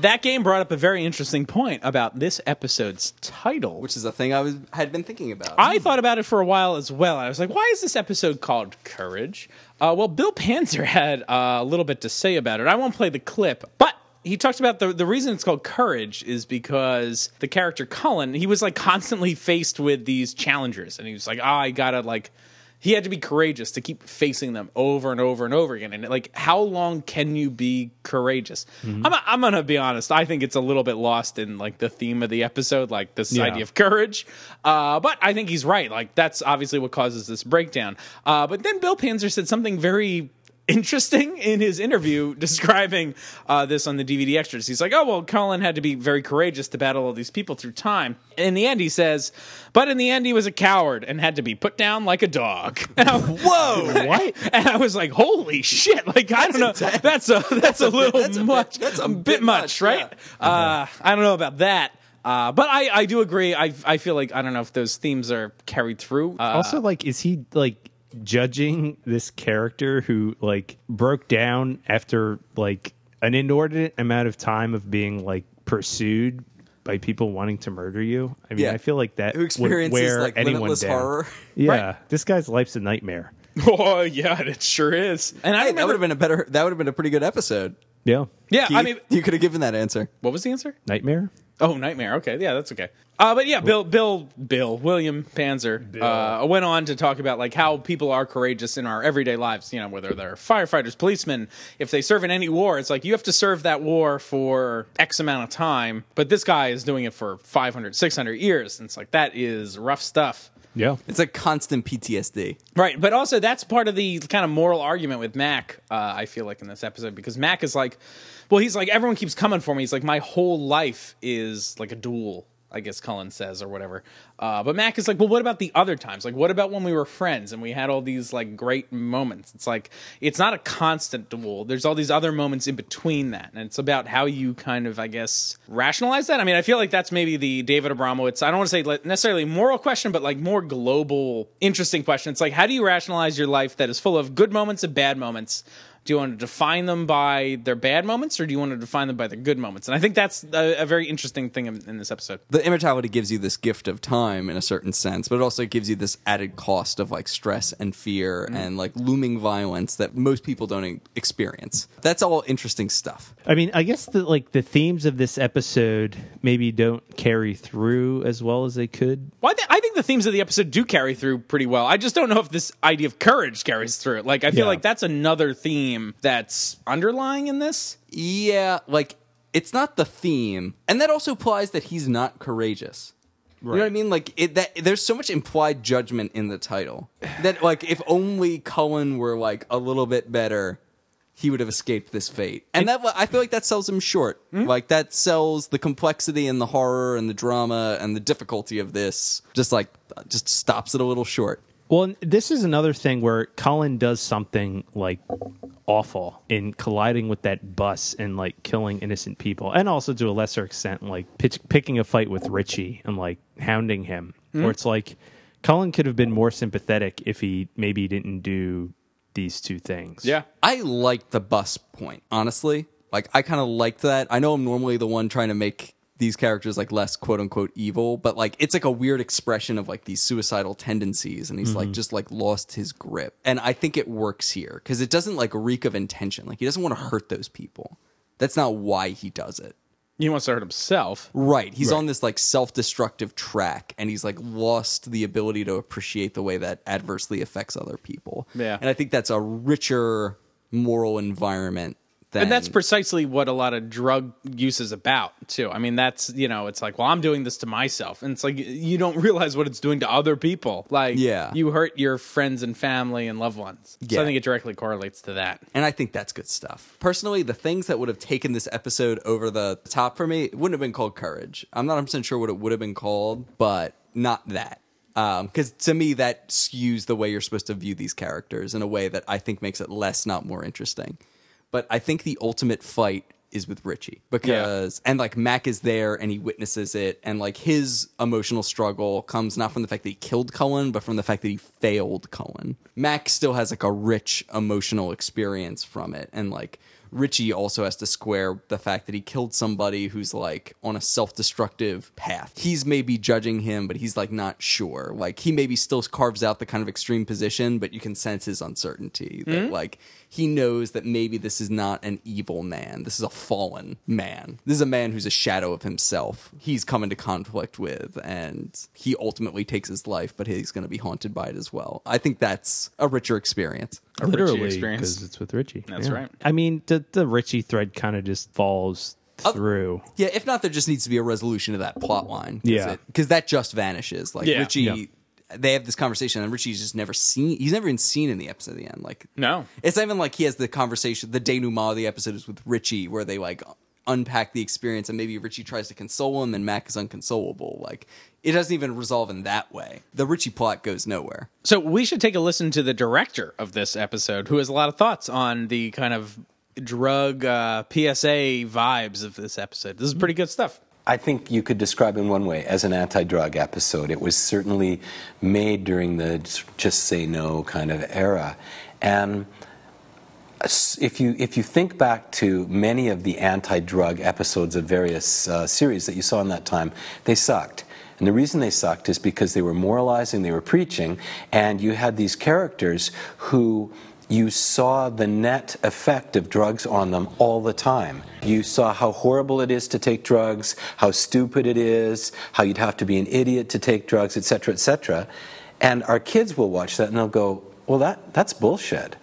S3: That game brought up a very interesting point about this episode's title,
S4: Which is a thing I was, had been thinking about.
S3: I thought about it for a while as well. I was like, why is this episode called Courage? Uh, well, Bill Panzer [LAUGHS] had uh, a little bit to say about it. I won't play the clip, but he talked about the, the reason it's called Courage is because the character Cullen, he was like constantly faced with these challengers. And he was like, oh, I gotta like, he had to be courageous to keep facing them over and over and over again. And like, how long can you be courageous? I'm, I'm gonna be honest. I think it's a little bit lost in like the theme of the episode, like this
S5: Yeah.
S3: idea of courage. Uh, but I think he's right. Like that's obviously what causes this breakdown. Uh, but then Bill Panzer said something very interesting in his interview [LAUGHS] describing uh, this on the DVD extras. He's like, "Oh well, Colin had to be very courageous to battle all these people through time." In the end, he says, "But in the end, he was a coward and had to be put down like a dog." [LAUGHS] And I,
S4: [LAUGHS]
S3: Whoa!
S5: What?
S3: And I was like, "Holy shit!" Like I don't know. That's a that's, a little
S4: that's a bit-
S3: much.
S4: that's a
S3: bit,
S4: bit
S3: much,
S4: much, Uh-huh.
S3: right? Uh, I don't know about that. Uh, but I, I do agree. I I feel like I don't know if those themes are carried through. Uh, [LAUGHS]
S5: also, like, is he like judging this character who like broke down after like an inordinate amount of time of being like pursued by people wanting to murder you? I mean,
S4: Yeah.
S5: I feel like that
S4: Who experiences
S5: would wear
S4: like
S5: anyone
S4: limitless
S5: down.
S4: horror.
S5: Yeah, this guy's life's a nightmare.
S3: oh yeah, it sure is. And I
S4: Hey, that
S3: remember.
S4: would have been a better. That would have been a pretty good episode.
S5: Yeah,
S3: yeah, I
S4: Keith,
S3: mean,
S4: you could have given that answer.
S3: what was the answer?
S5: nightmare.
S3: Oh, nightmare. Okay, yeah, that's okay. Uh, but yeah, Bill, Bill, Bill, William Panzer uh, went on to talk about like how people are courageous in our everyday lives. You know, whether they're firefighters, policemen, if they serve in any war, it's like you have to serve that war for X amount of time. But this guy is doing it for 500, 600 years, and it's like that is rough stuff.
S5: Yeah,
S4: It's a constant PTSD.
S3: Right, but also that's part of the kind of moral argument with Mac. Uh, I feel like in this episode because Mac is like, well, he's like everyone keeps coming for me. He's like my whole life is like a duel. I guess Cullen says or whatever. Uh, but Mac is like, well, what about the other times? Like, what about when we were friends and we had all these like great moments? It's like it's not a constant duel. There's all these other moments in between that, and it's about how you kind of, I guess, rationalize that. I mean, I feel like that's maybe the David Abramowitz. I don't want to say like, necessarily moral question, but like more global, interesting question. It's like, how do you rationalize your life that is full of good moments and bad moments? Do you want to define them by their bad moments, or do you want to define them by their good moments? And I think that's a, a very interesting thing in, in this episode.
S4: The immortality gives you this gift of time in a certain sense, but it also gives you this added cost of like stress and fear and like looming violence that most people don't e- experience. That's all interesting stuff.
S5: I mean, I guess that like the themes of this episode maybe don't carry through as well as they could.
S3: Well, I, th- I think the themes of the episode do carry through pretty well. I just don't know if this idea of courage carries through. Like, I feel
S5: Yeah.
S3: like that's another theme that's underlying in this.
S4: Yeah, like it's not the theme, and that also implies that he's not courageous. You know what I mean? Like it, that there's so much implied judgment in the title [SIGHS] that like if only Cullen were like a little bit better, he would have escaped this fate. And that I feel like that sells him short. Like that sells the complexity and the horror and the drama and the difficulty of this. Just like just stops it a little short.
S5: Well, and this is another thing where Colin does something like awful in colliding with that bus and like killing innocent people, and also to a lesser extent, like pitch, picking a fight with Richie and like hounding him.
S3: Hmm?
S5: Where it's like Colin could have been more sympathetic if he maybe didn't do these two things.
S4: I like the bus point, honestly. Like I kind of liked that. I know I'm normally the one trying to make these characters like less quote unquote evil, but like it's like a weird expression of like these suicidal tendencies and he's like just like lost his grip. And I think it works here cuz it doesn't like reek of intention. Like he doesn't want to hurt those people. That's not why he does it.
S3: He wants to hurt himself.
S4: Right. He's on this like self destructive track and he's like lost the ability to appreciate the way that adversely affects other people.
S3: Yeah.
S4: And I think that's a richer moral environment than.
S3: And that's precisely what a lot of drug use is about, too. I mean, that's, you know, it's like, well, I'm doing this to myself. And it's like, you don't [LAUGHS] realize what it's doing to other people. Like,
S4: Yeah.
S3: you hurt your friends and family and loved ones. So I
S4: Yeah.
S3: think it directly correlates to that.
S4: and I think that's good stuff. Personally, the things that would have taken this episode over the top for me it wouldn't have been called courage. I'm not 100% sure what it would have been called, but not that. Because to me, that skews the way you're supposed to view these characters in a way that I think makes it less, not more interesting. But I think the ultimate fight is with Richie because, and like Mac is there and he witnesses it, and like his emotional struggle comes not from the fact that he killed Cullen, but from the fact that he failed Cullen. Mac still has like a rich emotional experience from it, and like Richie also has to square the fact that he killed somebody who's like on a self destructive path. He's maybe judging him, but he's like not sure. Like he maybe still carves out the kind of extreme position, but you can sense his uncertainty that like he knows that maybe this is not an evil man. This is a fallen man. This is a man who's a shadow of himself. He's come into conflict with, and he ultimately takes his life, but he's going to be haunted by it as well. I think that's a richer experience.
S3: A Richie
S8: literally
S3: experience.
S8: because it's with Richie.
S3: That's right.
S8: I mean, the the Richie thread kind of just falls through.
S4: Yeah, if not, there just needs to be a resolution to that plot line. Cause
S8: Yeah.
S4: because that just vanishes. Like
S3: Yeah.
S4: Richie,
S8: Yeah.
S4: they have this conversation, and Richie's just never seen. He's never even seen in the episode at the end. Like
S3: No.
S4: it's not even like he has the conversation. The denouement of the episode is with Richie, where they like unpack the experience, and maybe Richie tries to console him, and Mac is inconsolable. Like it doesn't even resolve in that way. The Richie plot goes nowhere.
S3: So we should take a listen to the director of this episode, who has a lot of thoughts on the kind of drug uh, PSA vibes of this episode. This is pretty good stuff.
S9: [LAUGHS] I think you could describe in one way as an anti-drug episode. It was certainly made during the just say no kind of era, and s- if you if you think back to many of the anti-drug episodes of various uh, series that you saw in that time, they sucked. And the reason they sucked is because they were moralizing, they were preaching, and you had these characters who you saw the net effect of drugs on them all the time. You saw how horrible it is to take drugs, how stupid it is, how you'd have to be an idiot to take drugs, et cetera, et cetera. And our kids will watch that and they'll go, well, that, that's bullshit.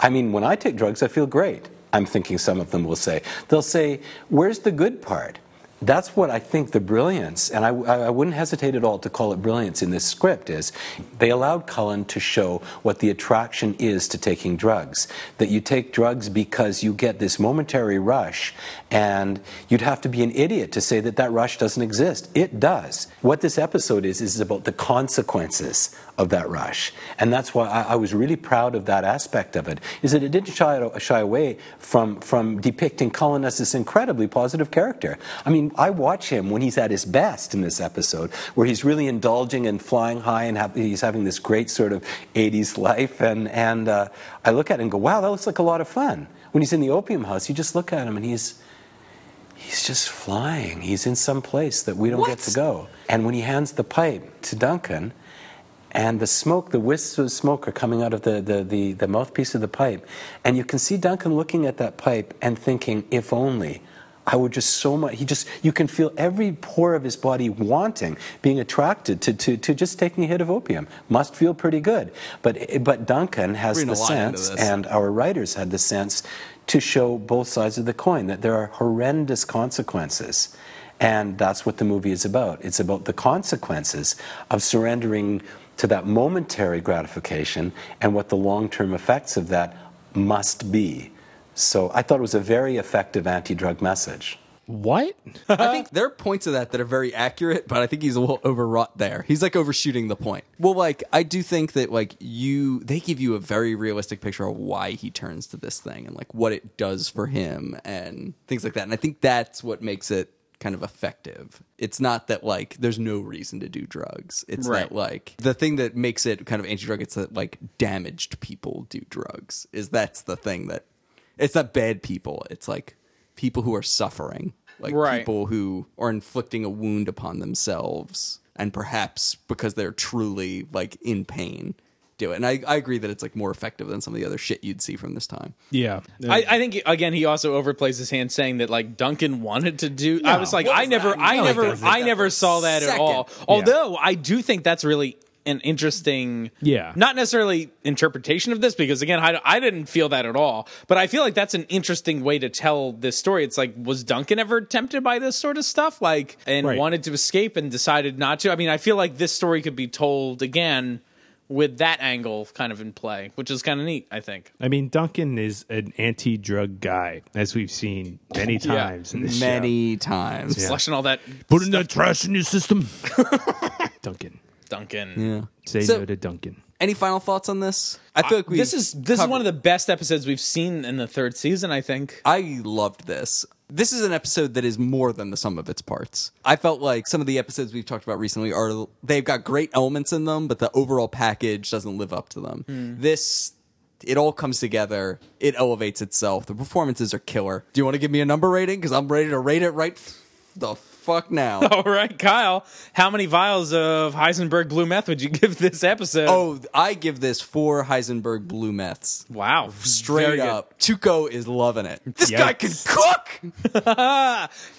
S9: I mean, when I take drugs, I feel great. I'm thinking some of them will say. They'll say, Where's the good part? That's what I think the brilliance, and I, I wouldn't hesitate at all to call it brilliance in this script, is they allowed Cullen to show what the attraction is to taking drugs. That you take drugs because you get this momentary rush, and you'd have to be an idiot to say that that rush doesn't exist. It does. What this episode is, is about the consequences of that rush. And that's why I, I was really proud of that aspect of it, is that it didn't shy, shy away from, from depicting Cullen as this incredibly positive character. I mean, I watch him when he's at his best in this episode, where he's really indulging and flying high and have, he's having this great sort of 80s life. And, and uh, I look at it and go, wow, that looks like a lot of fun. When he's in the opium house, you just look at him and he's, he's just flying. He's in some place that we don't get to go. And when he hands the pipe to Duncan, and the smoke, the wisps of smoke are coming out of the, the, the, the mouthpiece of the pipe. And you can see Duncan looking at that pipe and thinking, if only. I would just so much, he just, you can feel every pore of his body wanting, being attracted to, to, to just taking a hit of opium. Must feel pretty good. But, but Duncan has
S4: Reading
S9: the
S4: a lot into
S9: sense,
S4: this.
S9: and our writers had the sense to show both sides of the coin, that there are horrendous consequences. And that's what the movie is about. It's about the consequences of surrendering to that momentary gratification and what the long term effects of that must be. So I thought it was a very effective anti drug message.
S8: What?
S4: I think there are points of that that are very accurate, but I think he's a little overwrought there. He's like overshooting the point. Well, like I do think that like you, they give you a very realistic picture of why he turns to this thing and like what it does for him and things like that. And I think that's what makes it kind of effective. It's not that like there's no reason to do drugs. It's
S3: Right.
S4: that like the thing that makes it kind of anti-drug. It's that like damaged people do drugs. Is that's the thing that it's not bad people. It's like people who are suffering, like
S3: Right.
S4: people who are inflicting a wound upon themselves, and perhaps because they're truly like in pain, do it. And I, I agree that it's like more effective than some of the other shit you'd see from this time.
S8: Yeah.
S3: I, I think again he also overplays his hand saying that like Duncan wanted to do. I was like, I never, I
S4: No, he
S3: never,
S4: doesn't.
S3: I never saw that at all.
S4: Second.
S3: Although I do think that's really an interesting,
S8: Yeah.
S3: not necessarily interpretation of this because again, I, I didn't feel that at all. But I feel like that's an interesting way to tell this story. It's like, was Duncan ever tempted by this sort of stuff, like and
S8: Right.
S3: wanted to escape and decided not to? I mean, I feel like this story could be told again with that angle kind of in play, which is kind of neat. I think.
S5: I mean, Duncan is an anti-drug guy, as we've seen many times in this show.
S4: Many times.
S3: Flushing all that
S5: Putting that trash in your system. [LAUGHS] Duncan.
S3: Duncan.
S5: Say
S4: So-
S5: no to Duncan.
S4: Any final thoughts on this? I feel like we
S3: this is this
S4: covered-
S3: is one of the best episodes we've seen in the third season. I think.
S4: I loved this. This is an episode that is more than the sum of its parts. I felt like some of the episodes we've talked about recently are they've got great elements in them, but the overall package doesn't live up to them.
S3: Hmm.
S4: This it all comes together. It elevates itself. The performances are killer. Do you want to give me a number rating? Because I'm ready to rate it right f- the fuck now.
S3: [LAUGHS] [LAUGHS] All right, Kyle. How many vials of Heisenberg Blue Meth would you [LAUGHS] give this episode?
S4: Oh, I give this four Heisenberg blue meths.
S3: wow!
S4: Straight
S3: Very good.
S4: up. Tuco is loving it. This guy can
S8: Yikes.
S4: cook.
S3: [LAUGHS]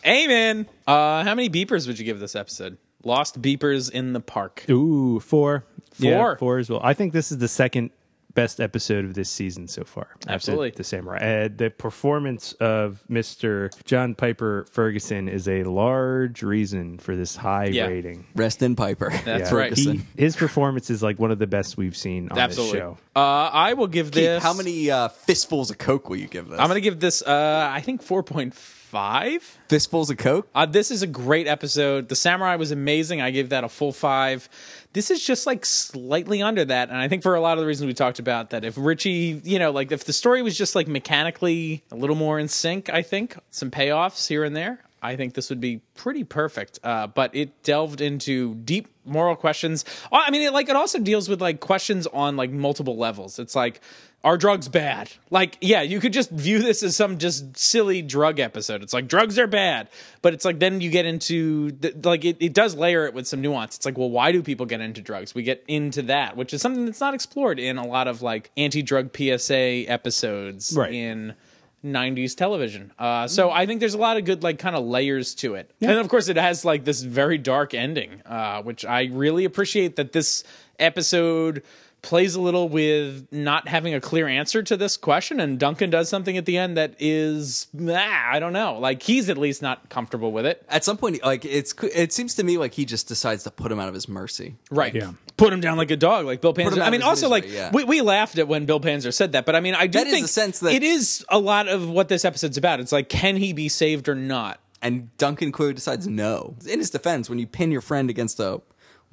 S3: Amen. Uh, how many beepers would you give this episode? Lost beepers in the park.
S5: Ooh, four. Yeah,
S3: Four.
S5: four as well. I think this is the second best episode of this season so far. after
S3: Absolutely.
S5: The Samurai. Uh, the performance of Mr. John Piper Ferguson is a large reason for this high
S3: Yeah.
S5: rating.
S4: Rest in Piper. [LAUGHS]
S3: That's
S5: Yeah.
S3: right.
S5: He, his performance is like one of the best we've seen on
S3: Absolutely.
S5: this show.
S3: Uh, I will give
S4: Keith,
S3: this.
S4: how many uh, fistfuls of coke will you give this?
S3: I'm going to give this. Uh, I think four point five.
S4: fistfuls of coke.
S3: Uh, this is a great episode. The Samurai was amazing. I gave that a full five. This is just like slightly under that. And I think for a lot of the reasons we talked about, that if Richie, you know, like if the story was just like mechanically a little more in sync, I think some payoffs here and there, I think this would be pretty perfect. Uh, but it delved into deep moral questions. Uh, I mean, it like it also deals with like questions on like multiple levels. It's like, are drugs bad? Like, yeah, you could just view this as some just silly drug episode. It's like drugs are bad, but it's like then you get into the, like it, it does layer it with some nuance. It's like, well, why do people get into drugs? We get into that, which is something that's not explored in a lot of like anti-drug PSA episodes
S5: Right.
S3: in 90s television. Uh, so I think there's a lot of good like kind of layers to it. And of course it has like this very dark ending, uh, which I really appreciate that this episode plays a little with not having a clear answer to this question and Duncan does something at the end that is ah, I don't know. Like he's at least not comfortable with it.
S4: At some point, like it's it seems to me like he just decides to put him out of his mercy.
S3: Right. Put him down like a dog, like Bill
S4: him
S3: Panzer.
S4: out
S3: I
S4: of
S3: mean,
S4: his
S3: also
S4: misery,
S3: like
S4: yeah.
S3: we, we laughed at when Bill Panzer said that, but I mean, I do
S4: That is
S3: think
S4: the sense that-
S3: it is a lot of what this episode's about. It's like, can he be saved or not?
S4: And Duncan clearly decides no. In his defense, when you pin your friend against a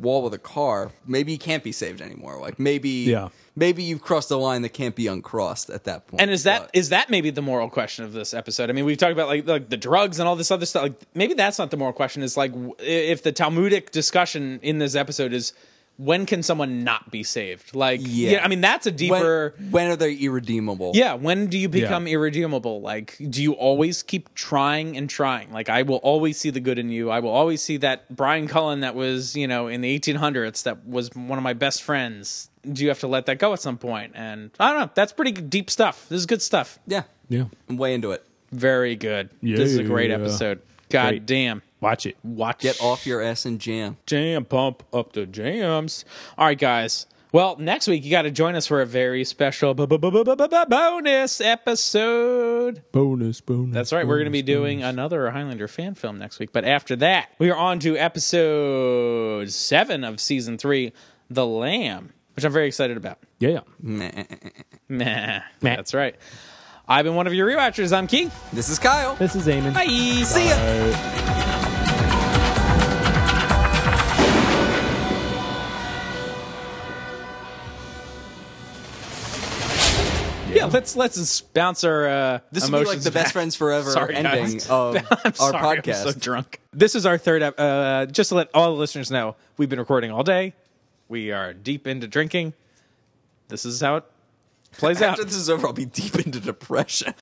S4: wall with a car, maybe he can't be saved anymore. Like maybe
S8: Yeah.
S4: maybe you've crossed a line that can't be uncrossed at that point.
S3: And is that is
S4: But-
S3: that maybe the moral question of this episode? I mean, we've talked about like like the drugs and all this other stuff. Like maybe that's not the moral question. Is like w- if the Talmudic discussion in this episode is when can someone not be saved? Like yeah,
S4: Yeah.
S3: I mean that's a
S4: when,
S3: deeper.
S4: when are they irredeemable?
S3: yeah, when do you become irredeemable? Like, do you always keep trying and trying? Like, I will always see the good in you. I will always see that Brian Cullen that was, you know, in the 1800s that was one of my best friends. Do you have to let that go at some point? And I don't know. That's pretty deep stuff. This is good stuff.
S4: yeah,
S8: Yeah.
S4: I'm way into it.
S3: Very good. This is a great
S8: Yeah.
S3: episode. God
S8: Great.
S3: damn.
S8: Watch it.
S3: Watch
S4: Get off your ass and jam.
S3: jam pump up the jams. All right, guys. Well, next week you got to join us for a very special bu- bu- bu- bu- bu- bu- bu- bonus episode.
S8: Bonus, bonus.
S3: That's right. We're going to be doing another Highlander fan film next week. But after that, we are on to episode seven of season three, The Lamb, which I'm very excited about. [LAUGHS]
S8: Yeah.
S3: Meh. That's right. I've been one of your rewatchers. I'm Keith.
S4: This is Kyle.
S5: This is Eamon.
S3: Bye.
S4: See ya.
S3: Yeah, let's let's bounce our uh,
S4: This will be
S3: emotions
S4: like the best
S3: back.
S4: friends forever
S3: Sorry,
S4: ending
S3: guys. [LAUGHS]
S4: of
S3: I'm
S4: our
S3: sorry, I'm
S4: podcast.
S3: so drunk. This is our third. ep- Uh, just to let all the listeners know, we've been recording all day. We are deep into drinking. This is how it plays out.
S4: After this is over, I'll be deep into depression.